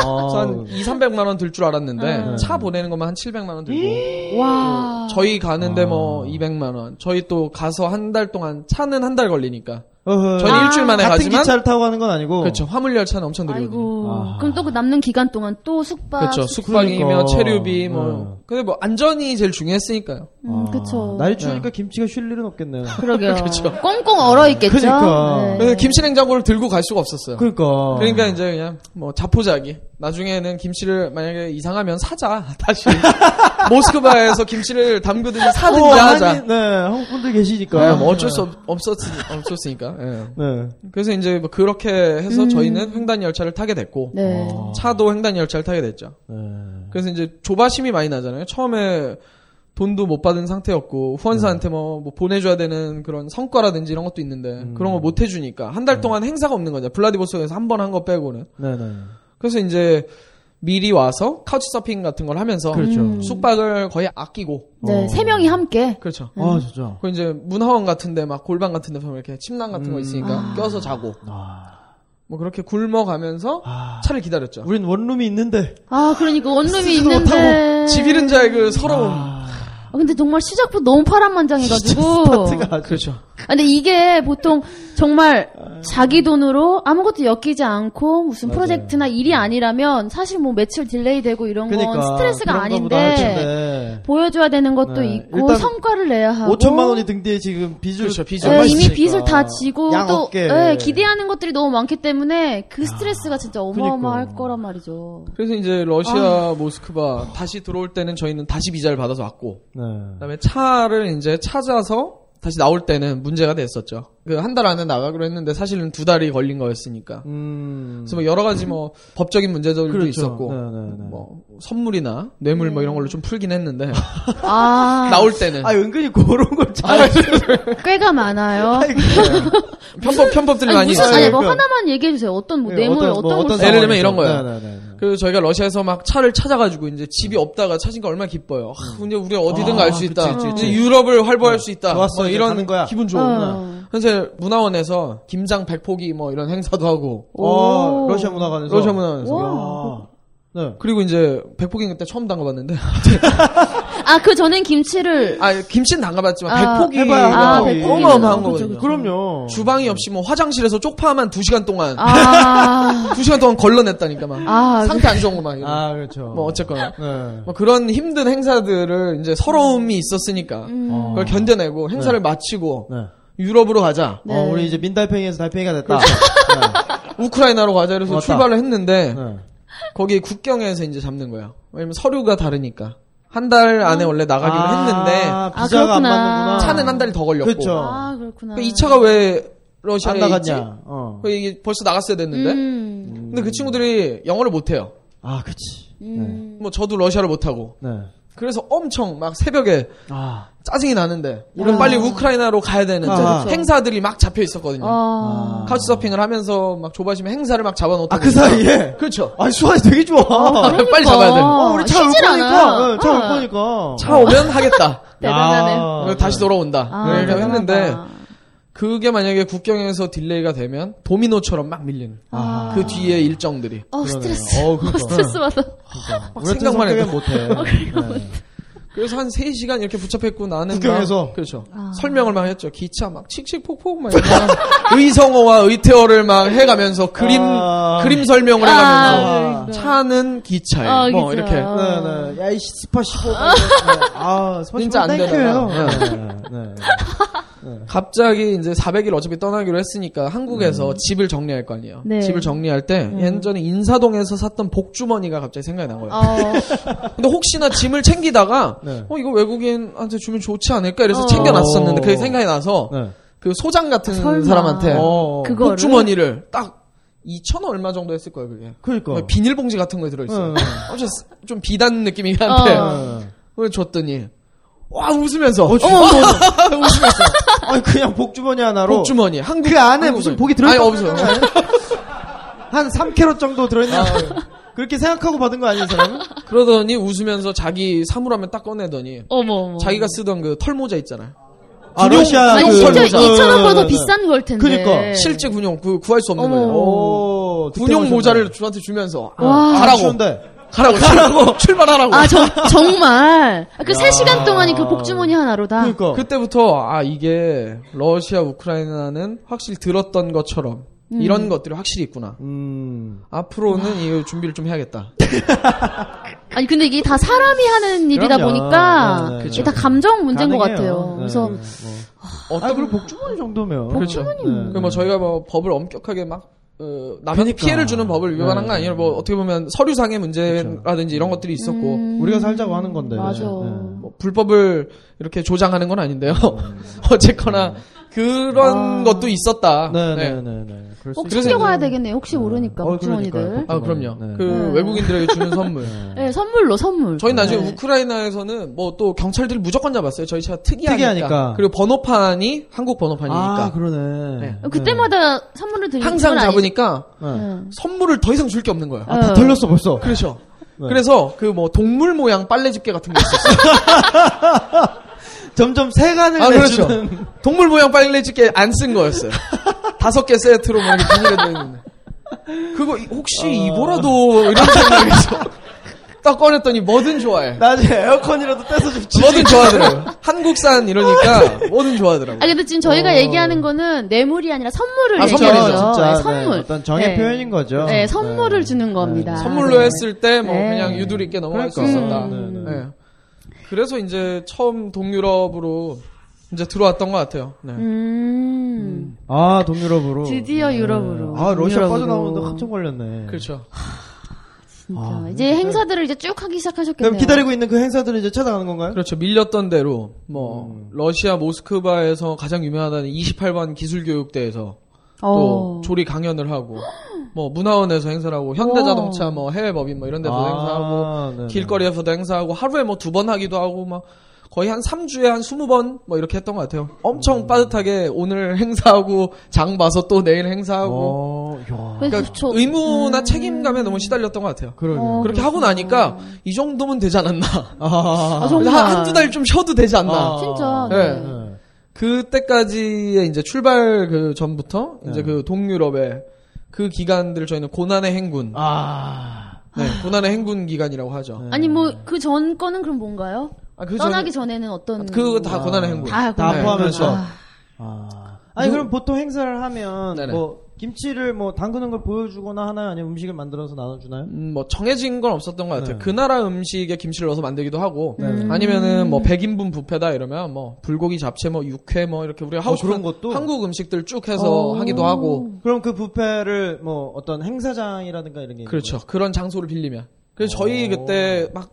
Speaker 6: 아,
Speaker 9: 한 2, 300만 원 들 줄 알았는데
Speaker 7: 아.
Speaker 9: 차 보내는 것만 한 700만 원 들고
Speaker 7: 와.
Speaker 9: 저희 가는데
Speaker 6: 예? 아.
Speaker 9: 뭐 200만 원. 저희 또 가서 한 달 동안 차는 한 달 걸리니까.
Speaker 6: 어허.
Speaker 9: 저희 는 일주일 만에
Speaker 6: 아, 같은
Speaker 9: 가지만
Speaker 6: 기차를 타고 가는 건 아니고.
Speaker 9: 그렇죠. 화물 열차는 엄청 들거든요.
Speaker 7: 아이고. 아,
Speaker 6: 아.
Speaker 7: 그럼 또 그 남는 기간 동안 또 숙박.
Speaker 9: 그렇죠.
Speaker 7: 숙-
Speaker 9: 숙박이며
Speaker 6: 그러니까.
Speaker 9: 체류비 뭐.
Speaker 6: 네.
Speaker 9: 근데 뭐 안전이 제일 중요했으니까요.
Speaker 7: 음,
Speaker 6: 아,
Speaker 7: 그쵸.
Speaker 6: 날이
Speaker 9: 네.
Speaker 6: 추우니까 김치가 쉴 일은 없겠네요.
Speaker 7: 그러게요. 꽁꽁 얼어 있겠죠.
Speaker 6: 그러니까.
Speaker 9: 그래서 김치냉장고를 들고 갈 수가 없었어요.
Speaker 6: 그러니까.
Speaker 9: 그러니까 이제 그냥 뭐 자포자기. 나중에는 김치를 만약에 이상하면 사자. 다시 모스크바에서 김치를 담그든지 사든지
Speaker 6: 어,
Speaker 9: 하자.
Speaker 6: 한인- 네, 한국 분들 계시니까.
Speaker 9: 네, 뭐 어쩔 수 없, 었으니까 예.
Speaker 6: 네.
Speaker 9: 그래서 이제 뭐 그렇게 해서
Speaker 7: 음.
Speaker 9: 저희는 횡단 열차를 타게 됐고
Speaker 7: 네.
Speaker 9: 차도 횡단 열차를 타게 됐죠.
Speaker 6: 네.
Speaker 9: 그래서 이제 조바심이 많이 나잖아요. 처음에 돈도 못 받은 상태였고 후원사한테 뭐, 뭐 보내줘야 되는 그런 성과라든지 이런 것도 있는데 그런 거 못 해주니까 한 달 동안 행사가 없는 거죠. 블라디보스에서 한 번 한 거 빼고는.
Speaker 6: 네, 네.
Speaker 9: 그래서 이제 미리 와서 카우치 서핑 같은 걸 하면서
Speaker 6: 그렇죠.
Speaker 7: 음.
Speaker 9: 숙박을 거의 아끼고
Speaker 7: 네,
Speaker 6: 어.
Speaker 7: 세 명이 함께.
Speaker 9: 그렇죠.
Speaker 6: 아, 진짜.
Speaker 9: 그 이제 문화원 같은데 막 골반 같은데 보면 이렇게 침낭 같은 거 있으니까 껴서 자고
Speaker 6: 음. 아.
Speaker 9: 뭐 그렇게 굶어가면서
Speaker 6: 아.
Speaker 9: 차를 기다렸죠.
Speaker 6: 우린 원룸이 있는데.
Speaker 7: 아, 그러니까 원룸이
Speaker 9: 스스로
Speaker 7: 있는데.
Speaker 9: 집 잃은 자의 그 서러움.
Speaker 7: 아, 근데 정말 시작부터 너무 파란만장해가지고.
Speaker 6: 파트가 아주.
Speaker 9: 그렇죠.
Speaker 7: 근데 이게 보통 정말 자기 돈으로 아무것도 엮이지 않고 무슨 프로젝트나 일이 아니라면 사실 뭐 며칠 딜레이 되고 이런 건 뭐, 스트레스가
Speaker 6: 그러니까 그런 거보다 네. 할
Speaker 7: 아닌데
Speaker 6: 텐데.
Speaker 7: 보여줘야 되는 것도
Speaker 6: 네.
Speaker 7: 있고
Speaker 6: 일단
Speaker 7: 성과를 내야 하고
Speaker 6: 5천만 원이 등대에 지금 빚을 어,
Speaker 9: 그렇죠, 빚을.
Speaker 6: 얼마
Speaker 7: 네, 이미
Speaker 6: 있으니까.
Speaker 7: 빚을 다 지고
Speaker 6: 양
Speaker 7: 또
Speaker 6: 어깨.
Speaker 7: 네, 기대하는 것들이 너무 많기 때문에 그 스트레스가 진짜 어마어마할
Speaker 6: 그니까.
Speaker 7: 거란 말이죠.
Speaker 9: 그래서 이제 러시아 모스크바 다시 들어올 때는 저희는 다시 비자를 받아서 왔고
Speaker 6: 네.
Speaker 9: 그다음에 차를 이제 찾아서 다시 나올 때는 문제가 됐었죠. 그 한 달 안에 나가기로 했는데 사실은 두 달이 걸린 거였으니까.
Speaker 6: 음.
Speaker 9: 그래서 뭐 여러 가지 뭐 법적인 문제들도
Speaker 6: 그렇죠.
Speaker 9: 있었고
Speaker 6: 네, 네, 네.
Speaker 9: 뭐 선물이나 뇌물 뭐 이런 걸로 좀 풀긴 했는데
Speaker 7: 아,
Speaker 9: 나올 때는
Speaker 6: 아 은근히 그런 걸
Speaker 9: 아,
Speaker 6: 잘.
Speaker 7: 꽤가 많아요.
Speaker 9: 네. 편법 편법들이
Speaker 7: 아니,
Speaker 9: 많이
Speaker 7: 무슨
Speaker 9: 있어요.
Speaker 7: 아니 뭐
Speaker 6: 그러니까.
Speaker 7: 하나만 얘기해 주세요. 어떤 뭐 뇌물 어떤,
Speaker 6: 뭐
Speaker 7: 걸
Speaker 6: 어떤
Speaker 7: 써-
Speaker 9: 예를 들면 이런
Speaker 6: 상황에서. 네,
Speaker 9: 거예요.
Speaker 6: 네, 네.
Speaker 9: 그 저희가 러시아에서 막 차를 찾아가지고 이제 집이 없다가 찾으니까 얼마나 기뻐요. 아,
Speaker 6: 음.
Speaker 9: 근데 우리 어디든 가 갈 수 있다. 이제 유럽을 활보할 수 있다.
Speaker 6: 좋았어,
Speaker 9: 뭐
Speaker 6: 이제
Speaker 9: 이런
Speaker 6: 가는 거야.
Speaker 9: 기분 좋은.
Speaker 7: 어.
Speaker 9: 현재 문화원에서 김장 백포기 뭐 이런 행사도 하고
Speaker 6: 어, 러시아 문화관에서.
Speaker 9: 러시아 문화원에서
Speaker 6: 와. 네.
Speaker 9: 그리고 이제 백포기 그때 처음 담가봤는데
Speaker 7: 아, 그
Speaker 6: 네.
Speaker 7: 전엔 김치를
Speaker 9: 아 김치는 담가봤지만
Speaker 7: 아,
Speaker 9: 백포기 뭐
Speaker 6: 해봐야
Speaker 7: 아,
Speaker 6: 백포기.
Speaker 7: 백포기는.
Speaker 9: 어마어마한
Speaker 7: 그쵸,
Speaker 9: 거거든요.
Speaker 7: 그쵸.
Speaker 6: 그렇죠. 그럼요.
Speaker 9: 주방이 없이 뭐 화장실에서 쪽파만 2 시간 동안
Speaker 7: 아,
Speaker 9: 2 시간 동안 걸러냈다니까 막
Speaker 7: 아,
Speaker 9: 상태 안 좋은 거 막. 이런.
Speaker 6: 아 그렇죠.
Speaker 9: 뭐 어쨌거나
Speaker 6: 네.
Speaker 9: 뭐 그런 힘든 행사들을 이제 서러움이 있었으니까
Speaker 7: 음.
Speaker 6: 어.
Speaker 9: 그걸 견뎌내고 행사를 마치고
Speaker 6: 네.
Speaker 9: 유럽으로
Speaker 6: 어,
Speaker 9: 가자
Speaker 7: 네.
Speaker 6: 우리 이제 민달팽이에서 달팽이가 됐다.
Speaker 9: 그렇죠. 우크라이나로 가자 그래서
Speaker 6: 맞다.
Speaker 9: 출발을 했는데
Speaker 6: 네. 네.
Speaker 9: 거기 국경에서 이제 잡는 거야 왜냐면 서류가 다르니까 한 달 안에 원래 나가기로 했는데
Speaker 6: 아,
Speaker 7: 아,
Speaker 6: 비자가 안
Speaker 7: 그렇구나.
Speaker 6: 맞는구나.
Speaker 9: 차는 한 달이 더 걸렸고
Speaker 6: 그렇죠.
Speaker 7: 아, 그렇구나.
Speaker 9: 그 이 차가 왜
Speaker 6: 안
Speaker 9: 러시아에 있지?
Speaker 6: 나갔냐. 어.
Speaker 9: 그 이게 벌써 나갔어야
Speaker 6: 네?
Speaker 9: 됐는데
Speaker 7: 음,
Speaker 9: 근데 그 친구들이 영어를 못해요
Speaker 6: 아 그치.
Speaker 7: 음.
Speaker 9: 뭐 저도 러시아를 못하고
Speaker 6: 네.
Speaker 9: 그래서 엄청 막 새벽에
Speaker 6: 아.
Speaker 9: 짜증이 나는데 우리는 빨리 우크라이나로 가야 되는데
Speaker 6: 아.
Speaker 9: 행사들이 막 잡혀 있었거든요
Speaker 7: 아,
Speaker 9: 카우치서핑을 하면서 막 조바심에 행사를 막 잡아놓고
Speaker 6: 아 그 사이에.
Speaker 9: 그렇죠
Speaker 6: 아 수완이 되게 좋아.
Speaker 9: 빨리 잡아야 돼.
Speaker 6: 어, 우리 차올
Speaker 7: 쉽질
Speaker 6: 거니까.
Speaker 7: 않아.
Speaker 6: 네, 차올
Speaker 7: 아,
Speaker 6: 거니까.
Speaker 9: 차 오면 하겠다
Speaker 7: 대단하네. 어,
Speaker 6: 야.
Speaker 9: 그리고 다시 돌아온다
Speaker 7: 아,
Speaker 9: 이렇게
Speaker 7: 대단하다.
Speaker 9: 했는데 그게 만약에 국경에서 딜레이가 되면 도미노처럼 막 밀리는
Speaker 6: 아.
Speaker 9: 그 뒤에 일정들이
Speaker 7: 어, 스트레스.
Speaker 6: 어, 그러니까.
Speaker 7: 스트레스 받아.
Speaker 9: 막
Speaker 6: 우리 같은
Speaker 9: 생각만 해도 어, 그러니까
Speaker 6: 성격엔 못해. 네.
Speaker 9: 그래서 한 3시간 이렇게 붙잡혔고 나는 막-
Speaker 6: 국경에서?
Speaker 9: 그렇죠
Speaker 7: 아.
Speaker 9: 설명을 막 했죠 기차 막 칙칙폭폭 막 이러고 의성어와 의태어를 막 해가면서 그림
Speaker 6: 아.
Speaker 9: 그림 설명을 해가면서
Speaker 7: 아, 그러니까.
Speaker 9: 차는 기차에
Speaker 7: 아,
Speaker 9: 뭐
Speaker 7: 그죠.
Speaker 9: 이렇게
Speaker 6: 네, 네. 야, 이 스파 15. 아, 스파 15.
Speaker 9: 진짜 안
Speaker 6: 땡큐예요.
Speaker 9: 되나 봐.
Speaker 6: 네, 네, 네.
Speaker 9: 갑자기 이제 400일 어차피 떠나기로 했으니까
Speaker 6: 음.
Speaker 9: 한국에서 집을 정리할 거 아니에요.
Speaker 7: 네.
Speaker 9: 집을 정리할 때 예전에 인사동에서 샀던 복주머니가 갑자기 생각이 난 거예요.
Speaker 7: 어,
Speaker 9: 근데 혹시나 짐을 챙기다가
Speaker 6: 네.
Speaker 9: 어 이거 외국인한테 주면 좋지 않을까 이래서
Speaker 7: 어.
Speaker 9: 챙겨놨었는데 그게
Speaker 6: 오.
Speaker 9: 생각이 나서
Speaker 6: 네.
Speaker 9: 그 소장 같은
Speaker 7: 설마.
Speaker 9: 사람한테
Speaker 6: 어, 그,
Speaker 7: 그거를.
Speaker 9: 복주머니를 딱 2천 원 얼마 정도 했을 거예요 그게. 뭐
Speaker 6: 그러니까.
Speaker 9: 비닐봉지 같은 거에 들어있어요.
Speaker 6: 어.
Speaker 9: 엄청 쓰- 좀 비단 느낌이긴 한데
Speaker 7: 어.
Speaker 6: 네.
Speaker 9: 그걸 줬더니 와 웃으면서
Speaker 6: 어,
Speaker 9: 어?
Speaker 6: 웃으면서. 아니, 그냥 복주머니 하나로.
Speaker 9: 복주머니 한국
Speaker 6: 그 안에
Speaker 9: 한국은.
Speaker 6: 무슨 복이
Speaker 9: 아니
Speaker 6: 들어있는
Speaker 9: 없어요.
Speaker 6: 한 3캐럿 정도 들어있는 거. 그렇게 생각하고 받은 거 아니에요, 이 사람은?
Speaker 9: 그러더니 웃으면서 자기 사물함에 딱 꺼내더니
Speaker 7: 어머, 어머.
Speaker 9: 자기가 쓰던 그 털모자 있잖아요.
Speaker 6: 아, 러시아
Speaker 7: 아니,
Speaker 9: 그-
Speaker 7: 심지어
Speaker 9: 그-
Speaker 7: 2,000원보다
Speaker 6: 네, 네.
Speaker 7: 더 비싼 걸 텐데.
Speaker 6: 그니까.
Speaker 9: 실제 군용 그 구할 수 없는
Speaker 7: 네. 어머.
Speaker 9: 거예요.
Speaker 6: 오,
Speaker 9: 군용 모자를 아, 저한테 주면서
Speaker 6: 아,
Speaker 7: 와.
Speaker 9: 가라고
Speaker 6: 추운데.
Speaker 9: 가라고 가라고 출발하라고.
Speaker 7: 아, 저, 정말. 그 3시간 동안이 그 복주머니 하나로다.
Speaker 6: 그러니까.
Speaker 9: 그때부터 아 이게 러시아 우크라이나는 확실히 들었던 것처럼 이런 것들이 확실히 있구나.
Speaker 6: 음.
Speaker 9: 앞으로는 이 준비를 좀 해야겠다.
Speaker 7: 아니, 근데 이게 다 사람이 하는 일이다
Speaker 6: 그럼요.
Speaker 7: 보니까
Speaker 6: 네, 네, 네.
Speaker 7: 이게 다 감정 문제인 것 같아요.
Speaker 6: 가능해요.
Speaker 7: 그래서
Speaker 6: 네.
Speaker 9: 어떤
Speaker 6: 아, 그리고 복주머니 정도면.
Speaker 9: 음. 그렇죠.
Speaker 6: 네.
Speaker 9: 그뭐 저희가 뭐 법을 엄격하게 막 어, 남한테
Speaker 6: 그러니까.
Speaker 9: 피해를 주는 법을 위반한
Speaker 6: 네. 그렇죠.
Speaker 9: 거 아니라 뭐 어떻게 보면 서류상의 문제라든지 이런 것들이 있었고
Speaker 6: 우리가 살자고 하는 건데. 네.
Speaker 7: 맞아.
Speaker 9: 뭐 불법을 이렇게 조장하는 건 아닌데요.
Speaker 6: 음.
Speaker 9: 어쨌거나 그런 것도 있었다. 네.
Speaker 6: 네. 아. 네네네네. 네. 그럴 수
Speaker 7: 꼭
Speaker 9: 그래서
Speaker 7: 챙겨가야
Speaker 9: 이제-
Speaker 7: 되겠네. 혹시 모르니까,
Speaker 6: 어,
Speaker 7: 복주머니들.
Speaker 6: 그러니까요.
Speaker 9: 아 그럼요.
Speaker 6: 네.
Speaker 9: 그
Speaker 7: 네.
Speaker 9: 외국인들에게 주는 선물.
Speaker 7: 네, 선물로, 선물.
Speaker 9: 저희 나중에
Speaker 7: 네.
Speaker 9: 우크라이나에서는 뭐 또 경찰들이 무조건 잡았어요. 저희 차가 특이하니까.
Speaker 6: 특이하니까.
Speaker 9: 그리고 번호판이 한국 번호판이니까.
Speaker 6: 아, 그러네.
Speaker 9: 네.
Speaker 7: 그때마다 선물을 드리는
Speaker 9: 항상
Speaker 7: 건 예. 아니지.
Speaker 9: 잡으니까
Speaker 6: 네.
Speaker 7: 응.
Speaker 9: 선물을 더 이상 줄 게 없는 거예요.
Speaker 6: 아, 다 털렸어, 벌써.
Speaker 9: 그렇죠.
Speaker 6: 네.
Speaker 9: 그래서 그 뭐 동물 모양 빨래 집게 같은 게 있었어요.
Speaker 6: 점점 세간을
Speaker 9: 아, 그렇죠.
Speaker 6: 내주는.
Speaker 9: 동물 모양 빨래 집게 안 쓴 거였어요. 다섯 개 세트로 막 이렇게 비닐에 넣어있는. 그거 혹시 이거라도 이런 생각에서 딱 꺼냈더니 뭐든 좋아해.
Speaker 6: 나중에 에어컨이라도 떼서 좀 치지.
Speaker 9: 뭐든 좋아하더라고요. 한국산 이러니까 뭐든 좋아하더라고.
Speaker 7: 아 근데 지금 저희가 얘기하는 거는 뇌물이 아니라 선물을
Speaker 9: 아,
Speaker 7: 얘기해요.
Speaker 9: 선물이죠,
Speaker 6: 그렇죠. 진짜.
Speaker 7: 네,
Speaker 6: 네,
Speaker 7: 선물.
Speaker 6: 어떤 정의
Speaker 7: 네.
Speaker 6: 표현인 거죠.
Speaker 7: 네, 선물을 주는 겁니다.
Speaker 9: 선물로
Speaker 7: 네.
Speaker 9: 했을 때 뭐
Speaker 7: 네.
Speaker 9: 그냥 유두리 있게 넘어갈 수
Speaker 6: 그러니까.
Speaker 9: 있었다.
Speaker 6: 음. 네, 네.
Speaker 9: 네. 그래서 이제 처음 동유럽으로 이제 들어왔던 것 같아요. 네.
Speaker 7: 음.
Speaker 6: 아, 동유럽으로.
Speaker 7: 드디어 유럽으로.
Speaker 6: 아, 러시아
Speaker 7: 유럽으로.
Speaker 6: 빠져나오는데 한참 걸렸네.
Speaker 9: 그렇죠.
Speaker 7: 진짜.
Speaker 6: 아,
Speaker 7: 이제 행사들을 이제 쭉 하기 시작하셨겠네요.
Speaker 6: 그럼 기다리고 있는 그 행사들은 이제 찾아가는 건가요?
Speaker 9: 그렇죠. 밀렸던 대로 뭐
Speaker 6: 음.
Speaker 9: 러시아 모스크바에서 가장 유명하다는 28번 기술교육대에서 또
Speaker 7: 어.
Speaker 9: 조리 강연을 하고 뭐 문화원에서 행사를 하고 현대자동차 뭐 해외 법인 뭐 이런
Speaker 6: 아.
Speaker 9: 데도 행사하고
Speaker 6: 네네.
Speaker 9: 길거리에서도 행사하고 하루에 뭐 두 번 하기도 하고 막 거의 한 3주에 한 20번 뭐 이렇게 했던 것 같아요.
Speaker 6: 음.
Speaker 9: 엄청 빠듯하게 오늘 행사하고 장 봐서 또 내일 행사하고
Speaker 6: 어, 야.
Speaker 7: 그래서
Speaker 9: 그러니까
Speaker 7: 저-
Speaker 9: 의무나 책임감에 너무 시달렸던 것 같아요.
Speaker 6: 그러게.
Speaker 7: 아, 음. 어,
Speaker 9: 그렇게 하고 나니까 이 정도면 되지 않았나.
Speaker 6: 아,
Speaker 7: 아, 정말.
Speaker 9: 한두 달 좀 쉬어도 되지 않나.
Speaker 6: 아.
Speaker 7: 진짜.
Speaker 9: 네.
Speaker 7: 네.
Speaker 6: 네.
Speaker 9: 그때까지의 이제 출발 그 전부터 이제
Speaker 6: 네.
Speaker 9: 그 동유럽의 그 기간들 저희는 고난의 행군,
Speaker 6: 아.
Speaker 9: 네, 고난의 행군 기간이라고 하죠.
Speaker 6: 네.
Speaker 7: 아니 뭐 그 전 거는 그럼 뭔가요?
Speaker 9: 아, 그
Speaker 7: 떠나기
Speaker 9: 전
Speaker 7: 전에는 어떤 아,
Speaker 9: 그거 다 고난의 행군.
Speaker 7: 다,
Speaker 6: 다
Speaker 9: 네,
Speaker 6: 포함해서.
Speaker 9: 그렇죠.
Speaker 6: 아. 아니 그럼 보통 행사를 하면
Speaker 9: 네네.
Speaker 6: 뭐 김치를 뭐 담그는 걸 보여주거나 하나요? 아니면 음식을 만들어서 나눠주나요?
Speaker 9: 음, 뭐 정해진 건 없었던 것 같아요.
Speaker 6: 네.
Speaker 9: 그 나라 음식에 김치를 넣어서 만들기도 하고
Speaker 6: 네.
Speaker 9: 아니면은 뭐 100인분 뷔페다 이러면 뭐 불고기 잡채 뭐 육회 뭐 이렇게 우리가 하고
Speaker 6: 어, 그런
Speaker 9: 싶은
Speaker 6: 것도? 어.
Speaker 9: 한국 음식들 쭉 해서 하기도 하고
Speaker 6: 그럼 그 뷔페를 뭐 어떤 행사장이라든가 이런 게 있는
Speaker 9: 그렇죠. 그런 장소를 빌리면. 그래서
Speaker 6: 어.
Speaker 9: 저희 그때 막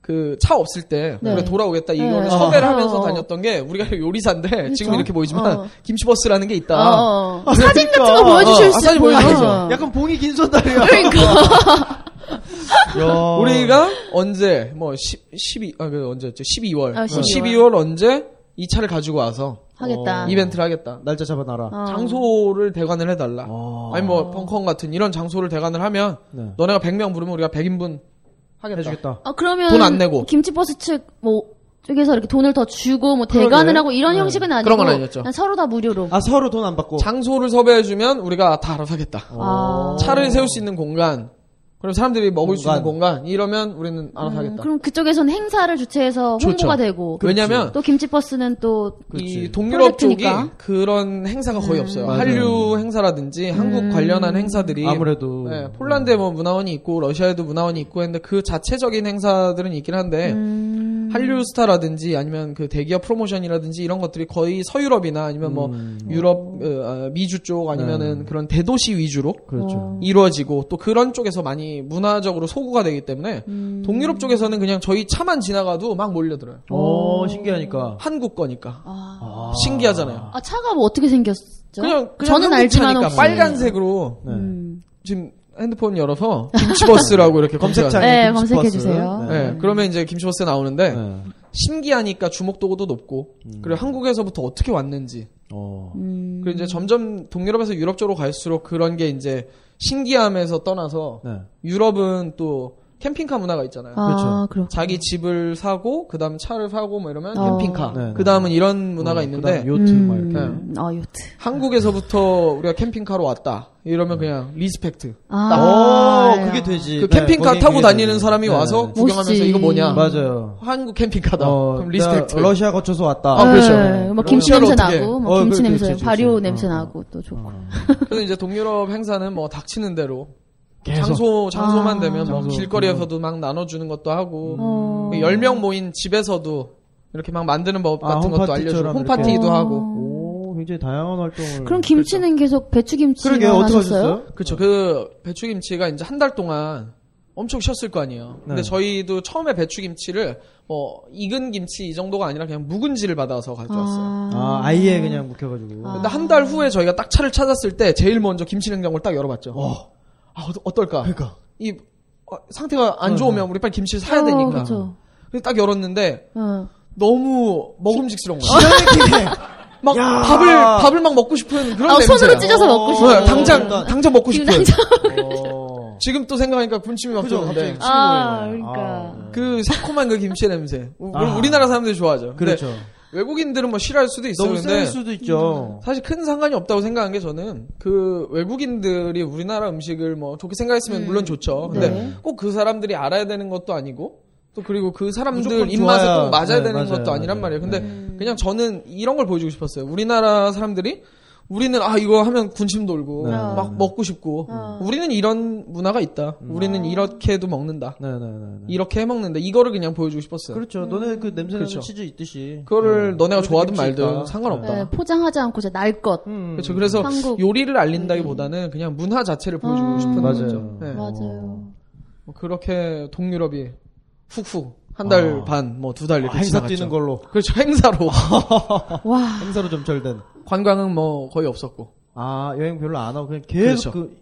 Speaker 9: 그 차 없을 때
Speaker 7: 네.
Speaker 9: 우리 돌아오겠다 이거는
Speaker 7: 네.
Speaker 9: 섭외를
Speaker 7: 어.
Speaker 9: 하면서
Speaker 7: 어.
Speaker 9: 다녔던 게 우리가 요리사인데 지금 이렇게 보이지만
Speaker 7: 어.
Speaker 9: 김치버스라는 게
Speaker 7: 어,
Speaker 9: 있다.
Speaker 7: 어.
Speaker 6: 거예요?
Speaker 7: 사진
Speaker 6: 그러니까.
Speaker 7: 같은 거 보여주실
Speaker 9: 어, 어,
Speaker 7: 수
Speaker 9: 사진
Speaker 6: 아,
Speaker 9: 보여주죠.
Speaker 7: 어.
Speaker 6: 그렇죠. 약간 봉이 긴 손다리야.
Speaker 7: 그러니까
Speaker 6: 야.
Speaker 9: 우리가 언제 뭐 10, 12, 아, 그 언제였죠? 12월.
Speaker 7: 아,
Speaker 9: 12월.
Speaker 7: 12월.
Speaker 9: 언제 이 차를 가지고 와서
Speaker 7: 하겠다.
Speaker 9: 이벤트를 하겠다.
Speaker 6: 날짜 잡아놔라.
Speaker 7: 아. 어.
Speaker 9: 장소를 대관을 해달라.
Speaker 6: 어.
Speaker 9: 아니 뭐 펑컨 같은 이런 장소를 대관을 하면
Speaker 6: 네.
Speaker 9: 너네가 100명 부르면 우리가 100인분 하겠다.
Speaker 6: 해주겠다.
Speaker 7: 아, 그러면
Speaker 9: 돈안 내고.
Speaker 7: 김치버스 측 뭐 쪽에서 이렇게 돈을 더 주고 뭐
Speaker 9: 그러네.
Speaker 7: 대관을 하고 이런 형식은 아니고
Speaker 9: 그런 건 아니었죠.
Speaker 7: 그냥 서로 다 무료로.
Speaker 6: 아 서로 돈 안 받고.
Speaker 9: 장소를 섭외해주면 우리가 다 알아서 하겠다.
Speaker 7: 아.
Speaker 9: 차를 세울 수 있는 공간, 그리고 사람들이 먹을 수 있는
Speaker 6: 공간.
Speaker 9: 공간, 이러면 우리는 알아서
Speaker 7: 음,
Speaker 9: 하겠다.
Speaker 7: 그럼 그쪽에서는 행사를 주최해서 홍보가
Speaker 9: 좋죠. 그
Speaker 7: 되고
Speaker 9: 왜냐면
Speaker 7: 또 김치버스는 또
Speaker 9: 이
Speaker 6: 그렇지.
Speaker 9: 동유럽 쪽이
Speaker 7: 프로젝트니까.
Speaker 9: 그런 행사가 거의 없어요.
Speaker 6: 맞아요.
Speaker 9: 한류 행사라든지
Speaker 7: 음.
Speaker 9: 한국 관련한 행사들이
Speaker 6: 음. 아무래도
Speaker 9: 네, 폴란드에 뭐 문화원이 있고 러시아에도 문화원이 있고 했는데 그 자체적인 행사들은 있긴 한데
Speaker 6: 음.
Speaker 9: 한류 스타라든지 아니면 그 대기업 프로모션이라든지 이런 것들이 거의 서유럽이나 아니면 뭐
Speaker 6: 음,
Speaker 9: 유럽 어, 아, 미주 쪽 아니면은 그런 대도시 위주로
Speaker 6: 네. 그렇죠.
Speaker 9: 이루어지고 또 그런 쪽에서 많이 문화적으로 소구가 되기 때문에
Speaker 6: 음.
Speaker 9: 동유럽 쪽에서는 그냥 저희 차만 지나가도 막 몰려들어요.
Speaker 6: 오 신기하니까.
Speaker 9: 한국 거니까
Speaker 7: 아,
Speaker 9: 신기하잖아요.
Speaker 7: 아, 차가 뭐 어떻게 생겼죠?
Speaker 9: 그냥, 그냥
Speaker 7: 저는
Speaker 9: 한국
Speaker 7: 알지만
Speaker 9: 차니까 뭐.
Speaker 7: 혹시.
Speaker 9: 빨간색으로
Speaker 6: 네.
Speaker 7: 음.
Speaker 9: 지금 핸드폰 열어서 김치버스라고 이렇게 검색하세요.
Speaker 6: 검색창에
Speaker 7: 네,
Speaker 6: 김치
Speaker 7: 검색해
Speaker 6: 버스.
Speaker 7: 주세요.
Speaker 9: 네, 그러면 이제 김치버스 나오는데
Speaker 6: 네. 음.
Speaker 9: 신기하니까 주목도도 높고 그리고 한국에서부터 어떻게 왔는지
Speaker 6: 어.
Speaker 7: 음.
Speaker 9: 그리고 이제 점점 동유럽에서 유럽 쪽으로 갈수록 그런 게 이제 신기함에서 떠나서
Speaker 6: 네.
Speaker 9: 유럽은 또 캠핑카 문화가 있잖아요.
Speaker 7: 아, 그렇
Speaker 9: 자기 집을 사고 그다음 차를 사고 뭐 이러면
Speaker 7: 어.
Speaker 9: 캠핑카
Speaker 6: 네, 네.
Speaker 9: 그다음은 이런 문화가 있는데
Speaker 6: 그다음 요트 네. 막 이렇게.
Speaker 9: 음.
Speaker 7: 아, 요트.
Speaker 9: 한국에서부터 우리가 캠핑카로 왔다 이러면 그냥 리스펙트
Speaker 7: 아,
Speaker 6: 오 그게 되지.
Speaker 9: 그
Speaker 6: 음. 네,
Speaker 9: 캠핑카
Speaker 6: 거기
Speaker 9: 타고
Speaker 6: 그게
Speaker 9: 다니는
Speaker 6: 되지.
Speaker 9: 사람이
Speaker 6: 네,
Speaker 9: 와서
Speaker 6: 네,
Speaker 9: 구경하면서
Speaker 7: 멋지.
Speaker 9: 이거 뭐냐
Speaker 6: 네. 맞아요.
Speaker 9: 한국 캠핑카다
Speaker 6: 어,
Speaker 9: 그럼
Speaker 6: 그러니까
Speaker 9: 리스펙트
Speaker 6: 러시아 거쳐서 왔다.
Speaker 9: 아, 그렇죠.
Speaker 7: 네, 뭐 김치
Speaker 9: 러시아로
Speaker 7: 냄새
Speaker 9: 어떻게- 그렇죠,
Speaker 7: 나고, 뭐
Speaker 6: 어,
Speaker 7: 김치
Speaker 6: 그렇지,
Speaker 7: 냄새,
Speaker 6: 그렇지,
Speaker 7: 발효
Speaker 6: 그렇지.
Speaker 7: 냄새
Speaker 6: 어.
Speaker 7: 나고 또 좋고.
Speaker 9: 그래서 이제 동유럽 행사는 뭐 닥치는 대로 장소 장소만
Speaker 7: 아.
Speaker 9: 되면 뭐
Speaker 6: 장소,
Speaker 9: 길거리에서도 막 나눠주는 것도 하고
Speaker 7: 어.
Speaker 9: 열 10명 모인 집에서도 이렇게 막 만드는 법
Speaker 6: 음. 아,
Speaker 9: 같은 것도
Speaker 6: 홈파티처럼
Speaker 9: 알려주고
Speaker 6: 이렇게.
Speaker 9: 홈파티도
Speaker 7: 어.
Speaker 9: 하고
Speaker 6: 오 굉장히 다양한 활동을.
Speaker 7: 그럼 김치는 계속 배추김치만
Speaker 6: 그러게요. 어떻게
Speaker 7: 하셨어요?
Speaker 6: 하셨어요?
Speaker 9: 그렇죠. 그 배추김치가 이제 한 달 동안 엄청 쉬었을 거 아니에요.
Speaker 6: 네.
Speaker 9: 근데 저희도 처음에 배추김치를 뭐 익은 김치 이 정도가 아니라 그냥 묵은지를 받아서 가져왔어요.
Speaker 6: 아 아예 그냥 묵혀가지고.
Speaker 9: 근데 한 달 후에 저희가 딱 차를 찾았을 때 제일 먼저 김치 냉장고를 딱 열어봤죠.
Speaker 6: 어.
Speaker 9: 아 어, 떨까 그러니까 이 어, 상태가
Speaker 6: 네,
Speaker 9: 안 좋으면 우리 빨리 김치를 사야 되니까.
Speaker 7: 그렇죠.
Speaker 9: 근데 딱 열었는데
Speaker 7: 어.
Speaker 9: 너무 먹음직스러운 거야.
Speaker 6: 기가 막히게.
Speaker 9: 막
Speaker 6: 야.
Speaker 9: 밥을 밥을 막 먹고 싶은 그런
Speaker 7: 아,
Speaker 9: 냄새.
Speaker 7: 손으로 찢어서 먹고 싶어.
Speaker 9: 네, 당장 당장 먹고 싶은.
Speaker 6: 어.
Speaker 9: 지금 또 생각하니까 군침이 막
Speaker 6: 그죠,
Speaker 9: 도는데.
Speaker 6: 갑자기.
Speaker 7: 아,
Speaker 6: 친구예요.
Speaker 7: 그러니까.
Speaker 6: 아,
Speaker 9: 그 새콤한 그 김치 냄새. 우- 물론
Speaker 6: 아.
Speaker 9: 우리나라 사람들이 좋아하죠. 근데
Speaker 6: 그렇죠.
Speaker 9: 외국인들은 뭐 싫어할 수도 있어요.
Speaker 6: 너무
Speaker 9: 근데
Speaker 6: 쓸 수도
Speaker 7: 음.
Speaker 6: 있죠.
Speaker 9: 사실 큰 상관이 없다고 생각한 게 저는 그 외국인들이
Speaker 7: 음.
Speaker 9: 우리나라 음식을 뭐 좋게 생각했으면 물론 좋죠. 근데
Speaker 7: 네.
Speaker 9: 꼭 그 사람들이 알아야 되는 것도 아니고 또 그리고 그 사람들
Speaker 6: 무조건
Speaker 9: 입맛에
Speaker 6: 좋아야-
Speaker 9: 꼭 맞아야
Speaker 6: 네,
Speaker 9: 되는
Speaker 6: 맞아요,
Speaker 9: 것도 아니란
Speaker 6: 맞아요.
Speaker 9: 말이에요. 근데
Speaker 7: 음.
Speaker 9: 그냥 저는 이런 걸 보여주고 싶었어요. 우리나라 사람들이 우리는 아 이거 하면 군침 돌고
Speaker 6: 네.
Speaker 9: 막 먹고 싶고
Speaker 7: 어.
Speaker 9: 우리는 이런 문화가 있다.
Speaker 6: 음.
Speaker 9: 우리는 이렇게도 먹는다.
Speaker 6: 네네네.
Speaker 9: 이렇게 해 먹는다. 이거를 그냥 보여주고 싶었어요.
Speaker 6: 그렇죠. 음, 너네 그 냄새 나는
Speaker 9: 그렇죠.
Speaker 6: 치즈 있듯이. 어.
Speaker 9: 그거를 너네가 좋아하든
Speaker 6: 김치니까.
Speaker 9: 말든
Speaker 6: 어.
Speaker 9: 상관없다.
Speaker 7: 네, 포장하지 않고 진짜 날 것.
Speaker 6: 음.
Speaker 9: 그렇죠. 그래서
Speaker 7: 한국.
Speaker 9: 요리를 알린다기보다는 그냥 문화 자체를 보여주고
Speaker 7: 음.
Speaker 9: 싶은
Speaker 6: 맞아요.
Speaker 9: 거죠. 네.
Speaker 7: 맞아요.
Speaker 9: 뭐 그렇게 동유럽이 훅훅 한 달
Speaker 6: 아.
Speaker 9: 반 뭐 두 달
Speaker 6: 아,
Speaker 9: 이렇게
Speaker 6: 행사
Speaker 9: 지나갔죠.
Speaker 6: 뛰는 걸로. 아.
Speaker 9: 그렇죠. 행사로
Speaker 7: 와.
Speaker 6: 행사로 점철된.
Speaker 9: 관광은 뭐 거의 없었고.
Speaker 6: 아 여행 별로 안 하고 그냥 계속
Speaker 9: 그렇죠.
Speaker 6: 그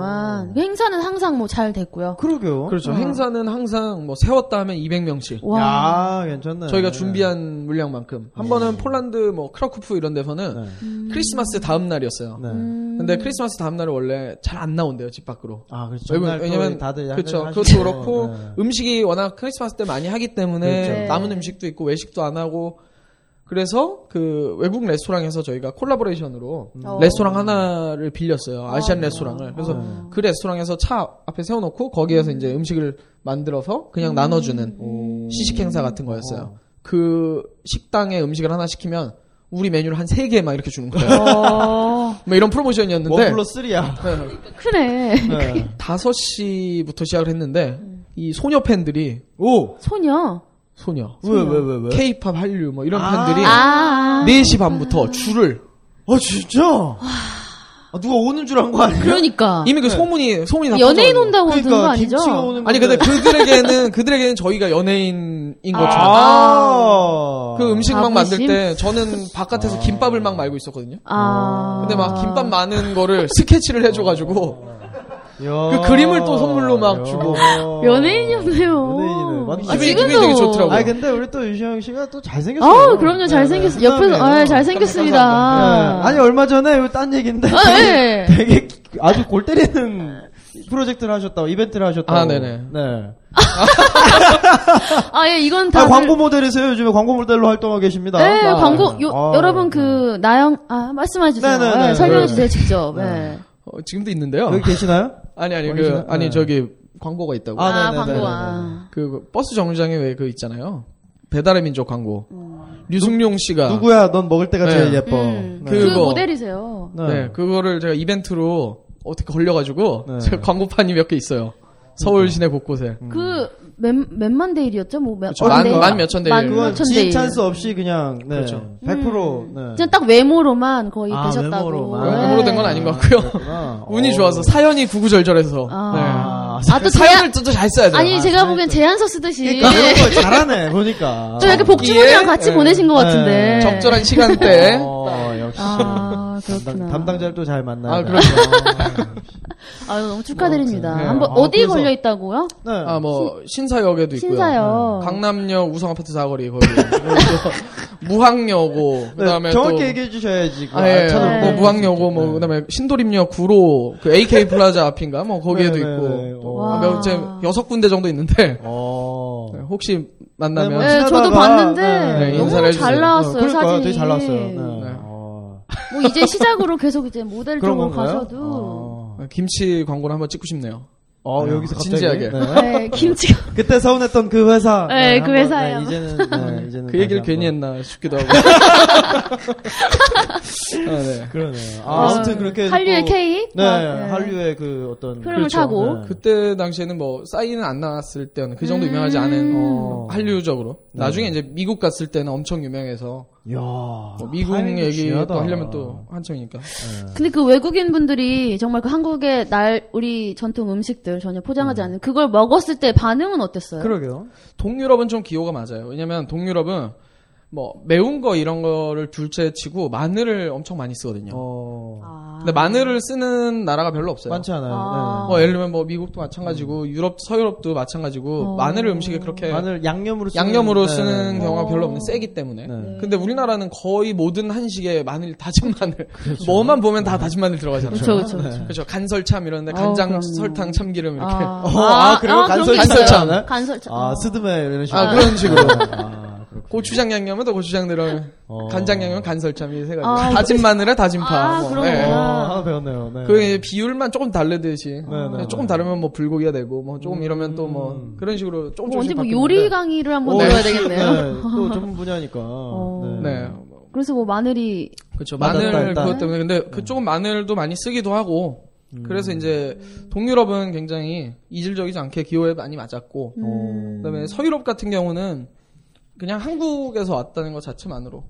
Speaker 7: 행사로만. 그 행사는 항상 뭐 잘 됐고요.
Speaker 6: 그러게요.
Speaker 9: 그렇죠. 행사는 항상 뭐 세웠다 하면 200명씩.
Speaker 7: 와.
Speaker 6: 야 괜찮네. 예.
Speaker 9: 저희가 준비한 물량만큼. 한 번은 폴란드 뭐 크라쿠프 이런 데서는
Speaker 6: 네.
Speaker 9: 크리스마스 다음 날이었어요.
Speaker 6: 네.
Speaker 9: 근데 크리스마스 다음 날은 원래 잘 안 나온대요, 집 밖으로.
Speaker 6: 아 그렇죠.
Speaker 9: 왜냐면,
Speaker 6: 전날
Speaker 9: 왜냐면
Speaker 6: 또 다들
Speaker 9: 그렇죠.
Speaker 6: 한잔
Speaker 9: 그것도
Speaker 6: 하시고.
Speaker 9: 그렇고
Speaker 6: 네.
Speaker 9: 음식이 워낙 크리스마스 때 많이 하기 때문에
Speaker 6: 그렇죠.
Speaker 7: 네.
Speaker 9: 남은 음식도 있고 외식도 안 하고 그래서 그 외국 레스토랑에서 저희가 콜라보레이션으로
Speaker 7: 어.
Speaker 9: 레스토랑 하나를 빌렸어요. 아시안 레스토랑을. 그래서
Speaker 6: 네.
Speaker 9: 그 레스토랑에서 차 앞에 세워놓고 거기에서 이제 음식을 만들어서 그냥 나눠주는 시식 행사 같은 거였어요. 그 식당에 음식을 하나 시키면 우리 메뉴를 한 세 개 막 이렇게 주는 거예요.
Speaker 7: 어.
Speaker 9: 뭐 이런
Speaker 6: 원
Speaker 9: 프로모션이었는데
Speaker 6: 플러스 쓰리야.
Speaker 9: 네.
Speaker 7: 그래.
Speaker 6: 네.
Speaker 9: 5시부터 시작을 했는데
Speaker 7: 음.
Speaker 9: 이 소녀 팬들이
Speaker 6: 오.
Speaker 7: 소녀.
Speaker 9: 소녀
Speaker 6: 왜 왜 왜 왜?
Speaker 9: K-팝 한류 뭐 이런 팬들이
Speaker 7: 아.
Speaker 9: 4시 반부터 줄을
Speaker 6: 아 진짜? 아, 누가 오는 줄 안 거 아니야?
Speaker 7: 그러니까.
Speaker 9: 이미
Speaker 6: 네.
Speaker 9: 그 소문이 소문이 다
Speaker 7: 연예인
Speaker 9: 퍼져가지고.
Speaker 7: 온다고 그거
Speaker 6: 그러니까
Speaker 7: 아니죠?
Speaker 6: 김치가 오는
Speaker 9: 아니 근데
Speaker 6: 건데.
Speaker 9: 그들에게는 그들에게는 저희가 연예인인 것처럼
Speaker 7: 아.
Speaker 6: 아.
Speaker 9: 그 음식 막 만들
Speaker 7: 자부심?
Speaker 9: 때 저는 바깥에서 김밥을 막 말고 있었거든요.
Speaker 7: 아.
Speaker 9: 근데 막 김밥 많은 거를 스케치를 해줘가지고
Speaker 6: 야.
Speaker 9: 그 그림을 또 선물로 막
Speaker 6: 야.
Speaker 9: 주고.
Speaker 7: 연예인이었네요.
Speaker 6: 어. 연예인이네. 맞네.
Speaker 7: 아,
Speaker 9: 기분이-
Speaker 7: 지금도
Speaker 9: 기분이 되게 좋더라고요.
Speaker 6: 아니 근데 우리 또 유시영 씨가 또 잘생겼어요.
Speaker 7: 아, 그럼요. 잘생겼어.
Speaker 6: 네, 네.
Speaker 7: 옆에서,
Speaker 6: 그다음에
Speaker 7: 아, 잘생겼습니다.
Speaker 6: 네. 아니 얼마 전에 이거 딴 얘기인데
Speaker 7: 아, 예.
Speaker 6: 되게 아주 골 때리는 프로젝트를 하셨다고 이벤트를 하셨다고.
Speaker 9: 아, 네네.
Speaker 6: 네.
Speaker 7: 아, 예, 이건 다.
Speaker 6: 아, 광고 모델이세요. 요즘에 광고 모델로 활동하고 계십니다.
Speaker 7: 네,
Speaker 6: 나.
Speaker 7: 광고, 요-
Speaker 6: 아.
Speaker 7: 여러분 그, 나영, 아, 말씀해주세요.
Speaker 6: 네, 네, 네,
Speaker 7: 설명해주세요,
Speaker 6: 네.
Speaker 7: 직접. 예.
Speaker 9: 어, 지금도 있는데요.
Speaker 6: 여기 계시나요?
Speaker 9: 아니 아니
Speaker 6: 어디시나?
Speaker 9: 그 아니
Speaker 6: 네.
Speaker 9: 저기 광고가 있다고.
Speaker 6: 아,
Speaker 7: 아,
Speaker 6: 네, 네, 네,
Speaker 7: 광고,
Speaker 6: 네,
Speaker 7: 아.
Speaker 9: 그 버스 정류장에 왜 그 있잖아요. 배달의 민족 광고.
Speaker 7: 어.
Speaker 9: 류승룡 씨가
Speaker 6: 누구야? 넌 먹을 때가
Speaker 9: 네.
Speaker 6: 제일 예뻐.
Speaker 7: 음,
Speaker 6: 네.
Speaker 7: 그
Speaker 9: 그거.
Speaker 7: 모델이세요.
Speaker 6: 네.
Speaker 9: 네, 그거를 제가 이벤트로 어떻게 걸려가지고
Speaker 6: 네. 그러니까. 음.
Speaker 9: 제가 광고판이 몇 개 있어요. 서울 시내 곳곳에.
Speaker 7: 그, 몇, 몇만 대일이었죠? 뭐, 몇,
Speaker 9: 그렇죠. 만-
Speaker 7: 대일?
Speaker 9: 만 몇천 대일. 네.
Speaker 7: 만
Speaker 6: 그건
Speaker 7: 몇천
Speaker 6: 지인
Speaker 7: 대일.
Speaker 6: 찬스 없이 그냥 네.
Speaker 9: 그렇죠.
Speaker 6: 100% 네.
Speaker 7: 그냥 딱 외모로만 거의
Speaker 6: 아,
Speaker 7: 음. 되셨다고.
Speaker 6: 외모로만.
Speaker 7: 네.
Speaker 9: 광고로 된 건 아닌 것 같고요.
Speaker 6: 그렇구나.
Speaker 9: 운이
Speaker 6: 어.
Speaker 9: 좋아서 사연이 구구절절해서.
Speaker 7: 아.
Speaker 9: 네.
Speaker 7: 아, 또
Speaker 9: 사연을
Speaker 7: 제안,
Speaker 9: 진짜 잘 써야 돼요.
Speaker 7: 아니,
Speaker 9: 아,
Speaker 7: 제가 보기엔 제안서 쓰듯이.
Speaker 6: 그러니까 이런 거 잘하네 그러니까. 보니까.
Speaker 7: 좀 약간 복주머니랑 예. 같이
Speaker 9: 예.
Speaker 7: 보내신 것 같은데.
Speaker 6: 예.
Speaker 9: 네.
Speaker 7: 네.
Speaker 9: 적절한 시간대에.
Speaker 6: 어, 역시
Speaker 7: 아, 그렇구나.
Speaker 6: 담당, 자를 또 잘 만나요.
Speaker 9: 아, 그렇죠.
Speaker 7: 아유, 너무 축하드립니다.
Speaker 9: 네.
Speaker 7: 한번
Speaker 6: 아,
Speaker 7: 어디
Speaker 6: 그래서-
Speaker 7: 걸려 있다고요?
Speaker 6: 네.
Speaker 9: 아, 뭐, 신사역에도 있고요. 네.
Speaker 7: 신사요.
Speaker 9: 강남역 우성아파트 사거리, 거기. 무항여고. 그 다음에.
Speaker 6: 네, 정확히 얘기해 주셔야지. 그
Speaker 9: 아, 예.
Speaker 7: 찾아보고
Speaker 9: 뭐
Speaker 7: 네.
Speaker 9: 무학여고 뭐 그다음에 신도림역 구로 그 AK 플라자 앞인가 뭐 거기에도
Speaker 6: 네, 네,
Speaker 9: 있고
Speaker 6: 네.
Speaker 9: 또
Speaker 7: 와.
Speaker 9: 몇, 제 여섯 군데 정도 있는데
Speaker 6: 어.
Speaker 9: 혹시
Speaker 6: 네, 뭐
Speaker 9: 만나면
Speaker 7: 네, 저도
Speaker 6: 지나다가-
Speaker 7: 봤는데
Speaker 6: 네,
Speaker 9: 네, 인사를
Speaker 7: 너무 잘
Speaker 9: 해주세요.
Speaker 7: 나왔어요
Speaker 6: 어, 그러니까요.
Speaker 7: 사진이.
Speaker 6: 되게 잘 나왔어요. 네.
Speaker 9: 네.
Speaker 6: 어.
Speaker 7: 뭐 이제 시작으로 계속 이제 모델
Speaker 6: 그런
Speaker 7: 쪽으로
Speaker 6: 건가요?
Speaker 7: 뭐 가셔도
Speaker 9: 뭐
Speaker 6: 어,
Speaker 9: 네, 김치 광고를 한번 찍고 싶네요.
Speaker 6: 어,
Speaker 9: 네.
Speaker 6: 여기서 갑자기.
Speaker 9: 진지하게.
Speaker 6: 네.
Speaker 7: 네, 김치가
Speaker 6: 그때 서운했던 그 회사.
Speaker 7: 네, 그
Speaker 6: 한번,
Speaker 7: 회사예요.
Speaker 6: 네, 이제는, 네, 이제는
Speaker 9: 그 얘기를
Speaker 6: 다시
Speaker 9: 괜히
Speaker 6: 한번.
Speaker 9: 했나 싶기도 하고. 아, 네.
Speaker 6: 그러네요. 아, 아무튼 그렇게.
Speaker 7: 어, 한류의
Speaker 6: 또-
Speaker 7: K
Speaker 6: 네,
Speaker 7: 아,
Speaker 6: 한류의 그 어떤.
Speaker 7: 흐름을 타고.
Speaker 6: 네.
Speaker 9: 그렇죠. 그때 당시에는 뭐 싸이는 안 나왔을 때는 그 정도 유명하지 않은
Speaker 6: 어.
Speaker 9: 한류적으로. 나중에 이제 미국 갔을 때는 엄청 유명해서
Speaker 6: 이야.
Speaker 9: 뭐 미국
Speaker 6: 타이밍이
Speaker 9: 얘기
Speaker 6: 중요하다.
Speaker 9: 또 하려면 또 한창이니까.
Speaker 7: 근데 그 외국인 분들이 정말 그 한국의 날 우리 전통 음식들 전혀 포장하지 않은 그걸 먹었을 때 반응은 어땠어요?
Speaker 6: 그러게요.
Speaker 9: 동유럽은 좀 기호가 맞아요. 왜냐면 동유럽은 뭐 매운 거 이런 거를 둘째치고 마늘을 엄청 많이 쓰거든요.
Speaker 6: 어.
Speaker 7: 아,
Speaker 9: 근데 마늘을 쓰는 나라가 별로 없어요.
Speaker 6: 많지 않아요. 네.
Speaker 7: 아. 음.
Speaker 9: 뭐 예를 들면 뭐 미국도 마찬가지고 유럽 서유럽도 마찬가지고
Speaker 7: 어.
Speaker 9: 마늘을 음식에 그렇게
Speaker 6: 네. 마늘 양념으로 쓰는.
Speaker 9: 양념으로
Speaker 6: 네.
Speaker 9: 쓰는 경우가
Speaker 7: 어.
Speaker 9: 별로 없는 세기 때문에.
Speaker 6: 네.
Speaker 9: 근데 우리나라는 거의 모든 한식에 마늘 다진 마늘 뭐만 보면 다 다진 마늘 들어가잖아요.
Speaker 7: 그렇죠, 그렇죠. 그렇죠.
Speaker 9: 그렇죠. 간설참 이런데
Speaker 7: 어,
Speaker 9: 간장,
Speaker 7: 그럼요.
Speaker 9: 설탕, 참기름 이렇게.
Speaker 6: 아, 그리고
Speaker 7: 그런 게
Speaker 6: 간설차.
Speaker 7: 있어요.
Speaker 9: 어, 간설차.
Speaker 7: 간설차. 어,
Speaker 6: 아, 스드메 이런 식으로.
Speaker 9: 아, 그런 식으로.
Speaker 6: 아, 그렇구나.
Speaker 9: 고추장 양념은 또 고추장 들어
Speaker 6: 어.
Speaker 9: 간장 양념 간설참이 세 가지
Speaker 7: 아,
Speaker 9: 다진 마늘에 다진 파
Speaker 7: 아,
Speaker 9: 뭐.
Speaker 7: 그런
Speaker 9: 예.
Speaker 6: 어,
Speaker 7: 거구나.
Speaker 6: 하나 배웠네요. 네.
Speaker 9: 그 이제 비율만 조금 다르듯이
Speaker 6: 네, 네.
Speaker 9: 조금 다르면 뭐 불고기가 되고 뭐 조금 이러면 또 뭐 그런 식으로 조금
Speaker 7: 뭐 언제
Speaker 9: 조금씩
Speaker 7: 뭐
Speaker 9: 바뀝니다.
Speaker 7: 요리 강의를 한번
Speaker 9: 오,
Speaker 7: 들어야
Speaker 9: 네.
Speaker 7: 되겠네요. 어.
Speaker 6: 네, 또 전문 분야니까.
Speaker 9: 네
Speaker 7: 그래서 뭐 마늘이
Speaker 9: 그렇죠
Speaker 6: 맞아,
Speaker 9: 마늘
Speaker 6: 딸, 딸.
Speaker 9: 그것 때문에 근데 그 조금 마늘도 많이 쓰기도 하고 그래서 이제 동유럽은 굉장히 이질적이지 않게 기호에 많이 맞았고
Speaker 6: 오.
Speaker 9: 그다음에 서유럽 같은 경우는 그냥 한국에서 왔다는 것 자체만으로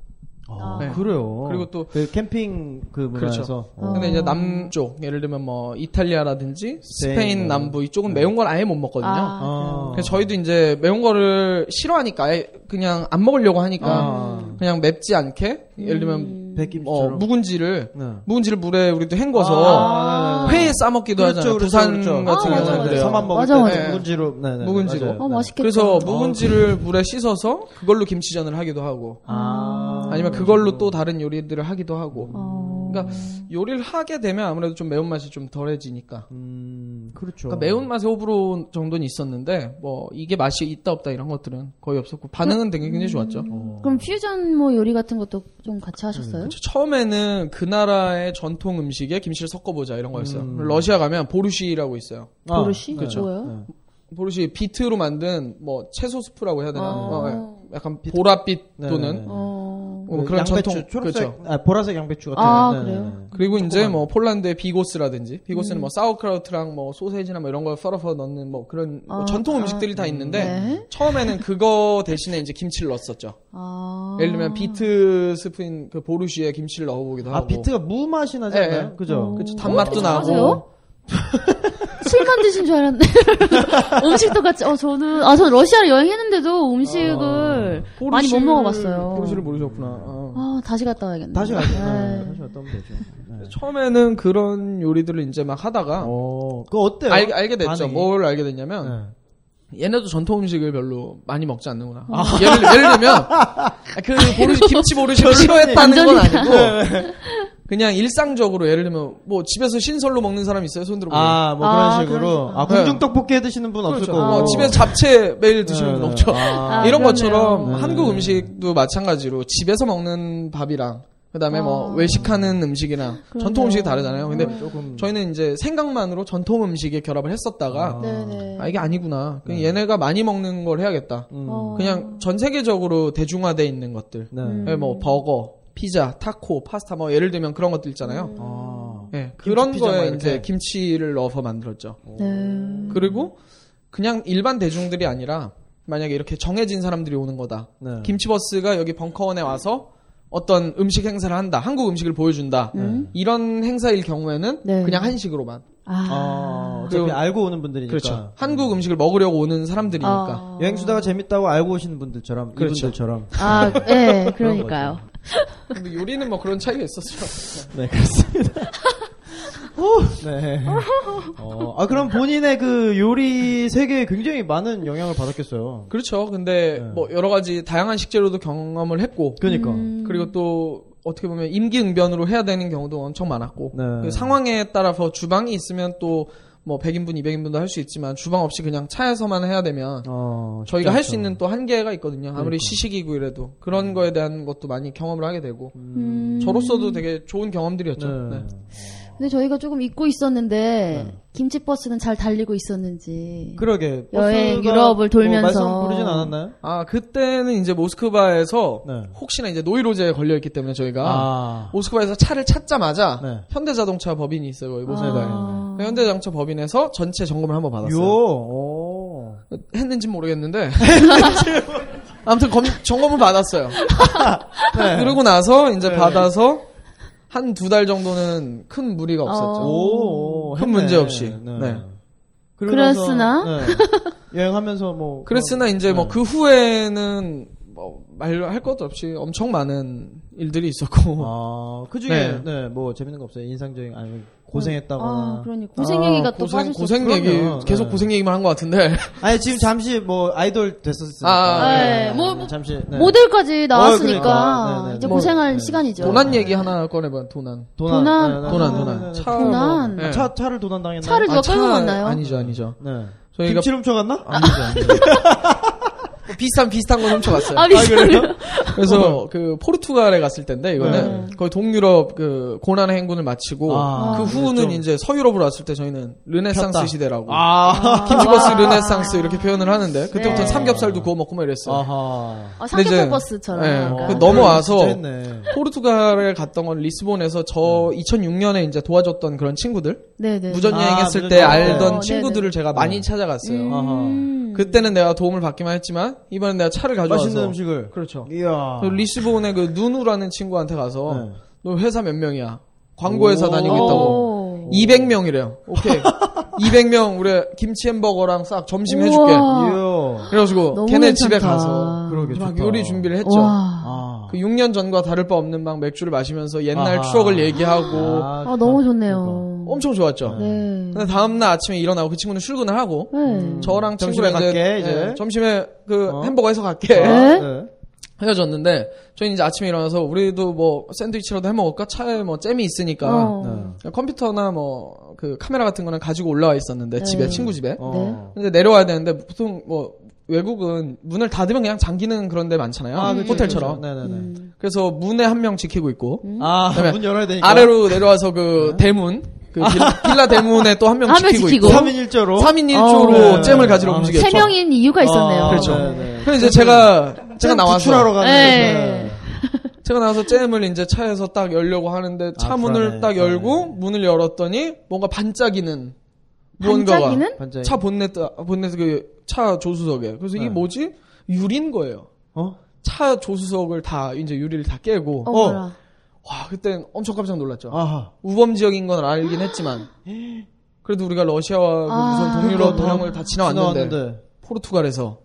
Speaker 6: 아,
Speaker 9: 네.
Speaker 6: 그래요.
Speaker 9: 그리고 또
Speaker 6: 그 캠핑 그 문화에서.
Speaker 9: 그렇죠.
Speaker 6: 어.
Speaker 9: 근데 이제 남쪽 예를 들면 뭐 이탈리아라든지
Speaker 6: 스페인,
Speaker 9: 스페인,
Speaker 6: 네.
Speaker 9: 남부 이쪽은 매운 걸 아예 못 먹거든요.
Speaker 7: 아,
Speaker 6: 아.
Speaker 9: 그래서 저희도 이제 매운 거를 싫어하니까 아예 그냥 안 먹으려고 하니까
Speaker 6: 아.
Speaker 9: 그냥 맵지 않게 예를
Speaker 7: 음.
Speaker 9: 들면 어,
Speaker 6: 백김치처럼.
Speaker 9: 묵은지를
Speaker 6: 네.
Speaker 9: 묵은지를 물에 우리도 헹궈서 회에 싸 먹기도
Speaker 6: 그렇죠,
Speaker 9: 하잖아요.
Speaker 6: 그렇죠,
Speaker 9: 부산
Speaker 6: 그렇죠.
Speaker 9: 같은
Speaker 7: 아, 맞아,
Speaker 9: 경우는
Speaker 7: 맞아.
Speaker 9: 그래요.
Speaker 6: 서만 먹을
Speaker 7: 맞아,
Speaker 6: 때
Speaker 9: 맞아.
Speaker 6: 묵은지로. 네, 네,
Speaker 9: 묵은지로.
Speaker 6: 맞아요.
Speaker 7: 어
Speaker 6: 네.
Speaker 7: 맛있겠다.
Speaker 9: 그래서 묵은지를 물에 씻어서 그걸로 김치전을 하기도 하고
Speaker 6: 아.
Speaker 9: 아니면 그걸로 또 다른 요리들을 하기도 하고
Speaker 7: 어.
Speaker 9: 그러니까 요리를 하게 되면 아무래도 좀 매운맛이 좀 덜해지니까
Speaker 6: 음, 그렇죠.
Speaker 9: 그러니까 매운맛의 호불호 정도는 있었는데 뭐 이게 맛이 있다 없다 이런 것들은 거의 없었고 반응은 되게
Speaker 6: 음.
Speaker 9: 굉장히 좋았죠
Speaker 7: 그럼 퓨전 뭐 요리 같은 것도 좀 같이 하셨어요?
Speaker 9: 그렇죠. 처음에는 그 나라의 전통 음식에 김치를 섞어보자 이런 거였어요
Speaker 6: 음.
Speaker 9: 러시아 가면 보루시라고 있어요
Speaker 6: 아,
Speaker 7: 버릇이
Speaker 6: 그렇죠.
Speaker 9: 네.
Speaker 7: 뭐예요?
Speaker 9: 보루시 비트로 만든 뭐 채소 스프라고 해야 되나
Speaker 7: 아.
Speaker 9: 어, 예. 약간 보랏빛
Speaker 6: 네, 네,
Speaker 9: 도는
Speaker 6: 네.
Speaker 7: 어.
Speaker 9: 뭐
Speaker 6: 그
Speaker 9: 그런
Speaker 6: 양배추,
Speaker 9: 전통
Speaker 6: 초록색,
Speaker 9: 그렇죠.
Speaker 6: 아, 보라색 양배추 같은.
Speaker 7: 아,
Speaker 6: 네, 네,
Speaker 7: 그래요?
Speaker 6: 네.
Speaker 9: 그리고 이제 뭐 폴란드의 비고스라든지
Speaker 6: 음.
Speaker 9: 비고스는 뭐 사우크라우트랑 뭐 소세지나 뭐 이런 걸 썰어서 넣는 뭐 그런 뭐
Speaker 7: 아,
Speaker 9: 전통
Speaker 7: 아,
Speaker 9: 음식들이 다 있는데
Speaker 7: 네.
Speaker 9: 처음에는 그거 대신에 이제 김치를 넣었었죠.
Speaker 7: 아.
Speaker 9: 예를 들면 비트 스프인 그 보르시에 김치를 넣어보기도 하고.
Speaker 6: 아, 비트가 어, 무 맛이 나지
Speaker 9: 예,
Speaker 6: 않나요?
Speaker 9: 예.
Speaker 6: 그죠?
Speaker 9: 그쵸, 단맛도 나고.
Speaker 7: 하세요? 술만 드신 줄 알았는데 음식도 같이 어 저는 아 저는 러시아를 여행했는데도
Speaker 9: 아,
Speaker 7: 음식을 많이 못
Speaker 9: 보르시를-
Speaker 7: 먹어봤어요.
Speaker 9: 보르시를 모르셨구나.
Speaker 6: 음.
Speaker 9: 아.
Speaker 7: 아 다시 갔다 와야겠네.
Speaker 6: 다시 가죠.
Speaker 7: 네.
Speaker 6: 네, 다시 갔다 오면 되죠. 네.
Speaker 9: 처음에는 그런 요리들을 이제 막 하다가
Speaker 6: 어, 그거 어때요?
Speaker 9: 알, 알게 됐죠. 뭐
Speaker 6: 반응이?
Speaker 9: 뭘 알게 됐냐면
Speaker 6: 네.
Speaker 9: 얘네도 전통 음식을 별로 많이 먹지 않는구나.
Speaker 7: 아.
Speaker 9: 예를, 예를 들면 그 보르시 김치 보르시를 싫어했다는 건
Speaker 7: 네.
Speaker 6: 네.
Speaker 9: 아니고 그냥 일상적으로 예를 들면 뭐 집에서 신설로 먹는 사람 있어요? 손 들어 보세요.
Speaker 6: 아, 뭐
Speaker 7: 아,
Speaker 6: 그런 식으로.
Speaker 7: 그런
Speaker 6: 아,
Speaker 9: 식으로.
Speaker 6: 궁중 떡볶이 해 드시는 분 없을
Speaker 9: 그렇죠.
Speaker 6: 거고.
Speaker 9: 뭐 네. 집에서 잡채 매일 드시는
Speaker 6: 어. 네,
Speaker 9: 분
Speaker 6: 네.
Speaker 9: 없죠.
Speaker 6: 아.
Speaker 9: 이런
Speaker 7: 그렇네요.
Speaker 9: 것처럼
Speaker 6: 네.
Speaker 9: 한국 음식도 마찬가지로 집에서 먹는 밥이랑 그다음에 뭐 외식하는 음식이랑 전통 음식이 다르잖아요. 근데
Speaker 6: 아. 조금
Speaker 9: 저희는 이제 생각만으로 전통 음식에 결합을 했었다가
Speaker 7: 네네.
Speaker 9: 아 이게 아니구나. 그냥 얘네가 많이 먹는 걸 해야겠다.
Speaker 6: 음.
Speaker 7: 어.
Speaker 9: 그냥 전 세계적으로 대중화돼 있는 것들.
Speaker 6: 네.
Speaker 9: 예, 뭐 버거, 피자, 타코, 파스타 뭐 예를 들면 그런 것들 있잖아요.
Speaker 6: 아.
Speaker 9: 예, 그런
Speaker 6: 김치 피자 막
Speaker 9: 거에
Speaker 6: 이렇게.
Speaker 9: 이제 김치를 넣어서 만들었죠.
Speaker 7: 네.
Speaker 9: 그리고 그냥 일반 대중들이 아니라 만약에 이렇게 정해진 사람들이 오는 거다.
Speaker 6: 네.
Speaker 9: 김치버스가 여기 벙커원에 와서 어떤 음식 행사를 한다. 한국 음식을 보여준다.
Speaker 6: 네.
Speaker 7: 음.
Speaker 9: 이런 행사일 경우에는
Speaker 7: 네.
Speaker 9: 그냥 한식으로만.
Speaker 6: 아, 어차피
Speaker 9: 그리고-
Speaker 6: 알고 오는 분들이니까.
Speaker 9: 그렇죠. 한국 음식을 먹으려고 오는 사람들이니까.
Speaker 7: 아.
Speaker 6: 여행 수다가 재밌다고 알고 오시는 분들처럼
Speaker 9: 그렇죠.
Speaker 6: 이분들처럼.
Speaker 7: 아, 예, 그러니까요.
Speaker 9: 근데 요리는 뭐 그런 차이가 있었죠.
Speaker 6: 네, 그렇습니다. 오, 네. 어, 아 그럼 본인의 그 요리 세계에 굉장히 많은 영향을 받았겠어요.
Speaker 9: 그렇죠. 근데
Speaker 6: 네.
Speaker 9: 뭐 여러 가지 다양한 식재료도 경험을 했고
Speaker 6: 그러니까.
Speaker 9: 그리고 또 어떻게 보면 임기응변으로 해야 되는 경우도 엄청 많았고
Speaker 6: 네.
Speaker 9: 그 상황에 따라서 주방이 있으면 또 뭐 100인분, 200인분도 할 수 있지만 주방 없이 그냥 차에서만 해야 되면
Speaker 6: 어, 쉽지
Speaker 9: 저희가 할
Speaker 6: 않죠. 그러니까.
Speaker 9: 수
Speaker 6: 음.
Speaker 9: 있는 또 한계가 있거든요. 아무리 시식이고 이래도 그런 거에 대한 것도 많이 경험을 하게 되고
Speaker 7: 음.
Speaker 9: 저로서도 되게 좋은 경험들이었죠.
Speaker 6: 네.
Speaker 9: 네.
Speaker 7: 근데 저희가 조금 잊고 있었는데 김치 버스는 잘 달리고 있었는지.
Speaker 6: 예. 그러게.
Speaker 7: 여행
Speaker 6: 버스가
Speaker 7: 유럽을
Speaker 6: 뭐
Speaker 7: 돌면서.
Speaker 6: 말씀 부르진 않았나요?
Speaker 9: 아 그때는 이제 모스크바에서
Speaker 6: 네.
Speaker 9: 혹시나 이제 노이로제에 걸려 있기 때문에 저희가
Speaker 6: 아.
Speaker 9: 모스크바에서 차를 찾자마자
Speaker 6: 네.
Speaker 9: 현대자동차 법인이 있어요. 거기 모스크바에.
Speaker 7: 아.
Speaker 9: 그 현대자동차 법인에서 전체 점검을 한번
Speaker 6: 요.
Speaker 9: 받았어요.
Speaker 6: 오.
Speaker 9: 했는지 모르겠는데 아무튼 검- 점검을 받았어요. 그러고 나서 이제 받아서 한 두 달 정도는 큰 무리가 없었죠.
Speaker 6: 오.
Speaker 9: 큰
Speaker 6: 했네.
Speaker 9: 문제 없이.
Speaker 6: 네.
Speaker 9: 네.
Speaker 6: 그리고
Speaker 7: 그랬으나?
Speaker 6: 나서, 네. 여행하면서 뭐
Speaker 9: 그랬으나 이제 뭐 그 후에는 뭐 말할 것도 없이 엄청 많은 일들이 있었고
Speaker 6: 아, 그 중에
Speaker 9: 네.
Speaker 6: 네, 뭐 재밌는 거 없어요. 인상적인 아니면 고생했다거나.
Speaker 7: 아, 그러니 고생 얘기가 또
Speaker 9: 고생,
Speaker 7: 빠질 수
Speaker 9: 고생
Speaker 7: 없죠.
Speaker 9: 얘기
Speaker 6: 그럼요.
Speaker 9: 계속
Speaker 6: 네.
Speaker 9: 고생 얘기만 한 것 같은데
Speaker 6: 아니 지금 잠시 뭐 아이돌 됐었으니까.
Speaker 9: 아, 아,
Speaker 7: 예. 뭐, 뭐,
Speaker 6: 잠시 네.
Speaker 7: 모델까지
Speaker 6: 어, 그러니까.
Speaker 7: 나왔으니까
Speaker 6: 네, 네,
Speaker 7: 이제
Speaker 6: 네.
Speaker 7: 고생할
Speaker 6: 네.
Speaker 7: 시간이죠.
Speaker 9: 도난 얘기 하나 꺼내봐 도난
Speaker 6: 도난
Speaker 7: 도난.
Speaker 6: 네, 네, 네.
Speaker 9: 도난
Speaker 6: 네,
Speaker 9: 도난
Speaker 6: 네, 네.
Speaker 9: 차
Speaker 7: 도난.
Speaker 9: 뭐, 예.
Speaker 6: 차 차를 도난 당했나?
Speaker 7: 차를 아, 누가
Speaker 9: 차-
Speaker 7: 끌고 갔나요?
Speaker 9: 아니죠 아니죠
Speaker 6: 네.
Speaker 9: 저희가
Speaker 6: 김치 훔쳐갔나?
Speaker 9: 아니죠 아니죠 비슷한 비슷한 거 훔쳐갔어요.
Speaker 7: 아, 미쳤네요.
Speaker 6: 어,
Speaker 9: 그래서 그 포르투갈에 갔을 텐데 이거는
Speaker 7: 네.
Speaker 9: 거의 동유럽 그 고난의 행군을 마치고
Speaker 6: 아,
Speaker 9: 그 후는 이제 서유럽으로 왔을 때 저희는 르네상스
Speaker 6: 폈다.
Speaker 9: 시대라고
Speaker 6: 아.
Speaker 9: 김치버스 르네상스 이렇게 표현을 하는데 그때부터
Speaker 7: 네.
Speaker 9: 는 삼겹살도 구워 먹고 막 이랬어요.
Speaker 6: 아하. 네,
Speaker 7: 아,
Speaker 9: 근데 이제-
Speaker 7: 삼겹살 버스처럼.
Speaker 9: 예,
Speaker 7: 약간.
Speaker 9: 그 그렇죠. 넘어와서
Speaker 6: 진짜 했네.
Speaker 9: 포르투갈에 갔던 건 리스본에서 저
Speaker 6: 네.
Speaker 9: 2006년에 이제 도와줬던 그런 친구들
Speaker 7: 네네.
Speaker 9: 무전여행
Speaker 6: 아,
Speaker 9: 했을
Speaker 6: 무전여행.
Speaker 9: 때
Speaker 7: 어,
Speaker 9: 알던
Speaker 7: 네네.
Speaker 9: 친구들을 제가 많이 찾아갔어요.
Speaker 7: 음.
Speaker 9: 그때는 내가 도움을 받기만 했지만 이번엔 내가 차를 가져와서
Speaker 6: 맛있는 음식을.
Speaker 9: 그렇죠.
Speaker 6: 이야.
Speaker 9: 그 리스본의 그 누누라는 친구한테 가서
Speaker 6: 아. 네.
Speaker 9: 너 회사 몇 명이야? 광고회사 다니고 있다고.
Speaker 7: 오.
Speaker 9: 200명이래요. 오케이. 200명 우리 김치 햄버거랑 싹 점심 해줄게.
Speaker 6: 아.
Speaker 7: 우와.
Speaker 6: 이야.
Speaker 9: 그래가지고
Speaker 7: 너무
Speaker 9: 걔네
Speaker 7: 괜찮다.
Speaker 9: 집에 가서
Speaker 6: 그러게
Speaker 9: 막
Speaker 6: 좋다.
Speaker 9: 요리 준비를 했죠.
Speaker 7: 와.
Speaker 6: 아.
Speaker 9: 그 6년 전과 다를 바 없는 막 맥주를 마시면서 옛날
Speaker 6: 아하.
Speaker 9: 추억을 얘기하고
Speaker 6: 아,
Speaker 7: 아, 너무 좋네요.
Speaker 9: 그러니까. 엄청 좋았죠.
Speaker 7: 네.
Speaker 9: 근데 다음날 아침에 일어나고 그 친구는 출근을 하고
Speaker 7: 네.
Speaker 9: 저랑
Speaker 6: 점심에
Speaker 9: 친구랑
Speaker 6: 갈게, 이제.
Speaker 9: 예, 점심에 그
Speaker 6: 어.
Speaker 9: 햄버거에서 갈게
Speaker 7: 네?
Speaker 9: 헤어졌는데 저희는 이제 아침에 일어나서 우리도 뭐 샌드위치라도 해 먹을까 차에 뭐 잼이 있으니까
Speaker 7: 어.
Speaker 6: 네.
Speaker 9: 컴퓨터나 뭐 그 카메라 같은 거는 가지고 올라와 있었는데
Speaker 7: 네.
Speaker 9: 집에 친구 집에
Speaker 6: 어.
Speaker 9: 근데 내려와야 되는데 보통 뭐 외국은 문을 닫으면 그냥 잠기는 그런 데 많잖아요
Speaker 6: 그렇죠, 그치,
Speaker 9: 호텔처럼
Speaker 6: 그치. 네네네.
Speaker 9: 그래서 문에 한 명 지키고 있고
Speaker 6: 아,
Speaker 9: 그다음에
Speaker 6: 음. 문 열어야 되니까.
Speaker 9: 아래로 내려와서 그 대문 그 빌라, 빌라 대문에 또 한 명
Speaker 7: 한명
Speaker 9: 지키고,
Speaker 7: 지키고.
Speaker 9: 있고
Speaker 6: 3인 1조로.
Speaker 9: 3인 1조로
Speaker 6: 네.
Speaker 9: 잼을 가지러
Speaker 6: 아,
Speaker 9: 움직였죠
Speaker 7: 세 명인 이유가 아, 있었네요.
Speaker 9: 그렇죠.
Speaker 6: 네네.
Speaker 9: 그래서 이제 제가 제가 나와서
Speaker 6: 구출하러 가는
Speaker 7: 네.
Speaker 6: 거죠.
Speaker 9: 제가 나와서 잼을 이제 차에서 딱 열려고 하는데 차
Speaker 6: 아,
Speaker 9: 문을
Speaker 6: 불안해,
Speaker 9: 딱 열고
Speaker 6: 불안해.
Speaker 9: 문을 열었더니 뭔가 반짝이는 무언가가
Speaker 7: 반짝이는?
Speaker 6: 반짝이.
Speaker 9: 차 본넷 본넷 그차 조수석에 그래서 이게
Speaker 6: 네.
Speaker 9: 뭐지 유린 거예요.
Speaker 6: 어?
Speaker 9: 차 조수석을 다 이제 유리를 다 깨고
Speaker 7: 어머나.
Speaker 9: 와 그땐 엄청 깜짝 놀랐죠.
Speaker 6: 아하.
Speaker 9: 우범 지역인 건 알긴 했지만 그래도 우리가 러시아와 그
Speaker 7: 아.
Speaker 9: 무슨 동유럽 동양을 다 지나왔는데
Speaker 6: 지나왔는데.
Speaker 9: 포르투갈에서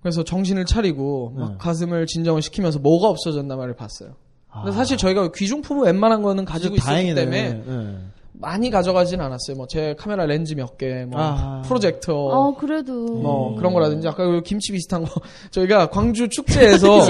Speaker 9: 그래서 정신을 차리고 막
Speaker 6: 네.
Speaker 9: 가슴을 진정을 시키면서 뭐가 없어졌나 말을 봤어요. 근데 사실 저희가 귀중품은 웬만한 거는 가지고
Speaker 6: 진짜
Speaker 9: 있었기
Speaker 6: 아. 다행이네.
Speaker 9: 때문에
Speaker 6: 네.
Speaker 9: 많이 가져가진 않았어요. 뭐 제 카메라 렌즈 몇 개, 뭐
Speaker 6: 아.
Speaker 9: 프로젝터,
Speaker 7: 어, 그래도.
Speaker 9: 뭐 그런 거라든지 아까 그 김치 비슷한 거 저희가 광주 축제에서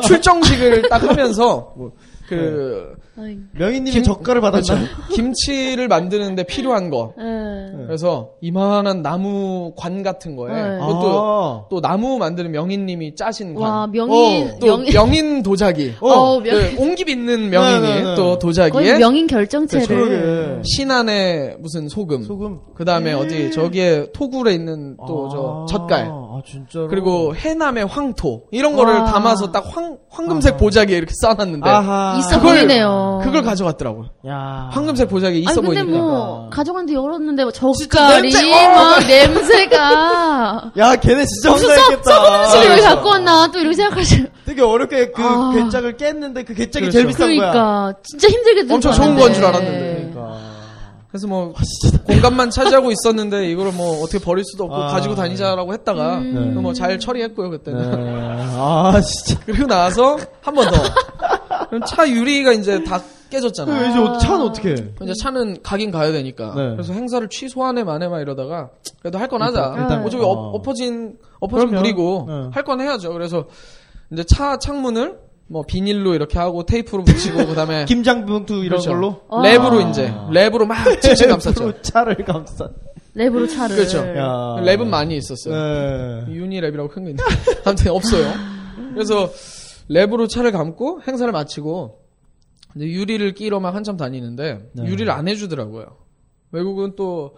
Speaker 9: 출정식을 딱 하면서 뭐 그
Speaker 7: 아이,
Speaker 6: 명희님이
Speaker 9: 김-
Speaker 6: 젓갈을 받았나요?
Speaker 9: 김치를 만드는데 필요한 거
Speaker 6: 네.
Speaker 7: 예.
Speaker 9: 그래서 이만한 나무 관 같은 거에
Speaker 7: 네.
Speaker 6: 아.
Speaker 9: 그것도 또 나무 만드는 명인님이 짜신 관.
Speaker 7: 와, 명인,
Speaker 9: 어, 또
Speaker 7: 명인.
Speaker 9: 명인 도자기.
Speaker 6: 어.
Speaker 7: 어, 명,
Speaker 9: 그 옹깁 있는 명인이
Speaker 6: 네, 네, 네.
Speaker 9: 또 도자기에
Speaker 7: 거의 명인
Speaker 9: 그렇죠.
Speaker 7: 결정체를.
Speaker 9: 네.
Speaker 6: 그러게.
Speaker 9: 신안에 무슨 소금.
Speaker 6: 아, 소금.
Speaker 9: 그다음에 어디 저기에 토굴에 있는 또 저
Speaker 6: 아,
Speaker 9: 젓갈.
Speaker 6: 아, 진짜로.
Speaker 9: 그리고 해남의 황토 이런 거를
Speaker 7: 와.
Speaker 9: 담아서 딱 황, 황금색 보자기에 이렇게 쌓아놨는데
Speaker 6: 아하.
Speaker 7: 있어
Speaker 9: 그걸-
Speaker 7: 보이네요.
Speaker 9: 그걸 가져갔더라고요.
Speaker 6: 야.
Speaker 9: 황금색 보자기 있어
Speaker 7: 아니, 근데
Speaker 9: 보이니까.
Speaker 7: 뭐, 가져갔는데 열었는데, 뭐
Speaker 9: 진짜
Speaker 7: 젓갈이,
Speaker 9: 냄새- 어!
Speaker 7: 막, 냄새가.
Speaker 6: 야, 걔네 진짜
Speaker 7: 무슨 썩,
Speaker 6: 황당했겠다.
Speaker 7: 썩은 음식을 왜 갖고 왔나, 또 이렇게 생각하시는.
Speaker 6: 되게 어렵게 그
Speaker 7: 아.
Speaker 6: 괴짝을 깼는데 그 괴짝이
Speaker 9: 그렇죠.
Speaker 6: 제일 비싼 거야. 네.
Speaker 7: 그러니까. 진짜 힘들게 들고
Speaker 9: 엄청 좋은
Speaker 7: 왔는데.
Speaker 9: 건줄 알았는데.
Speaker 6: 그러니까.
Speaker 9: 그래서 뭐 공간만 차지하고 있었는데 이거를 뭐 어떻게 버릴 수도 없고
Speaker 6: 아.
Speaker 9: 가지고 다니자라고 했다가
Speaker 7: 음.
Speaker 9: 뭐 잘 처리했고요 그때는.
Speaker 6: 네. 아, 진짜.
Speaker 9: 그리고 나서 한 번 더. 그럼 차 유리가 이제 다 깨졌잖아요.
Speaker 6: 이제 어- 차는 어떻게 해?
Speaker 9: 이제 차는 가긴 가야 되니까.
Speaker 6: 네.
Speaker 9: 그래서 행사를 취소하네 마네 막 이러다가 그래도 할 건 하자.
Speaker 6: 일단-
Speaker 9: 어차피 엎-
Speaker 6: 어.
Speaker 9: 엎어진 엎어진
Speaker 6: 그럼요.
Speaker 9: 물이고
Speaker 6: 네.
Speaker 9: 할 건 해야죠. 그래서 이제 차 창문을 뭐 비닐로 이렇게 하고 테이프로 붙이고 그다음에
Speaker 6: 김장봉투 이런
Speaker 9: 그렇죠.
Speaker 6: 걸로?
Speaker 9: 랩으로 이제 랩으로 막 칭칭 감쌌죠.
Speaker 6: 랩으로 차를 감쌌.
Speaker 7: 랩으로 차를.
Speaker 9: 그렇죠.
Speaker 6: 야.
Speaker 9: 랩은 많이 있었어요.
Speaker 6: 네.
Speaker 9: 유니랩이라고 큰 게 있는데 아무튼 없어요. 그래서 랩으로 차를 감고 행사를 마치고 이제 유리를 끼러 막 한참 다니는데
Speaker 6: 네.
Speaker 9: 유리를 안 해주더라고요. 외국은 또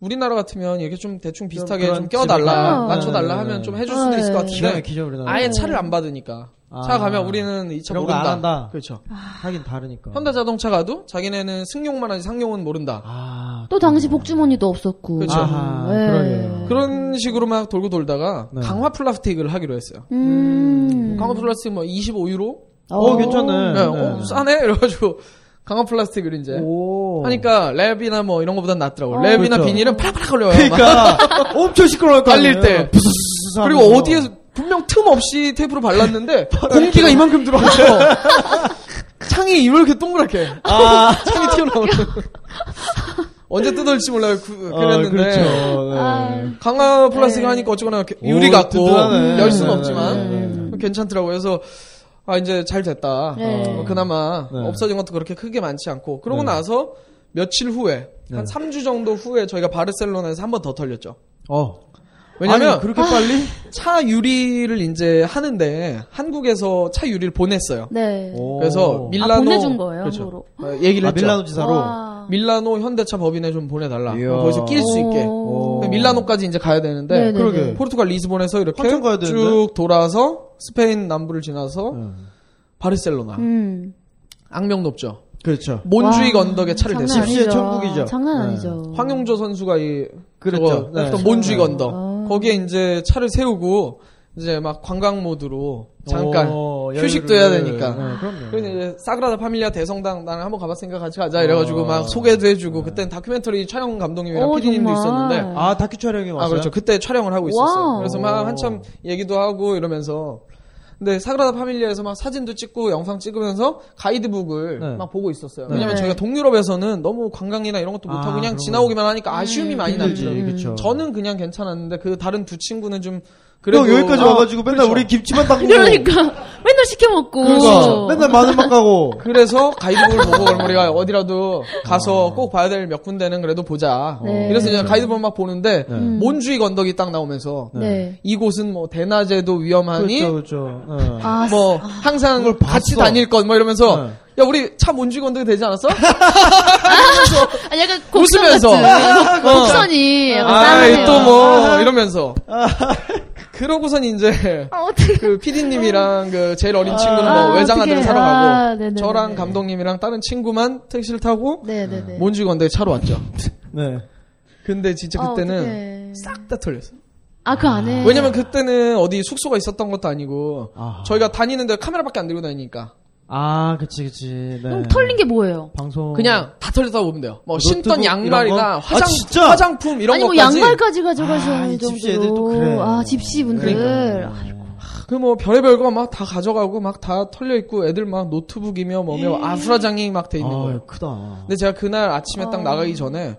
Speaker 9: 우리나라 같으면 이렇게 좀 대충 비슷하게
Speaker 6: 그런
Speaker 9: 좀 껴달라 어.
Speaker 6: 집이나. 네,
Speaker 9: 맞춰달라
Speaker 6: 네,
Speaker 9: 하면
Speaker 6: 네.
Speaker 9: 좀 해줄 수도 있을 것
Speaker 6: 기가
Speaker 9: 같은데
Speaker 6: 막히죠, 우리나라.
Speaker 9: 아예 차를 안 받으니까
Speaker 6: 아.
Speaker 9: 차 가면 우리는 이 차
Speaker 6: 이런 거안
Speaker 9: 모른다.
Speaker 6: 한다. 어.
Speaker 9: 그렇죠.
Speaker 6: 하긴 다르니까.
Speaker 9: 현대 자동차 가도 자기네는 승용만 하지 상용은 모른다.
Speaker 6: 아.
Speaker 7: 또 당시 복주머니도 없었고.
Speaker 9: 그렇죠. 네.
Speaker 6: 아하,
Speaker 7: 예.
Speaker 6: 그러게요.
Speaker 9: 그런 식으로 막 돌고 돌다가
Speaker 6: 네.
Speaker 9: 강화 플라스틱을 하기로 했어요.
Speaker 7: 음.
Speaker 9: 강화 플라스틱 뭐 25유로
Speaker 6: 어, 괜찮네.
Speaker 9: 네, 어, 싸네? 이래가지고, 강화 플라스틱을 이제.
Speaker 6: 오.
Speaker 9: 하니까 랩이나 뭐 이런 거보단 낫더라고. 랩이나
Speaker 6: 그렇죠.
Speaker 9: 비닐은 파락파락 걸려요. 막.
Speaker 6: 그러니까 엄청 시끄러울 거
Speaker 9: 깔릴
Speaker 6: 아니에요.
Speaker 9: 때.
Speaker 6: 부스스스
Speaker 9: 그리고
Speaker 6: 하면서.
Speaker 9: 어디에서 분명 틈 없이 테이프로 발랐는데 공기가 이만큼 들어가서 창이 이렇게 동그랗게
Speaker 6: 아,
Speaker 9: 창이 튀어나오는 언제 뜯을지 몰라요 그,
Speaker 6: 어,
Speaker 9: 그랬는데
Speaker 6: 그렇죠. 네.
Speaker 7: 아.
Speaker 9: 강화 플라스틱
Speaker 7: 네.
Speaker 9: 하니까 어쩌거나 이렇게 유리
Speaker 6: 오,
Speaker 9: 같고
Speaker 6: 든든하네.
Speaker 9: 열 수는
Speaker 6: 네,
Speaker 9: 없지만 음,
Speaker 6: 네, 네,
Speaker 9: 괜찮더라고요. 그래서 아 이제 잘 됐다.
Speaker 7: 네.
Speaker 9: 뭐 그나마
Speaker 6: 네.
Speaker 9: 없어진 것도 그렇게 크게 많지 않고 그러고
Speaker 6: 네.
Speaker 9: 나서 며칠 후에 한 3주 정도 후에 저희가 바르셀로나에서 한 번 더 털렸죠.
Speaker 7: 네.
Speaker 6: 어.
Speaker 8: 왜냐면
Speaker 9: 아니,
Speaker 6: 그렇게 빨리?
Speaker 9: 차 유리를 이제 하는데 한국에서 차 유리를 보냈어요.
Speaker 7: 네.
Speaker 6: 오.
Speaker 9: 그래서 밀라노
Speaker 7: 아, 보내준 거예요,
Speaker 9: 그렇죠.
Speaker 7: 함부로.
Speaker 9: 어, 얘기를
Speaker 6: 아,
Speaker 9: 했죠.
Speaker 6: 밀라노 지사로.
Speaker 7: 와.
Speaker 9: 밀라노 현대차 법인에 좀 보내달라.
Speaker 6: 이야.
Speaker 9: 거기서 낄 수 있게.
Speaker 7: 오.
Speaker 9: 근데 그 밀라노까지 이제 가야 되는데
Speaker 7: 네네네.
Speaker 6: 그러게.
Speaker 9: 포르투갈 리스본에서 이렇게
Speaker 6: 한참 가야 되는데? 네.
Speaker 9: 쭉 돌아서 스페인 남부를 지나서 바르셀로나.
Speaker 7: 음.
Speaker 9: 악명 높죠.
Speaker 6: 그렇죠.
Speaker 9: 몬주익
Speaker 7: 와,
Speaker 9: 언덕에 차를
Speaker 7: 장난
Speaker 9: 대죠.
Speaker 6: 아니에요. 집시의
Speaker 7: 아니죠.
Speaker 6: 천국이죠.
Speaker 7: 장난
Speaker 6: 네.
Speaker 7: 아니죠.
Speaker 9: 황용조 선수가 이
Speaker 6: 그랬죠.
Speaker 9: 저거
Speaker 6: 네.
Speaker 9: 했던 몬주익 언덕
Speaker 7: 아.
Speaker 9: 거기에 이제 차를 세우고 이제 막 관광 모드로 잠깐
Speaker 6: 어,
Speaker 9: 휴식도 해야
Speaker 6: 여유를.
Speaker 9: 되니까.
Speaker 6: 네, 그럼요.
Speaker 9: 그래서 이제 사그라다 파밀리아 대성당 나는 한번 가봤으니까 같이 가자
Speaker 6: 아.
Speaker 9: 이래가지고 막 소개도 해주고 그땐 다큐멘터리 촬영 감독님이랑
Speaker 7: 오,
Speaker 9: PD님도
Speaker 7: 정말.
Speaker 9: 있었는데
Speaker 6: 네. 아 다큐 촬영이 왔어요.
Speaker 9: 아 그렇죠 그때 촬영을 하고 있었어요
Speaker 7: 와우.
Speaker 9: 그래서 막 한참 얘기도 하고 이러면서 근데 사그라다 파밀리아에서 막 사진도 찍고 영상 찍으면서 가이드북을
Speaker 6: 네.
Speaker 9: 막 보고 있었어요 왜냐면
Speaker 7: 네.
Speaker 9: 저희가 동유럽에서는 너무 관광이나 이런 것도 못하고
Speaker 6: 아,
Speaker 9: 그냥
Speaker 6: 그런
Speaker 9: 지나오기만 하니까 아쉬움이 많이
Speaker 6: 힘들지.
Speaker 9: 남죠
Speaker 6: 그렇죠.
Speaker 9: 저는 그냥 괜찮았는데 그 다른 두 친구는 좀 그래도
Speaker 6: 형 여기까지
Speaker 9: 아,
Speaker 6: 와가지고 맨날 우리 김치만 담그고
Speaker 7: 그러니까 그렇죠. 맨날 시켜 먹고.
Speaker 6: 어. 그러니까 맨날 마늘만 까고
Speaker 9: 그래서 가이드북을 보고 그럼 우리가 어디라도 가서
Speaker 6: 아.
Speaker 9: 꼭 봐야 될 몇 군데는 그래도 보자.
Speaker 7: 네.
Speaker 9: 이래서 이제 가이드북 막 보는데
Speaker 6: 네.
Speaker 7: 음.
Speaker 9: 몬주익 언덕이 딱 나오면서
Speaker 7: 네.
Speaker 9: 이곳은 뭐 대낮에도 위험하니
Speaker 6: 그렇죠 그렇죠. 네.
Speaker 7: 아,
Speaker 9: 뭐 항상 같이 다닐 것 뭐 이러면서
Speaker 6: 네.
Speaker 9: 야 우리 차 몬주익 언덕이 되지 않았어?
Speaker 7: 아니 약간 곡선
Speaker 9: 웃으면서
Speaker 7: 같은.
Speaker 6: 어.
Speaker 7: 곡선이 약간 싸늘해요.
Speaker 9: 아또 뭐 이러면서 그러고선 이제
Speaker 7: 어,
Speaker 9: 그 PD님이랑 그 제일 어린 친구는
Speaker 7: 아,
Speaker 9: 뭐 외장 아들을
Speaker 7: 어떡해.
Speaker 9: 사러
Speaker 7: 아,
Speaker 9: 가고
Speaker 7: 네네네네.
Speaker 9: 저랑 감독님이랑 다른 친구만 택시를 타고
Speaker 7: 네네네.
Speaker 6: 뭐
Speaker 9: 몬지 건데 차로 왔죠.
Speaker 6: 네.
Speaker 9: 근데 진짜
Speaker 7: 아,
Speaker 9: 그때는
Speaker 7: 어떡해.
Speaker 9: 싹 다 털렸어요.
Speaker 7: 아, 그 안에.
Speaker 9: 왜냐면 그때는 어디 숙소가 있었던 것도 아니고
Speaker 6: 아.
Speaker 9: 저희가 다니는데 카메라밖에 안 들고 다니니까
Speaker 6: 아 그치 그치. 네.
Speaker 7: 그럼 털린 게 뭐예요?
Speaker 6: 방송
Speaker 9: 그냥 다 털렸다고 보면 돼요. 뭐 신던
Speaker 6: 어. 노트북
Speaker 9: 양말이나
Speaker 6: 이런 거? 아,
Speaker 9: 화장,
Speaker 6: 진짜?
Speaker 9: 화장품 이런
Speaker 7: 아니 뭐
Speaker 9: 것까지
Speaker 7: 양말까지 가져가시는
Speaker 6: 아, 이
Speaker 7: 정도로.
Speaker 6: 집시 애들 또 그래.
Speaker 7: 아 집시분들.
Speaker 9: 그뭐 별의별 거 막 다 가져가고 막 다 털려 있고 애들 막 노트북이며 뭐며
Speaker 7: 예.
Speaker 9: 아수라장이 막 돼 있는
Speaker 6: 아
Speaker 9: 거예요.
Speaker 6: 크다.
Speaker 9: 근데 제가 그날 아침에 딱 나가기 전에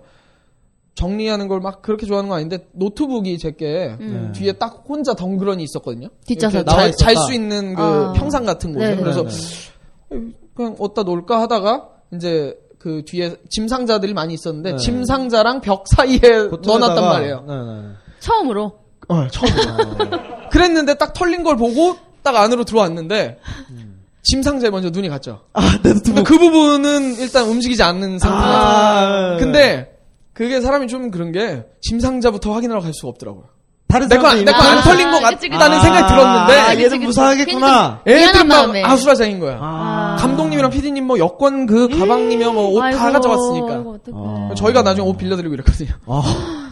Speaker 9: 정리하는 걸 막 그렇게 좋아하는 건 아닌데 노트북이 제게 뒤에 딱 혼자 덩그러니 있었거든요.
Speaker 7: 뒷좌석.
Speaker 9: 이렇게 잘-
Speaker 6: 나와 있었다.
Speaker 9: 잘수 있는 그
Speaker 7: 아.
Speaker 9: 평상 같은 곳에
Speaker 7: 네네네.
Speaker 9: 그래서 그냥 어디다 놓을까 하다가 이제 그 뒤에 짐 상자들이 많이 있었는데
Speaker 6: 네.
Speaker 9: 짐 상자랑 벽 사이에 넣어놨단 말이에요.
Speaker 6: 네네.
Speaker 7: 처음으로.
Speaker 9: 그랬는데 딱 털린 걸 보고 딱 안으로 들어왔는데 짐 상자에 먼저 눈이 갔죠.
Speaker 6: 아내 노트북.
Speaker 9: 근데 그 부분은 일단 움직이지 않는 상태였어요.
Speaker 6: 아,
Speaker 7: 네.
Speaker 9: 근데 그게 사람이 좀 그런 게 심상자부터 확인하러 갈 수가 없더라고요.
Speaker 6: 다른
Speaker 9: 내 거
Speaker 6: 사람들
Speaker 9: 안
Speaker 7: 아,
Speaker 9: 털린 것
Speaker 7: 그치, 그치.
Speaker 9: 같다는 생각이
Speaker 6: 아,
Speaker 9: 들었는데 예,
Speaker 7: 그치,
Speaker 6: 얘는
Speaker 7: 그치.
Speaker 6: 무사하겠구나.
Speaker 9: 애들
Speaker 7: 미안한
Speaker 9: 막
Speaker 7: 마음에.
Speaker 9: 아수라장인 거야.
Speaker 6: 아.
Speaker 9: 감독님이랑 피디님 뭐 여권 그 가방이며 뭐 옷 다
Speaker 7: 음, 아이고,
Speaker 9: 가져왔으니까
Speaker 7: 아이고, 어떡해.
Speaker 6: 아.
Speaker 9: 저희가 나중에 옷 빌려드리고 이랬거든요.
Speaker 6: 아.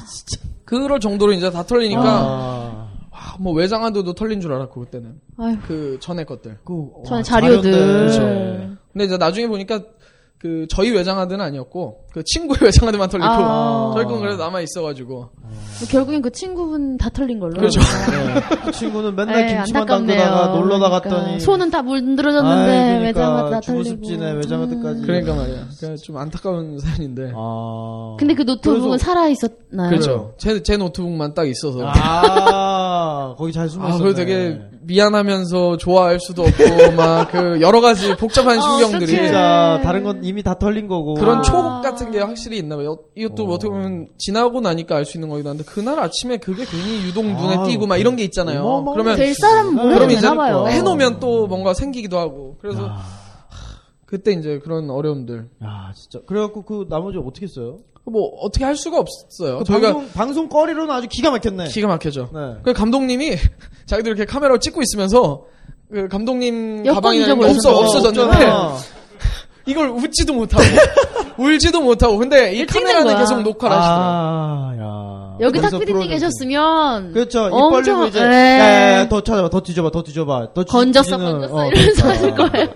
Speaker 9: 그럴 정도로 이제 다 털리니까
Speaker 6: 아.
Speaker 9: 와, 뭐 외장하드도 털린 줄 알았고 그때는
Speaker 7: 아이고.
Speaker 9: 그 전에 것들.
Speaker 6: 그, 그렇죠.
Speaker 7: 전
Speaker 6: 와,
Speaker 7: 자료들.
Speaker 6: 자료들.
Speaker 9: 근데 이제 나중에 보니까 그 저희 외장하드는 아니었고 그 친구의 외장하드만 털리고
Speaker 7: 아.
Speaker 9: 저희 건 그래도 남아 있어가지고
Speaker 7: 결국엔 그 친구분 다 털린 걸로.
Speaker 9: 그렇죠.
Speaker 6: 네. 그 친구는 맨날
Speaker 7: 에이,
Speaker 6: 김치만
Speaker 7: 안타깝네요.
Speaker 6: 담그다가 놀러 나갔더니 그러니까
Speaker 7: 그러니까. 손은 다 물들어졌는데 외장하드 다 털리고.
Speaker 6: 주부습진에 외장하드까지.
Speaker 9: 그러니까 말이야. 그러니까 좀 안타까운 사연인데.
Speaker 6: 아.
Speaker 7: 근데 그 노트북은 살아 있었나요?
Speaker 9: 그렇죠. 제, 제 노트북만 딱 있어서. 아,
Speaker 6: 아 거기 잘 숨었어.
Speaker 9: 그리고 되게
Speaker 6: 네.
Speaker 9: 미안하면서 좋아할 수도 없고, 막 그 여러 가지 복잡한
Speaker 7: 아,
Speaker 9: 신경들이.
Speaker 7: 어떡해.
Speaker 6: 진짜 다른 건 이미 다 털린 거고.
Speaker 9: 그런
Speaker 7: 아.
Speaker 9: 초복 같은 게 확실히 있나 봐요. 이것도 어떻게 보면 지나고 나니까 알 수 있는 거긴 한데, 그날 아침에 그게 괜히 유독 눈에
Speaker 6: 아유,
Speaker 9: 띄고 막 이런 게 있잖아요.
Speaker 6: 어마어마한
Speaker 9: 그러면,
Speaker 7: 될 사람은 뭐 해도
Speaker 9: 그럼 이제
Speaker 7: 되나 봐요.
Speaker 9: 해놓으면 또 뭔가 생기기도 하고. 그래서, 하, 그때 이제 그런 어려움들.
Speaker 6: 아 진짜. 그래갖고 그 나머지 어떻게 써요?
Speaker 9: 뭐, 어떻게 할 수가 없어요.
Speaker 6: 그
Speaker 9: 저희가
Speaker 6: 방송 방송 거리로는 아주 기가 막혔네.
Speaker 9: 기가 막혀져.
Speaker 6: 네.
Speaker 9: 그 감독님이 자기들 이렇게 카메라로 찍고 있으면서 그 감독님
Speaker 7: 여권
Speaker 9: 가방이 없어
Speaker 7: 뭐 잊어버리셨나
Speaker 9: 없어졌는데
Speaker 6: 없잖아.
Speaker 9: 이걸 웃지도 못하고 울지도 못하고 근데 이
Speaker 7: 이거 찍는
Speaker 9: 카메라는
Speaker 7: 거야.
Speaker 9: 계속 녹화를 하시더라고요.
Speaker 6: 아, 야.
Speaker 7: 여기 탁
Speaker 6: 그래서
Speaker 7: 피디님
Speaker 6: 프로듀서.
Speaker 7: 계셨으면
Speaker 6: 그렇죠. 입
Speaker 7: 엄청
Speaker 6: 벌리고 이제
Speaker 7: 예.
Speaker 6: 야, 야, 야, 더 찾아봐, 더 뒤져봐, 더 뒤져봐. 더 뒤-
Speaker 7: 건졌어
Speaker 6: 뒤지는-
Speaker 7: 건졌어
Speaker 6: 어,
Speaker 9: 아.
Speaker 7: 이러면서 하실
Speaker 6: 그러니까.
Speaker 7: 거예요.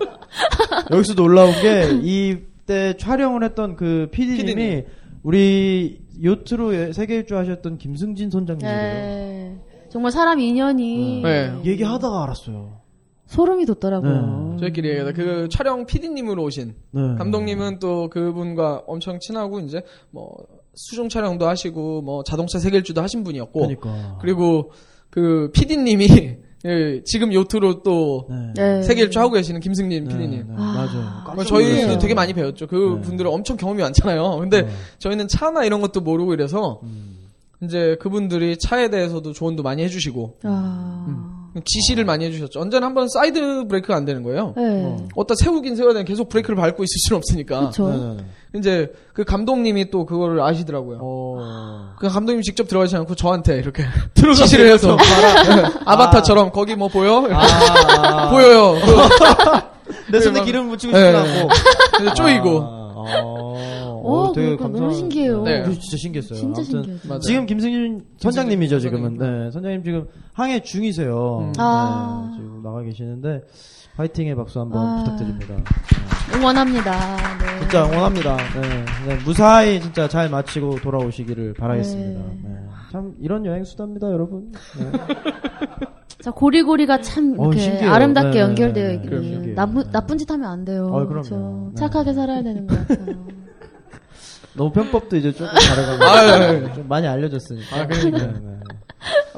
Speaker 6: 여기서 놀라운 게 이때 촬영을 했던 그 PD님이
Speaker 9: 피디님.
Speaker 6: 우리 요트로 예, 세계 일주 하셨던 김승진 선장님이래요.
Speaker 7: 예. 정말 사람
Speaker 6: 음.
Speaker 7: 인연이
Speaker 9: 네.
Speaker 6: 얘기하다가 알았어요.
Speaker 7: 소름이 돋더라고요.
Speaker 9: 저희끼리 얘기하다 그 촬영 PD님으로 오신
Speaker 6: 네.
Speaker 9: 감독님은 또 그분과 엄청 친하고 이제 뭐 수중 촬영도 하시고 뭐 자동차 세계일주도 하신 분이었고
Speaker 6: 그러니까.
Speaker 9: 리고그 PD님이 예, 지금 요트로 또
Speaker 6: 네.
Speaker 7: 예.
Speaker 9: 세계일주 하고 계시는 김승림
Speaker 6: 네,
Speaker 9: PD님
Speaker 6: 네, 맞아요.
Speaker 9: 뭐
Speaker 6: 깜짝
Speaker 9: 저희는
Speaker 6: 놀랐어요.
Speaker 9: 되게 많이 배웠죠. 그
Speaker 6: 네. 음.
Speaker 9: 분들은 엄청 경험이 많잖아요. 근데 저희는 차나 이런 것도 모르고 이래서 이제 그분들이 차에 대해서도 조언도 많이 해주시고
Speaker 6: 음.
Speaker 7: 아.
Speaker 9: 지시를 많이 해주셨죠. 언제나 한번 사이드 브레이크가 안 되는 거예요.
Speaker 7: 네.
Speaker 9: 어디다 세우긴 세워야 되는 계속 브레이크를 밟고 있을 수는 없으니까.
Speaker 7: 그렇죠.
Speaker 6: 네,
Speaker 9: 이제 그 감독님이 또 그거를
Speaker 7: 어.
Speaker 9: 아시더라고요. 그 감독님 직접 들어가지 않고 저한테 이렇게 지시를 해서 네. 아바타처럼 거기 뭐 보여? 이렇게
Speaker 6: 아,
Speaker 9: 보여요.
Speaker 6: 내 손에
Speaker 9: 막-
Speaker 6: 기름 묻히고
Speaker 9: 네.
Speaker 6: 싶지 않고.
Speaker 9: 그래서 쪼이고
Speaker 6: 아, 어,
Speaker 7: 오,
Speaker 6: 되게
Speaker 7: 그러니까
Speaker 6: 감사한-
Speaker 7: 너무 신기해요.
Speaker 9: 네.
Speaker 6: 우리 진짜 신기했어요.
Speaker 7: 진짜
Speaker 6: 아무튼
Speaker 7: 신기해요.
Speaker 9: 맞아요.
Speaker 6: 지금 김승윤 선장님이죠 지금은. 네, 선장님 지금 항해 중이세요. 네,
Speaker 7: 아.
Speaker 6: 지금 나가 계시는데 파이팅의 박수 한번
Speaker 7: 아.
Speaker 6: 부탁드립니다.
Speaker 7: 응원합니다. 네.
Speaker 6: 진짜 응원합니다. 네, 네, 무사히 진짜 잘 마치고 돌아오시기를 바라겠습니다.
Speaker 7: 네.
Speaker 6: 네, 참 이런 여행 수다입니다, 여러분. 네.
Speaker 7: 자, 고리고리가 참
Speaker 6: 어,
Speaker 7: 이렇게
Speaker 6: 신기해요.
Speaker 7: 아름답게
Speaker 6: 네,
Speaker 7: 연결되어
Speaker 6: 네, 네.
Speaker 7: 있기는
Speaker 6: 그럼요. 신기해요.
Speaker 7: 나쁘,
Speaker 6: 네.
Speaker 7: 나쁜 짓 하면 안 돼요.
Speaker 6: 어, 그럼요.
Speaker 7: 그렇죠.
Speaker 6: 네.
Speaker 7: 착하게 살아야 되는 것 같아요.
Speaker 6: 너무 편법도 이제 조금
Speaker 9: 아, 예,
Speaker 6: 다르고 좀 많이 알려졌으니까.
Speaker 9: 아, 그러니까요.
Speaker 6: 네, 네.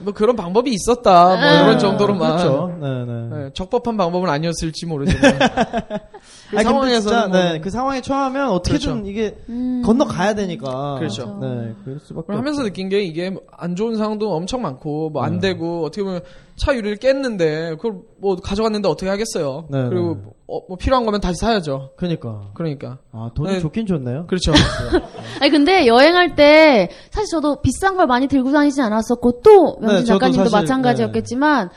Speaker 9: 뭐 그런 방법이 있었다. 뭐 이런 정도로만
Speaker 6: 그렇죠. 네, 네.
Speaker 9: 네, 적법한 방법은 아니었을지 모르지만 그
Speaker 6: 아니, 근데
Speaker 9: 상황에서는
Speaker 6: 진짜,
Speaker 9: 뭐
Speaker 6: 네, 그 상황에 처하면 어떻게든
Speaker 9: 그렇죠.
Speaker 6: 이게
Speaker 7: 음.
Speaker 6: 건너 가야 되니까.
Speaker 9: 그렇죠.
Speaker 6: 네, 그럴 수밖에.
Speaker 9: 그걸 하면서 느낀 게 이게 안 좋은 상황도 엄청 많고 뭐 안 되고 어떻게 보면 차 유리를 깼는데 그걸 뭐 가져갔는데 어떻게 하겠어요.
Speaker 6: 네,
Speaker 9: 그리고
Speaker 6: 네.
Speaker 9: 어, 뭐 필요한 거면 다시 사야죠.
Speaker 6: 그러니까.
Speaker 9: 그러니까
Speaker 6: 아, 돈이
Speaker 9: 네.
Speaker 6: 좋긴 좋네요.
Speaker 9: 그렇죠.
Speaker 7: 아니 근데 여행할 때 사실 저도 비싼 걸 많이 들고 다니진 않았었고 또
Speaker 6: 네,
Speaker 7: 명진
Speaker 6: 저도
Speaker 7: 작가님도
Speaker 6: 사실, 네.
Speaker 7: 마찬가지였겠지만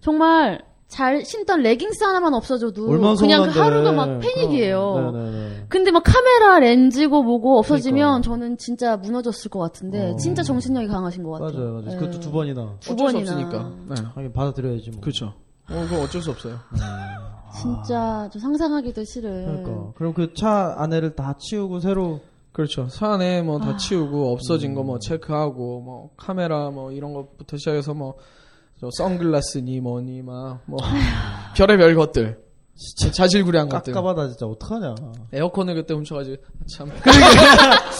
Speaker 7: 정말 잘 신던 레깅스 하나만 없어져도
Speaker 6: 얼마나
Speaker 7: 그냥 그
Speaker 6: 서운한데.
Speaker 7: 하루가 막 패닉이에요.
Speaker 6: 그럼. 어. 네, 네, 네.
Speaker 7: 근데 막 카메라 렌즈고 뭐고 없어지면 저는 진짜 무너졌을 것 같은데 진짜 정신력이 강하신 것 같아요.
Speaker 6: 어. 맞아요, 맞아요.
Speaker 7: 네.
Speaker 6: 그것도 두 번이나.
Speaker 7: 두
Speaker 9: 어쩔 수
Speaker 7: 번이나.
Speaker 9: 없으니까. 네.
Speaker 6: 하긴 받아들여야지 뭐.
Speaker 9: 그렇죠. 어, 그건 어쩔 수 없어요.
Speaker 7: 진짜 좀 상상하기도 싫은.
Speaker 6: 아. 그러니까. 그럼 그 차 안에를 다 치우고 새로.
Speaker 9: 그렇죠. 산에 뭐 다 치우고 없어진 거 뭐 체크하고 뭐 카메라 뭐 이런 것부터 시작해서 뭐저 선글라스니 뭐니 막뭐 별의별 것들. 진짜 자질구레한 것들.
Speaker 6: 깝깝하다 진짜 어떡하냐
Speaker 9: 에어컨을 그때 훔쳐가지고 아, 참.
Speaker 7: 어.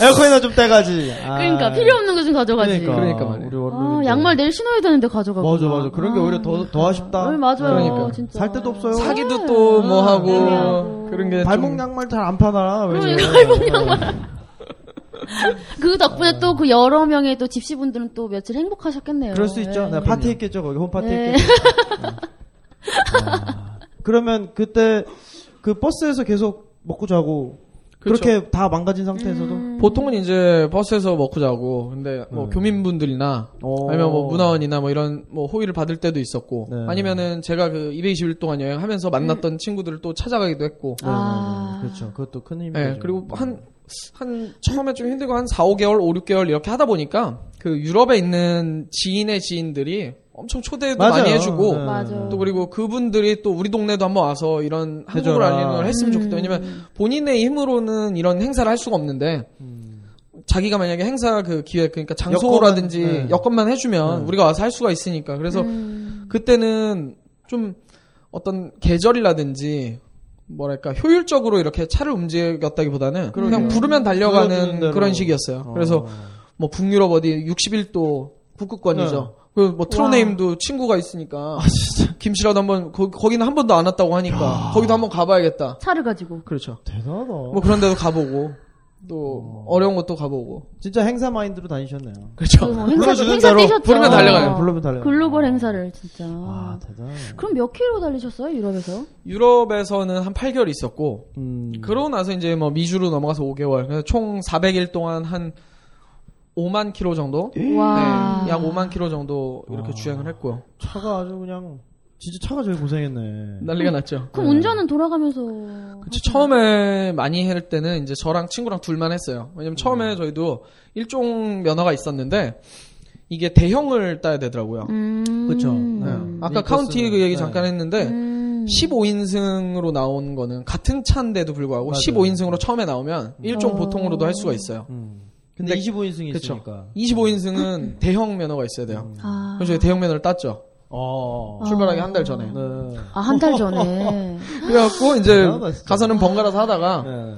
Speaker 6: 에어컨이나 좀 떼가지 아.
Speaker 7: 그러니까 필요 없는 거 좀 가져가지.
Speaker 6: 그러니까,
Speaker 9: 그러니까 말이에요.
Speaker 6: 우리 원룸이
Speaker 7: 아,
Speaker 6: 또-
Speaker 7: 양말 내일 신어야 되는데 가져가고.
Speaker 6: 맞아 맞아 그런 게 오히려 더, 더 아쉽다
Speaker 7: 네, 맞아요.
Speaker 9: 그러니까.
Speaker 7: 진짜.
Speaker 6: 살 데도 없어요
Speaker 9: 사기도 또 뭐 하고
Speaker 7: 아, 애매하고.
Speaker 9: 그런 게
Speaker 6: 발목
Speaker 9: 네, 좀-
Speaker 6: 양말 잘 안 파나 왜
Speaker 7: 그러니까
Speaker 6: 그래. 네.
Speaker 7: 발목 양말. 그 덕분에 또 그 여러 명의 또 집시분들은 또 며칠 행복하셨겠네요.
Speaker 6: 그럴 수 있죠.
Speaker 7: 예.
Speaker 6: 네, 파티 했겠죠. 거기 홈파티
Speaker 7: 네.
Speaker 6: 했겠죠. 아, 그러면 그때 그 버스에서 계속 먹고 자고 그렇
Speaker 9: 그렇죠.
Speaker 6: 게다 망가진 상태에서도
Speaker 7: 음,
Speaker 6: 네,
Speaker 9: 보통은 이제 버스에서 먹고 자고 근데 뭐
Speaker 6: 음.
Speaker 9: 교민분들이나
Speaker 7: 어.
Speaker 6: 오.
Speaker 9: 아니면 뭐 문화원이나 뭐 이런 뭐 호의를 받을 때도 있었고
Speaker 6: 네.
Speaker 9: 아니면은 제가 그 220일 동안 여행하면서 만났던 친구들을 또 찾아가기도 했고
Speaker 7: 아.
Speaker 6: 네. 그렇죠. 그것도 큰 힘이죠.
Speaker 9: 예, 그리고 한, 한, 처음에 좀 힘들고 한 4, 5개월, 5, 6개월 이렇게 하다 보니까 그 유럽에 있는 지인의 지인들이 엄청 초대도
Speaker 6: 맞아요.
Speaker 9: 많이 해주고
Speaker 6: 네.
Speaker 7: 맞아요.
Speaker 9: 또 그리고 그분들이 또 우리 동네도 한번 와서 이런 한국을
Speaker 6: 해줘라.
Speaker 9: 알리는 걸
Speaker 7: 음.
Speaker 9: 했으면 좋겠다. 왜냐면 본인의 힘으로는 이런 행사를 할 수가 없는데
Speaker 6: 음.
Speaker 9: 자기가 만약에 행사 그 기획 그러니까 장소라든지
Speaker 6: 여건만,
Speaker 9: 여건만,
Speaker 6: 네.
Speaker 9: 해주면
Speaker 6: 네.
Speaker 9: 우리가 와서 할 수가 있으니까 그래서
Speaker 7: 음.
Speaker 9: 그때는 좀 어떤 계절이라든지 뭐랄까 효율적으로 이렇게 차를 움직였다기보다는 그냥
Speaker 6: 불러주는
Speaker 9: 부르면 달려가는
Speaker 6: 대로.
Speaker 9: 그런 식이었어요. 그래서 뭐 북유럽 어디 61도 북극권이죠. 그 뭐 트로네임도 친구가 있으니까 김씨라도 한번 거, 거기는 한 번도 안 왔다고 하니까 거기도 한번 가봐야겠다.
Speaker 7: 차를 가지고.
Speaker 9: 그렇죠.
Speaker 6: 대단하다.
Speaker 9: 뭐 그런 데도 가보고 또 어려운 것도 가보고
Speaker 6: 진짜 행사 마인드로 다니셨네요.
Speaker 7: 그
Speaker 9: 그렇죠.
Speaker 7: 뭐 행사
Speaker 6: 불러주는
Speaker 7: 행사
Speaker 6: 대로
Speaker 7: 뛰셨죠.
Speaker 9: 부르면 달려가요.
Speaker 6: 아, 부르면 달려가요.
Speaker 7: 글로벌 행사를 진짜.
Speaker 6: 아, 네. 대단.
Speaker 7: 그럼 몇 킬로 달리셨어요 유럽에서?
Speaker 9: 유럽에서는 한 8개월 있었고
Speaker 6: 음.
Speaker 9: 그러고 나서 이제 뭐 미주로 넘어가서 5개월. 그래서 총 400일 동안 한 5만 킬로 정도?
Speaker 6: 예.
Speaker 7: 와.
Speaker 9: 네, 약 5만 킬로 정도 이렇게 주행을 했고요.
Speaker 6: 차가 아주 그냥 진짜 차가 제일 고생했네.
Speaker 9: 난리가 났죠.
Speaker 7: 그럼 운전은 돌아가면서.
Speaker 9: 그치, 처음에 많이 할 때는 이제 저랑 친구랑 둘만 했어요. 왜냐면 처음에 저희도 일종 면허가 있었는데 이게 대형을 따야 되더라고요.
Speaker 7: 음.
Speaker 6: 그렇죠.
Speaker 9: 네. 아까
Speaker 6: 이
Speaker 9: 카운티
Speaker 6: 버스는-
Speaker 9: 그 얘기
Speaker 6: 네.
Speaker 9: 잠깐 했는데
Speaker 7: 음.
Speaker 9: 15인승으로 나온 거는 같은 차인데도 불구하고
Speaker 6: 맞아요.
Speaker 9: 15인승으로 처음에 나오면 일종
Speaker 7: 어.
Speaker 9: 보통으로도 할 수가 있어요.
Speaker 6: 음. 근데,
Speaker 9: 근데-
Speaker 6: 25인승이
Speaker 9: 그쵸.
Speaker 6: 있으니까.
Speaker 9: 25인승은 대형 면허가 있어야
Speaker 6: 음.
Speaker 9: 돼요.
Speaker 7: 아.
Speaker 9: 그래서 저희 대형 면허를 땄죠.
Speaker 6: 어.
Speaker 9: 출발하기 한 달 전에.
Speaker 6: 네.
Speaker 7: 아, 한 달 전에.
Speaker 9: 그래갖고 이제
Speaker 6: 아, 대단하다, 진짜.
Speaker 9: 가서는 번갈아서 하다가
Speaker 6: 네.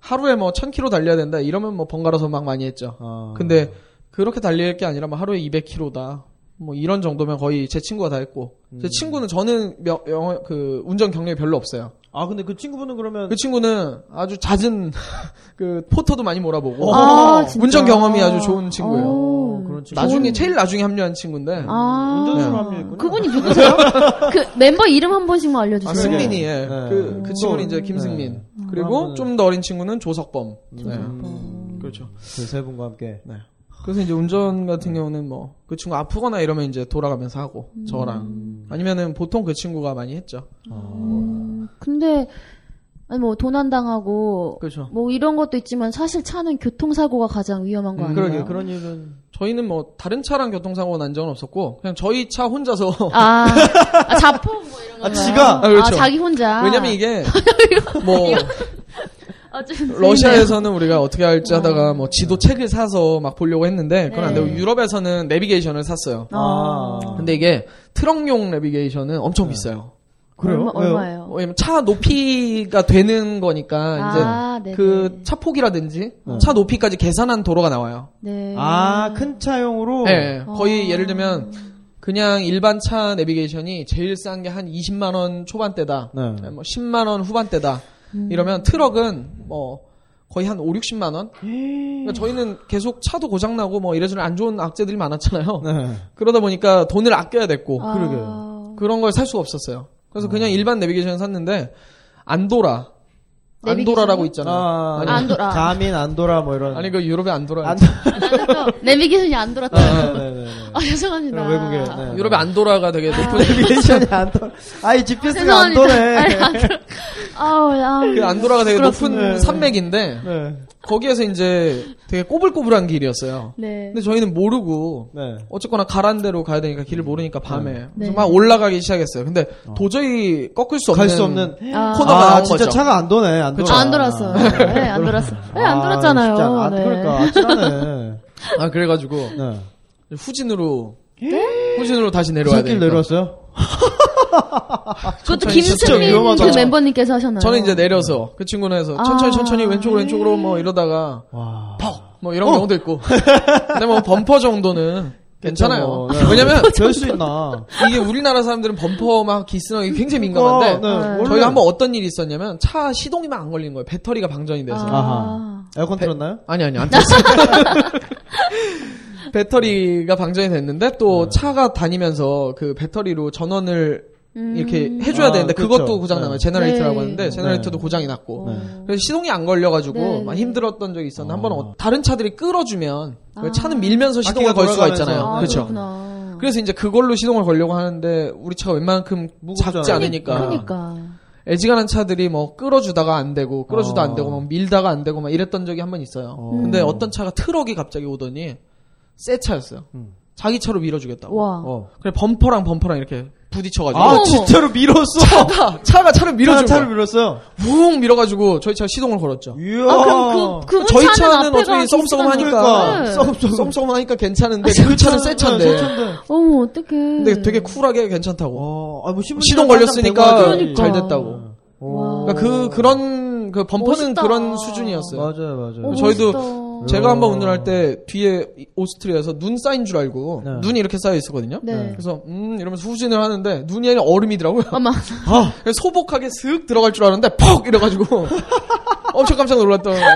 Speaker 9: 하루에 뭐 1000km 달려야 된다 이러면 뭐 번갈아서 막 많이 했죠.
Speaker 6: 아.
Speaker 9: 근데 그렇게 달릴 게 아니라 뭐 하루에 200km다.
Speaker 6: 음.
Speaker 9: 뭐 이런 정도면 거의 제 친구가 다 했고 제 친구는 저는 명- 영어 그 운전 경력이 별로 없어요.
Speaker 6: 아 근데 그 친구분은 그러면
Speaker 9: 그 친구는 아주 잦은 그 포터도 많이 몰아보고
Speaker 7: 아, 진짜?
Speaker 9: 운전 경험이 아주 좋은 친구예요.
Speaker 7: 오.
Speaker 6: 어, 그런 친구
Speaker 9: 나중에 제일 나중에 합류한 친구인데
Speaker 7: 아.
Speaker 6: 운전수로 합류했군요.
Speaker 7: 그분이 누구세요? 그 멤버 이름 한 번씩만
Speaker 9: 아,
Speaker 7: 알려주세요.
Speaker 9: 승민이 예.
Speaker 6: 네.
Speaker 9: 그, 그 친구는 이제 김승민 그리고
Speaker 6: 음.
Speaker 9: 좀 더 어린 친구는 조석범. 네. 그렇죠.
Speaker 6: 그세 분과 함께
Speaker 9: 네. 그래서 이제 운전 같은 경우는 뭐 그 친구 아프거나 이러면 이제 돌아가면서 하고 저랑 아니면은 보통 그 친구가 많이 했죠.
Speaker 7: 음. 근데 아니 뭐 도난 당하고
Speaker 9: 그렇죠.
Speaker 7: 뭐 이런 것도 있지만 사실 차는 교통사고가 가장 위험한 거
Speaker 9: 음,
Speaker 7: 아니에요?
Speaker 9: 그러게요.
Speaker 6: 그런 일은
Speaker 9: 저희는 뭐 다른 차랑 교통사고 난 적은 없었고 그냥 저희 차 혼자서
Speaker 7: 아, 아 자포 뭐 이런 거.
Speaker 6: 아 지가
Speaker 9: 아, 그렇죠.
Speaker 7: 자기 혼자.
Speaker 9: 왜냐면 이게 뭐
Speaker 7: 아, 좀 재밌네요.
Speaker 9: 러시아에서는 우리가 어떻게 할지 하다가 뭐 지도 책을 사서 막 보려고 했는데 그건 안 되고
Speaker 7: 네.
Speaker 9: 유럽에서는 내비게이션을 샀어요.
Speaker 6: 아
Speaker 9: 근데 이게 트럭용 내비게이션은 엄청 비싸요.
Speaker 6: 그래요?
Speaker 7: 얼마, 얼마예요?
Speaker 9: 왜냐면 차 높이가 되는 거니까 이제
Speaker 7: 아, 네네.
Speaker 9: 그 차 폭이라든지
Speaker 6: 어.
Speaker 9: 차 높이까지 계산한 도로가 나와요.
Speaker 7: 네.
Speaker 6: 아큰 차용으로
Speaker 9: 네, 거의
Speaker 7: 아.
Speaker 9: 예를 들면 그냥 일반 차 내비게이션이 제일 싼 게 한 20만 원 초반대다.
Speaker 6: 네.
Speaker 9: 뭐 10만 원 후반대다.
Speaker 7: 음.
Speaker 9: 이러면 트럭은 뭐 거의 한 5, 60만 원?
Speaker 6: 예.
Speaker 9: 그러니까 저희는 계속 차도 고장 나고 뭐 이래저래 안 좋은 악재들이 많았잖아요.
Speaker 6: 네.
Speaker 9: 그러다 보니까 돈을 아껴야 됐고
Speaker 7: 아,
Speaker 6: 그러게요.
Speaker 9: 그런 걸 살 수가 없었어요. 그래서
Speaker 6: 아.
Speaker 9: 그냥 일반 내비게이션 샀는데 안 돌아. 안
Speaker 7: 내비게이션이요?
Speaker 9: 돌아라고 있잖아요.
Speaker 6: 아,
Speaker 9: 아니,
Speaker 7: 안 돌아.
Speaker 6: 자민 안 돌아 뭐 이런
Speaker 9: 아니 그 유럽에 안 돌아요.
Speaker 6: 안 돌아
Speaker 7: 내비게이션이 안 돌았다.
Speaker 6: 네, 네, 네, 네.
Speaker 7: 아, 죄송합니다. 아,
Speaker 6: 그럼 외국에 네.
Speaker 9: 유럽에 안 돌아가 되게 높은
Speaker 6: 내비게이션이 안 돌아 아이 GPS가 안
Speaker 7: 죄송합니다. 아니,
Speaker 6: 도네
Speaker 7: 안 돌아. 아우, 아우.
Speaker 9: 그 안도라가 되게
Speaker 6: 부끄럽습니다.
Speaker 9: 높은 산맥인데
Speaker 6: 네.
Speaker 9: 거기에서 이제 되게 꼬불꼬불한 길이었어요.
Speaker 7: 네.
Speaker 9: 근데 저희는 모르고
Speaker 6: 네. 음.
Speaker 9: 어쨌거나 가란 대로 가야 되니까 길을 모르니까 밤에
Speaker 7: 네.
Speaker 9: 그래서 막 올라가기 시작했어요. 근데 도저히 꺾을 수 없는
Speaker 6: 갈 수 없는
Speaker 7: 아,
Speaker 9: 코너- 코너가
Speaker 6: 아
Speaker 9: 나온
Speaker 6: 진짜
Speaker 9: 거죠.
Speaker 6: 차가 안 도네 안
Speaker 7: 아,
Speaker 6: 돌아
Speaker 7: 안 돌았어요. 네, 안 돌았어. 네, 안
Speaker 6: 아,
Speaker 7: 돌았잖아요.
Speaker 6: 진짜 안
Speaker 7: 네.
Speaker 6: 그러니까 아찔하네
Speaker 9: 아 그래가지고
Speaker 6: 네.
Speaker 9: 후진으로
Speaker 7: 네.
Speaker 9: 후진으로 다시 내려와야
Speaker 6: 부산길
Speaker 9: 되니까
Speaker 6: 내려왔어요?
Speaker 7: 그것도
Speaker 9: 천천히 진짜
Speaker 7: 김승민 그
Speaker 9: 위험하잖아요.
Speaker 7: 멤버님께서 하셨나요?
Speaker 9: 저는 이제 내려서 그 친구는 해서 천천히
Speaker 7: 어. 아.
Speaker 9: 천천히 왼쪽으로 왼쪽으로 뭐 이러다가
Speaker 6: 와.
Speaker 9: 뭐 이런 경우도 있고 근데 뭐 범퍼 정도는 괜찮아요.
Speaker 6: 뭐, 네.
Speaker 9: 왜냐면
Speaker 6: 될수 있나
Speaker 9: 이게 우리나라 사람들은 범퍼 막 기스나기 굉장히 민감한데
Speaker 7: 네.
Speaker 9: 저희가 한번 어떤 일이 있었냐면 차 시동이 막 안 걸린 거예요. 배터리가 방전이 돼서.
Speaker 7: 아.
Speaker 6: 아하. 에어컨 틀었나요?
Speaker 9: 아니 아니 안 됐어요. 배터리가 방전이 됐는데 또
Speaker 6: 네.
Speaker 9: 차가 다니면서 그 배터리로 전원을
Speaker 7: 음.
Speaker 9: 이렇게 해줘야
Speaker 6: 아,
Speaker 9: 되는데 그
Speaker 6: 그렇죠.
Speaker 9: 것도 고장 나요.
Speaker 6: 네.
Speaker 9: 제너레이터라고
Speaker 7: 네. 어.
Speaker 9: 하는데 제너레이터도 고장이 났고
Speaker 6: 네.
Speaker 9: 그래서 시동이 안 걸려가지고
Speaker 7: 네.
Speaker 9: 막 힘들었던 적이
Speaker 6: 아.
Speaker 9: 있었는데 한번 은 다른 차들이 끌어주면 왜 차는 밀면서 시동을
Speaker 6: 바퀴가
Speaker 9: 걸 수가
Speaker 6: 돌아가면서.
Speaker 9: 있잖아요.
Speaker 7: 아,
Speaker 9: 그렇죠.
Speaker 7: 그렇구나.
Speaker 9: 그래서 이제 그걸로 시동을 걸려고 하는데 우리 차가 웬만큼
Speaker 6: 무겁잖아요.
Speaker 9: 작지 않으니까
Speaker 7: 그러니까.
Speaker 9: 애지간한 차들이 뭐 끌어주다가 안 되고 끌어주다 안 되고 막 밀다가 안 되고 막 이랬던 적이 한 번 있어요. 근데 어떤 차가 트럭이 갑자기 오더니 새 차였어요. 자기 차로 밀어주겠다고.
Speaker 7: 와.
Speaker 6: 어.
Speaker 9: 그래 범퍼랑 범퍼랑 이렇게 부딪혀가지고
Speaker 6: 아, 진짜로 밀었어!
Speaker 9: 차가 차가 차를 밀어준
Speaker 6: 차를
Speaker 9: 거야.
Speaker 6: 밀었어요?
Speaker 9: 우웅 밀어가지고 저희 차 시동을 걸었죠.
Speaker 6: 이야.
Speaker 7: 아,
Speaker 6: 어.
Speaker 7: 그럼 그, 그분
Speaker 9: 저희
Speaker 7: 차는,
Speaker 9: 차는
Speaker 7: 앞에가
Speaker 9: 어차피
Speaker 6: 그러니까.
Speaker 9: 썸썸하니까
Speaker 7: 네.
Speaker 9: 썸썸하니까 괜찮은데 그 차는 새
Speaker 6: 네,
Speaker 9: 차인데.
Speaker 6: 새 차인데.
Speaker 7: 어머, 어떡해.
Speaker 9: 근데 되게 쿨하게 괜찮다고.
Speaker 6: 어, 아, 뭐 신문
Speaker 9: 시동
Speaker 6: 기사 깜짝
Speaker 9: 걸렸으니까
Speaker 6: 대박이지.
Speaker 9: 잘
Speaker 7: 그러니까.
Speaker 9: 됐다고.
Speaker 7: 와.
Speaker 9: 그러니까 그 그런 그 범퍼는
Speaker 7: 어. 멋있다.
Speaker 9: 그런 수준이었어요.
Speaker 6: 맞아요, 맞아요.
Speaker 7: 어,
Speaker 9: 저희도
Speaker 7: 멋있다.
Speaker 9: 제가
Speaker 6: 어.
Speaker 9: 한번 운전할 때 뒤에 이- 오스트리아에서 눈 쌓인 줄 알고
Speaker 6: 네.
Speaker 9: 눈이 이렇게 쌓여 있었거든요.
Speaker 7: 네.
Speaker 9: 그래서 음 이러면서 후진을 하는데 눈이 아니라 얼음이더라고요.
Speaker 7: 어머.
Speaker 6: 아,
Speaker 9: 그래서 소복하게 슥 들어갈 줄 알았는데 퍽 이래가지고 엄청 깜짝 놀랐던 거예요.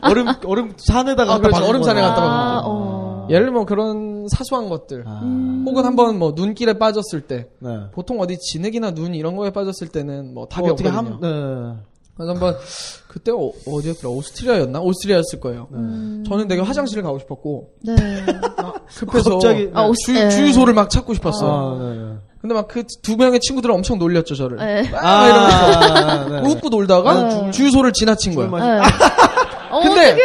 Speaker 6: 얼음, 얼음 산에다가
Speaker 9: 아, 그렇죠. 얼음 산에
Speaker 7: 아,
Speaker 9: 갔다 왔는데.
Speaker 7: 어.
Speaker 9: 예를 들면 그런 사소한 것들
Speaker 6: 아,
Speaker 9: 혹은 한번 뭐 눈길에 빠졌을 때
Speaker 6: 네.
Speaker 9: 보통 어디 진흙이나 눈 이런 거에 빠졌을 때는 뭐 답이
Speaker 6: 뭐
Speaker 9: 없거든요.
Speaker 6: 함- 네.
Speaker 9: 그래서 한번 그때 어, 디였더라 오스트리아였나? 오스트리아였을 거예요.
Speaker 6: 네.
Speaker 7: 음.
Speaker 9: 저는 되게 화장실을 가고 싶었고
Speaker 7: 네.
Speaker 9: 급해서
Speaker 6: 갑자기.
Speaker 7: 아, 오스- 네.
Speaker 9: 주, 유소를막 찾고 싶었어.
Speaker 6: 아, 네, 네.
Speaker 9: 근데 막 그 두 명의 친구들은 엄청 놀렸죠 저를.
Speaker 7: 네.
Speaker 9: 아, 이러면서
Speaker 6: 아, 네.
Speaker 9: 웃고 놀다가 주유소를 지나친 거야.
Speaker 6: 마시-
Speaker 7: 네. 어,
Speaker 9: 근데-
Speaker 7: 어떡해.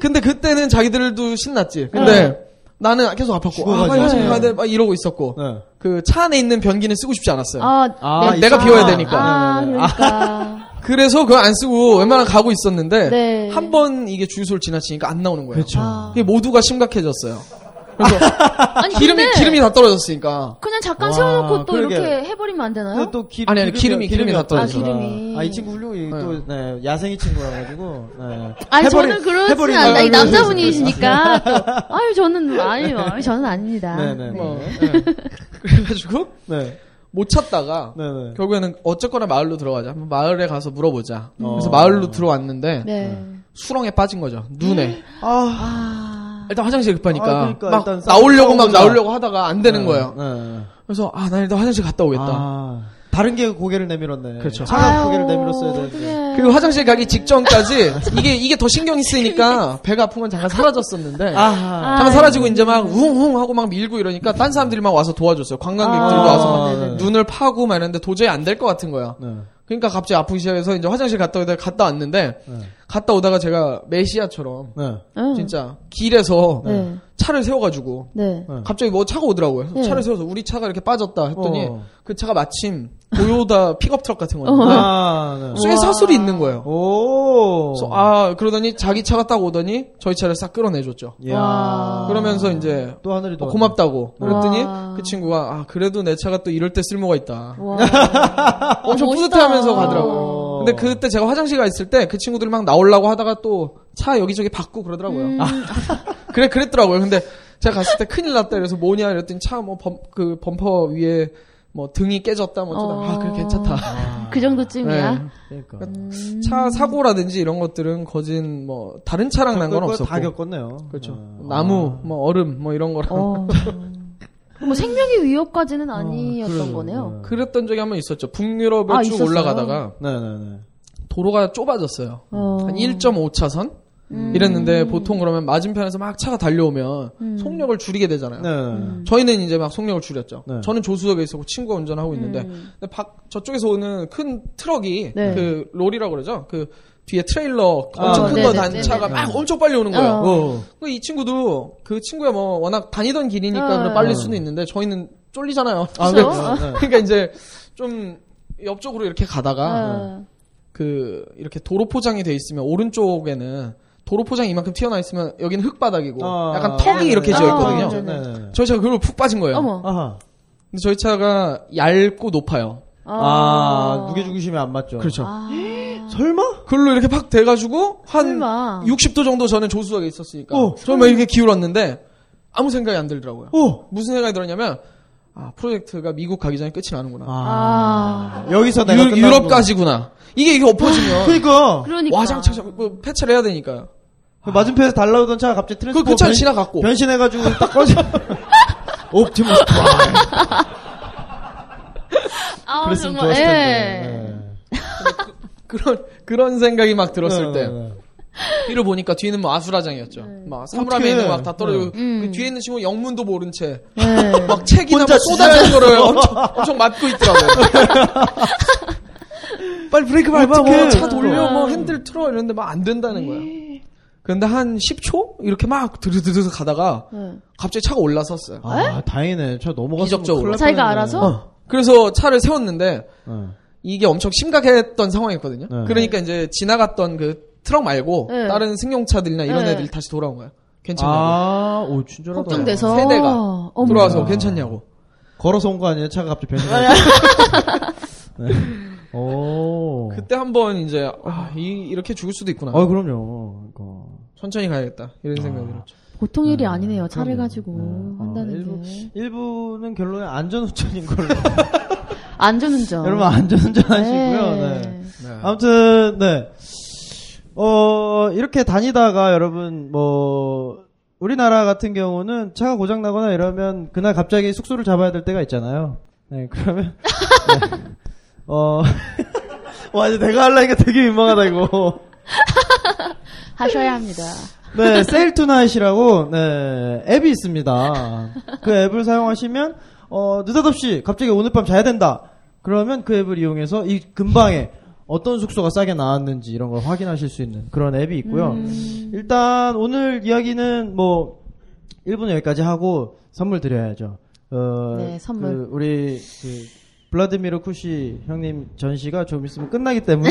Speaker 9: 근데 그때는 자기들도
Speaker 7: 네.
Speaker 9: 신났지. 근데 나는 계속 아팠고 아,
Speaker 6: 죽어가지고.
Speaker 9: 빨리 화장실 가야 돼. 막 이러고 있었고
Speaker 6: 네.
Speaker 9: 그 차 안에 있는 변기는 쓰고 싶지 않았어요.
Speaker 7: 아,
Speaker 6: 아, 네,
Speaker 7: 네.
Speaker 9: 내가
Speaker 7: 아,
Speaker 9: 비워야 되니까.
Speaker 7: 아, 그러니까.
Speaker 9: 그래서 그거 안 쓰고 웬만하면 가고 있었는데
Speaker 7: 네.
Speaker 9: 한 번 이게 주유소를 지나치니까 안 나오는 거예요.
Speaker 6: 그렇죠.
Speaker 7: 아.
Speaker 9: 이게 모두가 심각해졌어요. 그래서
Speaker 7: 아니,
Speaker 9: 기름이
Speaker 7: 근데
Speaker 9: 기름이 다 떨어졌으니까.
Speaker 7: 그냥 잠깐
Speaker 6: 와,
Speaker 7: 세워놓고 또
Speaker 6: 그러게.
Speaker 7: 이렇게 해버리면 안 되나요?
Speaker 6: 근데 또 기,
Speaker 9: 아니, 아니, 기름이- 기름이 다
Speaker 7: 아,
Speaker 9: 떨어져서.
Speaker 7: 기름이.
Speaker 6: 아, 이 친구 훌륭, 이 또, 네, 야생이 친구라 가지고, 네.
Speaker 7: 아니
Speaker 6: 해버린-
Speaker 7: 저는 그러진
Speaker 6: 해버린
Speaker 7: 않나 이
Speaker 6: 거예요.
Speaker 7: 남자분이시니까 또, 아유 저는 아니요 저는 아닙니다.
Speaker 6: 네, 네.
Speaker 9: 뭐. 예. 그래가지고
Speaker 6: 네.
Speaker 9: 못 찾다가
Speaker 6: 네네.
Speaker 9: 결국에는 어쨌거나 마을로 들어가자. 한번 마을에 가서 물어보자. 그래서 마을로 들어왔는데
Speaker 7: 네.
Speaker 9: 수렁에 빠진 거죠. 눈에.
Speaker 6: 아,
Speaker 9: 일단 화장실 급하니까
Speaker 6: 아, 그러니까
Speaker 9: 막
Speaker 6: 일단
Speaker 9: 나오려고 막
Speaker 6: 싸워보자.
Speaker 9: 나오려고 하다가 안 되는 거예요.
Speaker 6: 네.
Speaker 9: 그래서 아, 난 일단 화장실 갔다 오겠다.
Speaker 6: 아, 다른 게 고개를 내밀었네.
Speaker 9: 그렇죠.
Speaker 6: 차가 고개를 내밀었어야 되는데.
Speaker 9: 그리고 화장실 가기 직전까지 이게 이게 더 신경이 쓰이니까 배가 아픈 건 잠깐 사라졌었는데
Speaker 6: 아하.
Speaker 7: 예.
Speaker 9: 잠깐 사라지고 이제 막 웅웅 하고 막 밀고 이러니까 딴 사람들이 막 와서 도와줬어요. 관광객들도 와서 막
Speaker 6: 네네네.
Speaker 9: 눈을 파고 막 이랬는데 도저히 안 될 것 같은 거야.
Speaker 6: 네.
Speaker 9: 그러니까 갑자기 아프기 시작해서 이제 화장실 갔다 오다가 갔다 왔는데
Speaker 7: 네.
Speaker 9: 갔다 오다가 제가 메시아처럼
Speaker 6: 네.
Speaker 7: 응.
Speaker 9: 진짜 길에서
Speaker 7: 네.
Speaker 9: 차를 세워가지고
Speaker 7: 네.
Speaker 9: 갑자기 뭐 차가 오더라고요.
Speaker 7: 네.
Speaker 9: 차를 세워서 우리 차가 이렇게 빠졌다 했더니
Speaker 6: 어.
Speaker 9: 그 차가 마침 고요다 픽업 트럭 같은
Speaker 7: 어.
Speaker 9: 거였는데
Speaker 6: 아, 네.
Speaker 9: 쇠 사슬이 있는 거예요.
Speaker 6: 오.
Speaker 7: 어.
Speaker 9: 그래서 아 그러더니 자기 차가 딱 오더니 저희 차를 싹 끌어내줬죠.
Speaker 7: 아.
Speaker 6: 야.
Speaker 9: 그러면서 이제
Speaker 6: 또 하늘이 더
Speaker 9: 어, 고맙다고 그랬더니
Speaker 7: 와.
Speaker 9: 그 친구가 아 그래도 내 차가 또 이럴 때 쓸모가 있다.
Speaker 7: 와.
Speaker 9: 엄청
Speaker 7: 어, 멋있다. 어.
Speaker 9: 뿌듯해하면서 가더라고요. 근데 그때 제가 화장실 가 있을 때 그 친구들이 막 나오려고 하다가 또 차 여기저기 받고 그러더라고요.
Speaker 7: 음.
Speaker 9: 아, 그래 그랬더라고요. 근데 제가 갔을 때 큰일 났다 그래서 뭐냐 이랬더니 차 뭐 범 그 범퍼 위에 뭐 등이 깨졌다 뭐 어쩌다 아 그래 괜찮다.
Speaker 7: 그 정도쯤이야.
Speaker 9: 네.
Speaker 7: 어.
Speaker 6: 그러니까.
Speaker 7: 음.
Speaker 9: 차 사고라든지 이런 것들은 거진 뭐 다른 차랑 난 건
Speaker 6: 겪을 거
Speaker 9: 없었고
Speaker 6: 다 겪었네요.
Speaker 9: 그렇죠.
Speaker 6: 어.
Speaker 7: 아.
Speaker 9: 나무, 뭐 얼음, 뭐 이런 거랑
Speaker 7: 어. 뭐 생명의 위협까지는 아니었던
Speaker 6: 어,
Speaker 7: 거네요.
Speaker 9: 그랬던 적이 한 번 있었죠. 북유럽을
Speaker 7: 아,
Speaker 9: 쭉
Speaker 7: 있었어요?
Speaker 9: 올라가다가
Speaker 6: 네네네. 도로가
Speaker 9: 도로가 좁아졌어요.
Speaker 7: 어. 음.
Speaker 9: 한 1.5차선 이랬는데 보통 그러면 맞은편에서 막 차가 달려오면
Speaker 7: 음.
Speaker 9: 속력을 줄이게 되잖아요.
Speaker 6: 네네네.
Speaker 9: 저희는 이제 막 속력을 줄였죠.
Speaker 6: 네.
Speaker 9: 저는 조수석에 있었고 친구가 운전하고 있는데 근데 밖 저쪽에서 오는 큰 트럭이
Speaker 7: 음. 네.
Speaker 9: 그 롤이라고 그러죠. 그 뒤에 트레일러 엄청
Speaker 6: 아,
Speaker 9: 큰 거
Speaker 7: 네네네네.
Speaker 9: 단차가 막 엄청 빨리 오는 거예요.
Speaker 7: 어.
Speaker 6: 어.
Speaker 9: 그 이 친구도 그 친구야 뭐 워낙 다니던 길이니까
Speaker 7: 어.
Speaker 9: 그래 빨릴 수는 있는데 저희는 쫄리잖아요.
Speaker 7: 그죠?
Speaker 9: 네. 그러니까 이제 좀 옆쪽으로 이렇게 가다가
Speaker 7: 아.
Speaker 9: 그 이렇게 도로 포장이 돼 있으면 오른쪽에는 도로 포장이 이만큼 튀어나 있으면 여기는 흙바닥이고
Speaker 6: 아.
Speaker 9: 약간 턱이 이렇게 지어 있거든요.
Speaker 7: 아, 네네.
Speaker 6: 네네네.
Speaker 9: 저희 차가 그걸로 푹 빠진 거예요.
Speaker 7: 어머.
Speaker 6: 아하.
Speaker 9: 근데 저희 차가 얇고 높아요.
Speaker 6: 아, 무게 중심이 안 맞죠. 그렇죠.
Speaker 7: 아.
Speaker 6: 설마?
Speaker 9: 그걸로 이렇게 팍 돼가지고 한
Speaker 7: 설마.
Speaker 9: 60도 정도 저는 조수석에 있었으니까
Speaker 6: 어.
Speaker 9: 저는 막 이렇게 기울었는데 아무 생각이 안 들더라고요.
Speaker 6: 오.
Speaker 9: 무슨 생각이 들었냐면 아 프로젝트가 미국 가기 전에 끝이 나는구나.
Speaker 7: 아.
Speaker 6: 여기서 아, 내가
Speaker 9: 유,
Speaker 6: 끝나는
Speaker 9: 유럽까지구나. 이게 이게 엎어지면
Speaker 6: 그러니까
Speaker 7: 그러니까.
Speaker 9: 와장창 뭐 폐차를 해야 되니까요.
Speaker 6: 그 맞은편에서 달라오던 차가 갑자기 트랜스포
Speaker 9: 그 차는 지나갔고.
Speaker 6: 변신해가지고 딱 꺼져 옵티머스 프라임
Speaker 7: 아,
Speaker 6: 그랬으면
Speaker 7: 정말.
Speaker 6: 좋았을
Speaker 7: 예.
Speaker 6: 텐데 네.
Speaker 9: 그런 그런 생각이 막
Speaker 6: 네,
Speaker 9: 들었을 때
Speaker 6: 네, 네.
Speaker 9: 뒤를 보니까 뒤는 뭐 아수라장이었죠. 막 사물함에
Speaker 6: 어떡해.
Speaker 9: 있는 막 다 떨어지고
Speaker 6: 네.
Speaker 7: 음.
Speaker 9: 그 뒤에 있는 친구 영문도 모른 채 막
Speaker 7: 예.
Speaker 9: 책이나
Speaker 6: 혼자
Speaker 9: 막 쏟아져
Speaker 6: 진짜.
Speaker 9: 들어요. 엄청, 엄청 맞고 있더라고요.
Speaker 6: 빨리 브레이크 밟아 네.
Speaker 9: 뭐 차 돌려 뭐 핸들 틀어 이러는데 막 안 된다는 거예요. 그런데 한 10초 이렇게 막 드르드르 가다가
Speaker 7: 네.
Speaker 9: 갑자기 차가 올라섰어요.
Speaker 6: 아 다행이네 차 넘어갔으면
Speaker 9: 기적적으로.
Speaker 6: 큰일 날
Speaker 7: 자기가
Speaker 6: 뻔했네.
Speaker 7: 알아서?
Speaker 6: 어.
Speaker 9: 그래서 차를 세웠는데
Speaker 6: 어.
Speaker 9: 이게 엄청 심각했던 상황이었거든요.
Speaker 6: 네.
Speaker 9: 그러니까 이제 지나갔던 그 트럭 말고
Speaker 7: 네.
Speaker 9: 다른 승용차들이나 이런
Speaker 7: 네.
Speaker 9: 애들이 다시 돌아온 거야. 괜찮냐고.
Speaker 6: 아, 오, 친절하다.
Speaker 7: 걱정돼서.
Speaker 9: 세 대가
Speaker 7: 어머.
Speaker 9: 돌아와서 괜찮냐고.
Speaker 6: 걸어서 온 거 아니에요? 차가 갑자기 변신. 네. 오.
Speaker 9: 그때 한번 이제 아, 이, 이렇게 죽을 수도 있구나.
Speaker 6: 어, 그럼요. 그러니까.
Speaker 9: 천천히 가야겠다. 이런 생각이
Speaker 6: 아.
Speaker 9: 들었죠.
Speaker 7: 보통 일이 아니네요. 차를 가지고 아, 한다는
Speaker 6: 일부,
Speaker 7: 게.
Speaker 6: 일부는 결론에 안전운전인 걸로.
Speaker 7: 안전운전.
Speaker 6: 여러분, 아, 안전운전 하시고요.
Speaker 7: 네.
Speaker 6: 네. 아무튼 네. 어 이렇게 다니다가 여러분 뭐 우리나라 같은 경우는 차가 고장 나거나 이러면 그날 갑자기 숙소를 잡아야 될 때가 있잖아요. 네 그러면 네. 어. 와, 이제 내가 하려니까 되게 민망하다, 이거.
Speaker 7: 하셔야 합니다.
Speaker 6: 네, 셀투나잇이라고, 네, 앱이 있습니다. 그 앱을 사용하시면, 어, 느닷없이 갑자기 오늘 밤 자야 된다. 그러면 그 앱을 이용해서 이 근방에 어떤 숙소가 싸게 나왔는지 이런 걸 확인하실 수 있는 그런 앱이 있고요.
Speaker 7: 음.
Speaker 6: 일단 오늘 이야기는 뭐, 1분 여기까지 하고 선물 드려야죠. 어,
Speaker 7: 네, 선물.
Speaker 6: 그 우리, 그, 블라디미르 쿠시 형님 전시가 좀 있으면 끝나기 때문에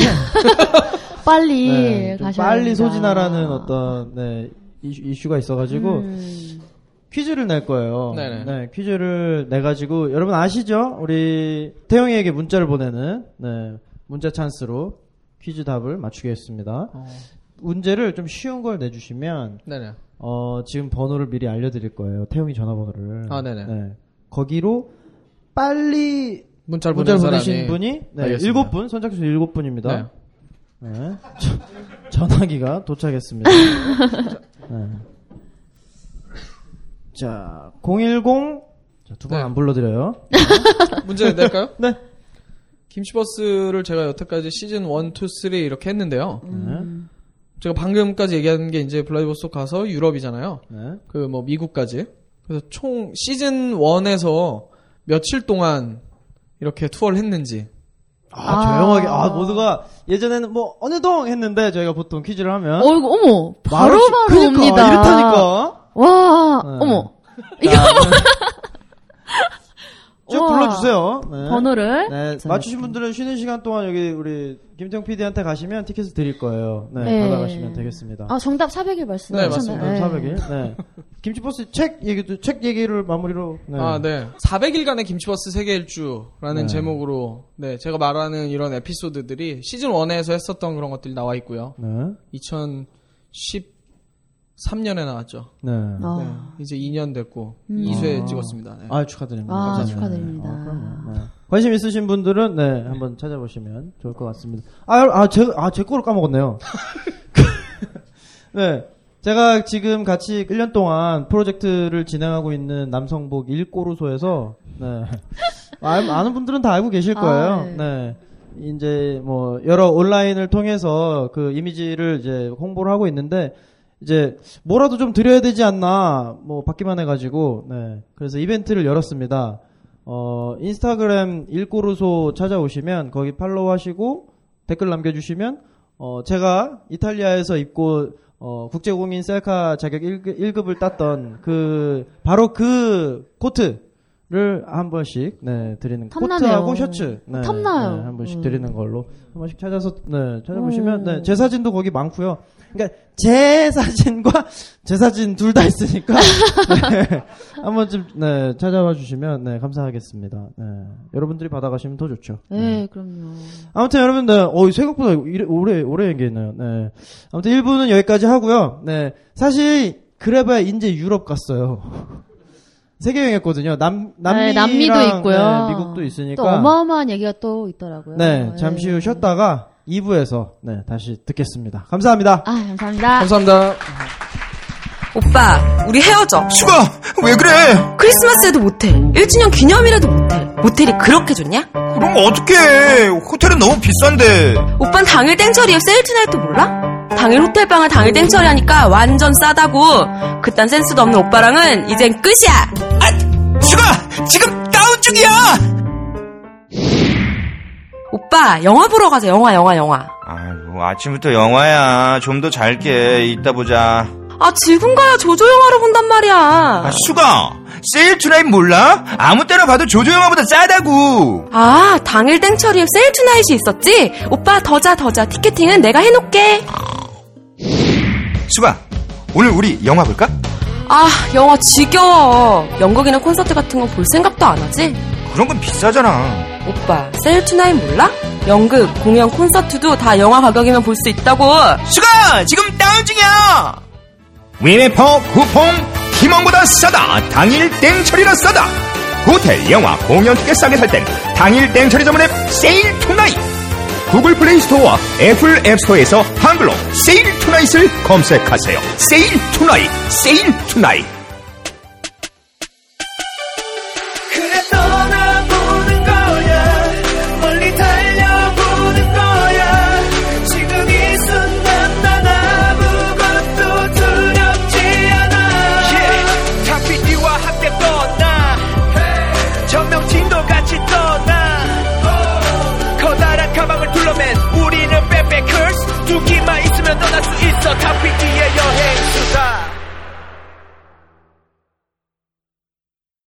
Speaker 7: 빨리
Speaker 6: 네, 좀
Speaker 7: 예, 가셔야
Speaker 6: 빨리
Speaker 7: 합니다.
Speaker 6: 소진하라는 어떤 네, 이슈, 가 있어가지고
Speaker 7: 음.
Speaker 6: 퀴즈를 낼 거예요.
Speaker 9: 네네.
Speaker 6: 네, 퀴즈를 내가지고 여러분 아시죠? 우리 태영이에게 문자를 보내는 네, 문자 찬스로 퀴즈 답을 맞추겠습니다.
Speaker 9: 어.
Speaker 6: 문제를 좀 쉬운 걸 내주시면
Speaker 9: 네네.
Speaker 6: 어, 지금 번호를 미리 알려드릴 네. 거예요. 태용이 전화번호를.
Speaker 9: 아, 네네.
Speaker 6: 거기로 빨리
Speaker 9: 문자를 보낸
Speaker 6: 문자를 보내신
Speaker 9: 사람이
Speaker 6: 분이 네,
Speaker 9: 알겠습니다.
Speaker 6: 일곱 분 선착순 일곱
Speaker 9: 네.
Speaker 6: 분입니다. 네. 저- 전화기가 도착했습니다. 네. 자, 010 두 번
Speaker 9: 네.
Speaker 6: 안 불러드려요.
Speaker 9: 문제 낼까요?
Speaker 6: 네.
Speaker 9: 김치버스를 제가 여태까지 시즌 1, 2, 3 이렇게 했는데요.
Speaker 7: 음.
Speaker 6: 네.
Speaker 9: 제가 방금까지 얘기한 게 이제 블라디보스토크 가서 유럽이잖아요.
Speaker 6: 네.
Speaker 9: 그 뭐 미국까지. 그래서 총 시즌 1에서 며칠 동안 이렇게 투어를 했는지.
Speaker 6: 아,
Speaker 7: 아.
Speaker 6: 조용하게. 아, 모두가 예전에는 뭐 어느 동 했는데 저희가 보통 퀴즈를 하면
Speaker 7: 어이구, 어머. 바로바로
Speaker 6: 말없이- 그러니까,
Speaker 7: 옵니다.
Speaker 6: 이렇다니까.
Speaker 7: 와,
Speaker 6: 네.
Speaker 7: 어머.
Speaker 6: 쭉
Speaker 7: 우와.
Speaker 6: 불러주세요. 네.
Speaker 7: 번호를.
Speaker 6: 네, 맞추신 분들은 쉬는 시간 동안 여기 우리 김태형 PD한테 가시면 티켓을 드릴 거예요. 네,
Speaker 7: 네.
Speaker 6: 받아가시면 되겠습니다.
Speaker 7: 아, 정답 400일
Speaker 9: 네,
Speaker 7: 말씀하셨나요?
Speaker 9: 맞습니다.
Speaker 6: 400일. 네. 김치버스 책 얘기도 책 얘기를 마무리로. 네.
Speaker 9: 아, 네. 400일간의 김치버스 세계 일주라는
Speaker 6: 네.
Speaker 9: 제목으로 네, 제가 말하는 이런 에피소드들이 시즌 1에서 했었던 그런 것들이 나와 있고요.
Speaker 6: 네.
Speaker 9: 2013년에 나왔죠.
Speaker 6: 네. 아,
Speaker 9: 네.
Speaker 7: 아,
Speaker 9: 이제 2년 됐고
Speaker 7: 음.
Speaker 9: 2회
Speaker 6: 아.
Speaker 9: 찍었습니다. 네.
Speaker 6: 축하드립니다.
Speaker 7: 아,
Speaker 6: 감사합니다.
Speaker 7: 축하드립니다.
Speaker 6: 아, 그럼요. 네. 관심 있으신 분들은 네 한번 찾아보시면 좋을 것 같습니다. 아아제아제 거를 까먹었네요. 네. 제가 지금 같이 1년 동안 프로젝트를 진행하고 있는 남성복 일꼬루소에서 네. 아- 아는 분들은 다 알고 계실 거예요.
Speaker 7: 아, 네.
Speaker 6: 네. 이제 뭐 여러 온라인을 통해서 그 이미지를 이제 홍보를 하고 있는데 이제 뭐라도 좀 드려야 되지 않나 뭐 받기만 해가지고 네. 그래서 이벤트를 열었습니다. 어, 인스타그램 일꼬루소 찾아오시면 거기 팔로우하시고 댓글 남겨주시면 어, 제가 이탈리아에서 입고 어, 국제공인 셀카 자격 1급, 을 땄던 그 바로 그 코트를 한 번씩 네, 드리는
Speaker 7: 탐나네요. 어,
Speaker 6: 코트하고 셔츠 네,
Speaker 7: 탐나요.
Speaker 6: 네, 한 번씩
Speaker 7: 음.
Speaker 6: 드리는 걸로 한 번씩 찾아서 네, 찾아보시면
Speaker 7: 음.
Speaker 6: 네, 제 사진도 거기 많고요. 그러니까 제 사진과 제 사진 둘 다 있으니까 네, 한번 좀 네, 찾아와 주시면 네, 감사하겠습니다. 네, 여러분들이 받아가시면 더 좋죠.
Speaker 7: 네, 그럼요.
Speaker 6: 아무튼 여러분들, 어, 생각보다 이래- 오래, 오래 얘기했네요. 네. 아무튼 1부는 여기까지 하고요. 네. 사실, 그래봐야 이제 유럽 갔어요. 세계여행했거든요. 남, 남미.
Speaker 7: 네, 남미도 있고요.
Speaker 6: 미국도 있으니까.
Speaker 7: 또 어마어마한 얘기가 또 있더라고요.
Speaker 6: 네. 잠시 후 쉬었다가 2부에서 네, 다시 듣겠습니다. 감사합니다.
Speaker 7: 아, 감사합니다.
Speaker 9: 감사합니다.
Speaker 2: 오빠, 우리 헤어져.
Speaker 3: 수가 아, 왜 그래?
Speaker 2: 크리스마스에도 모텔, 1주년 기념이라도 모텔. 모텔이 그렇게 좋냐?
Speaker 3: 그럼 어떡해? 호텔은 너무 비싼데.
Speaker 2: 오빤 당일 땡처리에 세일트나이트 몰라? 당일 호텔방을 당일 땡처리 하니까 완전 싸다고. 그딴 센스도 없는 오빠랑은 이젠 끝이야!
Speaker 3: 아, 수가 지금 다운 중이야.
Speaker 2: 오빠, 영화 보러 가자, 영화, 영화, 영화.
Speaker 3: 아이고 아침부터 영화야. 좀 더 잘게. 이따 보자.
Speaker 2: 아, 지금 가야 조조 영화를 본단 말이야.
Speaker 3: 아, 수가 세일 투나잇 몰라? 아무 때나 봐도 조조 영화보다 싸다고.
Speaker 2: 아, 당일 땡처리에 세일트나이트 있었지? 오빠, 더 자, 더 자. 티켓팅은 내가 해놓게.
Speaker 3: 수가 오늘 우리 영화 볼까?
Speaker 2: 아, 영화 지겨워. 연극이나 콘서트 같은 거 볼 생각도 안 하지?
Speaker 3: 그런 건 비싸잖아.
Speaker 2: 오빠, 세일투나인 몰라? 연극, 공연, 콘서트도 다 영화 가격이면 볼 수 있다고.
Speaker 3: 수가 지금 다운 중이야. 위메퍼 쿠폰 팀원보다 싸다. 당일 땡처리라 싸다. 호텔, 영화, 공연 티켓 싸게 살 땐 당일 땡처리 전문 앱 세일 투나잇. 구글 플레이 스토어와 애플 앱 스토어에서 한글로 세일 투나잇을 검색하세요. 세일 투나잇, 세일 투나잇.
Speaker 10: 그래 떠나보는 거야 멀리 달려보는 거야 지금 이 순간 난 아무것도 두렵지 않아 탁피디와 함께 떠나 전명진도 같이 떠나 Oh. 커다란 가방을 둘러맨 우리는 백패커스 두기만 있으면 떠날 수 있어 탁피디의 여행수다